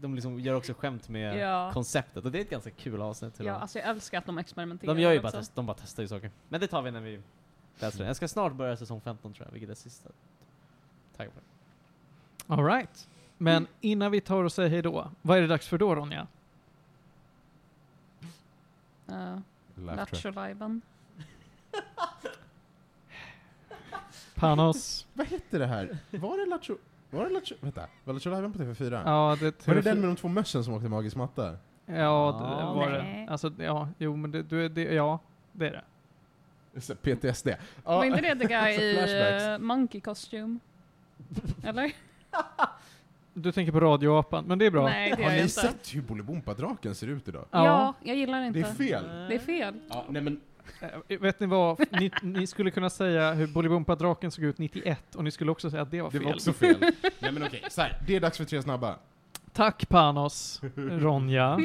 Speaker 1: De liksom gör också skämt med
Speaker 4: Ja.
Speaker 1: konceptet och det är ett ganska kul avsnitt. tror
Speaker 4: Ja,
Speaker 1: jag.
Speaker 4: alltså jag älskar att de experimenterar.
Speaker 1: de gör ju bara,
Speaker 4: också.
Speaker 1: test, de bara testar ju saker. Men det tar vi när vi läser den. Jag ska snart börja säsong 15 tror jag, vilket är sista. Tack på det.
Speaker 2: All right. Men innan vi tar och säger hejdå, vad är det dags för då Ronja?
Speaker 4: Eh,
Speaker 3: Laugh track.
Speaker 4: Lattjo-lajban.
Speaker 2: Panos?
Speaker 3: Vad hette det här? Var det Lattjo... Var det Lattjo... Vänta, var Lattjo Lajban på TV4?
Speaker 2: ja, det
Speaker 3: Var det den med de två mössen som åkte magisk matta?
Speaker 2: Ja, det det var
Speaker 4: Nej.
Speaker 2: det. Alltså, ja, jo men det, du, är- det, ja, det är det.
Speaker 3: Så, PTSD.
Speaker 4: Var
Speaker 3: Ja,
Speaker 4: inte det the guy i
Speaker 3: Flashbacks.
Speaker 4: eh, monkey costume? Eller?
Speaker 2: Du tänker på radioapan, men det är bra.
Speaker 4: Nej, det
Speaker 3: har
Speaker 4: gör jag
Speaker 3: ni
Speaker 4: inte.
Speaker 3: sett hur Bolibompa-draken ser ut idag?
Speaker 4: Ja,
Speaker 2: Ja.
Speaker 4: jag gillar inte.
Speaker 3: Det är fel.
Speaker 4: Det är fel.
Speaker 3: Ja, nej men,
Speaker 2: Eh, Vet ni vad? Ni, ni skulle kunna säga hur Bolibompa-draken såg ut 91 och ni skulle också säga att det var
Speaker 3: det
Speaker 2: fel.
Speaker 3: var också fel. nej men okej, så här, det är dags för tre snabba.
Speaker 2: Tack Panos, Ronja.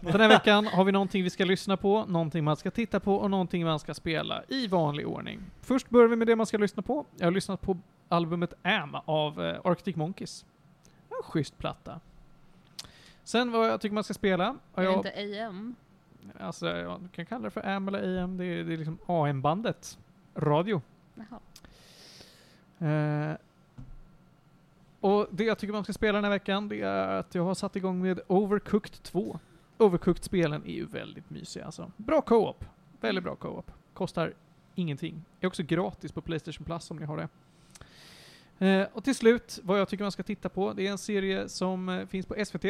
Speaker 2: Den här veckan har vi någonting vi ska lyssna på, någonting man ska titta på och någonting man ska spela i vanlig ordning. Först börjar vi med det man ska lyssna på. Jag har lyssnat på albumet Am av eh, Arctic Monkeys. En schysst platta. Sen vad jag tycker man ska spela. har
Speaker 4: Är det
Speaker 2: jag-
Speaker 4: inte AM?
Speaker 2: Alltså, ja, du kan kalla det för AM eller AM. Det är, det är liksom AM-bandet. Radio.
Speaker 4: Jaha.
Speaker 2: Eh, och det jag tycker man ska spela den här veckan, det är att jag har satt igång med Overcooked 2. Overcooked-spelen är ju väldigt mysiga alltså. Bra co-op. Väldigt bra co-op. Kostar ingenting. Är också gratis på Playstation Plus om ni har det. Eh, och till slut, vad jag tycker man ska titta på, det är en serie som eh, finns på SVT.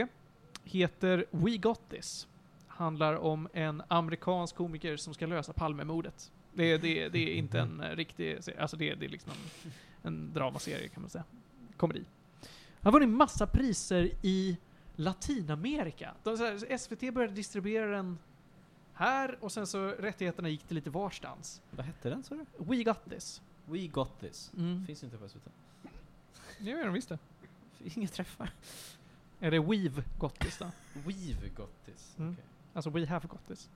Speaker 2: Heter We Got This. Handlar om en amerikansk komiker som ska lösa Palmemordet. Det, det, det är inte en eh, riktig serie, alltså det, det är liksom en dramaserie kan man säga. Komedi. Han har vunnit massa priser i Latinamerika. De, så här, SVT började distribuera den här och sen så rättigheterna gick till lite varstans.
Speaker 1: Vad hette den sa du?
Speaker 2: We got this.
Speaker 1: We got this.
Speaker 2: Mm.
Speaker 1: Finns inte på SVT.
Speaker 2: Det gör de visst det.
Speaker 1: Inga träffar.
Speaker 2: Är det we've got this då?
Speaker 1: We've got this.
Speaker 2: Mm.
Speaker 1: Okej,
Speaker 2: Alltså we have got this.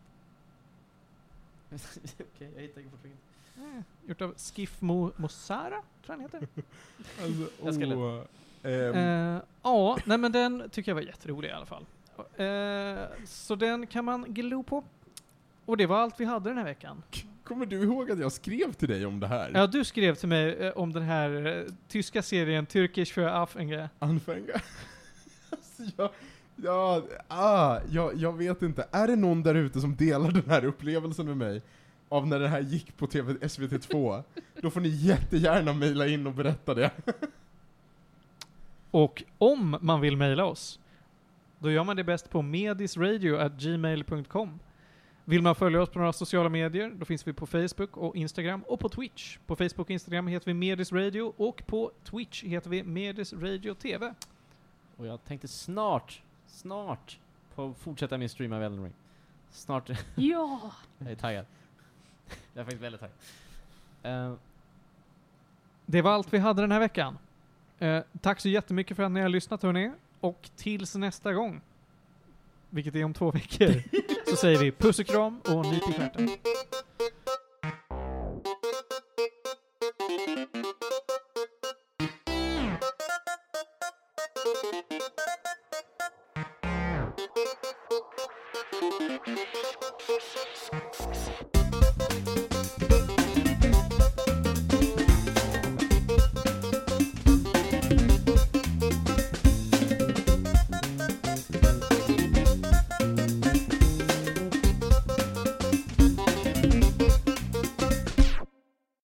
Speaker 1: Okej, jag hittar fortfarande inte.
Speaker 2: Gjort av Skifmo Mossara, tror jag han heter.
Speaker 1: Jag ska
Speaker 3: och, Alltså, ehm,
Speaker 2: Eh, ja, nej men den tycker jag var jätterolig i alla fall. Eh, så den kan man glo på. Och det var allt vi hade den här veckan.
Speaker 3: Kommer du ihåg att jag skrev till dig om det här?
Speaker 2: Ja, du skrev till mig eh, om den här eh, tyska serien Turkish för Afenge.
Speaker 3: Anfänga. alltså jag, ja, ah, jag, jag vet inte. Är det någon där ute som delar den här upplevelsen med mig? Av när det här gick på TV, SVT2? då får ni jättegärna mejla in och berätta det.
Speaker 2: Och om man vill mejla oss, då gör man det bäst på medisradio.gmail.com. Vill man följa oss på några sociala medier, då finns vi på Facebook och Instagram och på Twitch. På Facebook och Instagram heter vi Medis Radio och på Twitch heter vi Medis Radio TV.
Speaker 1: Och jag tänkte snart, snart på att fortsätta min stream av Elden Ring. Snart,
Speaker 4: Ja!
Speaker 1: jag är taggad. Jag är faktiskt väldigt taggad. Eh,
Speaker 2: Det var allt vi hade den här veckan. Eh, tack så jättemycket för att ni har lyssnat hörni. Och tills nästa gång, vilket är om två veckor, så säger vi puss och kram och nyp i stjärten.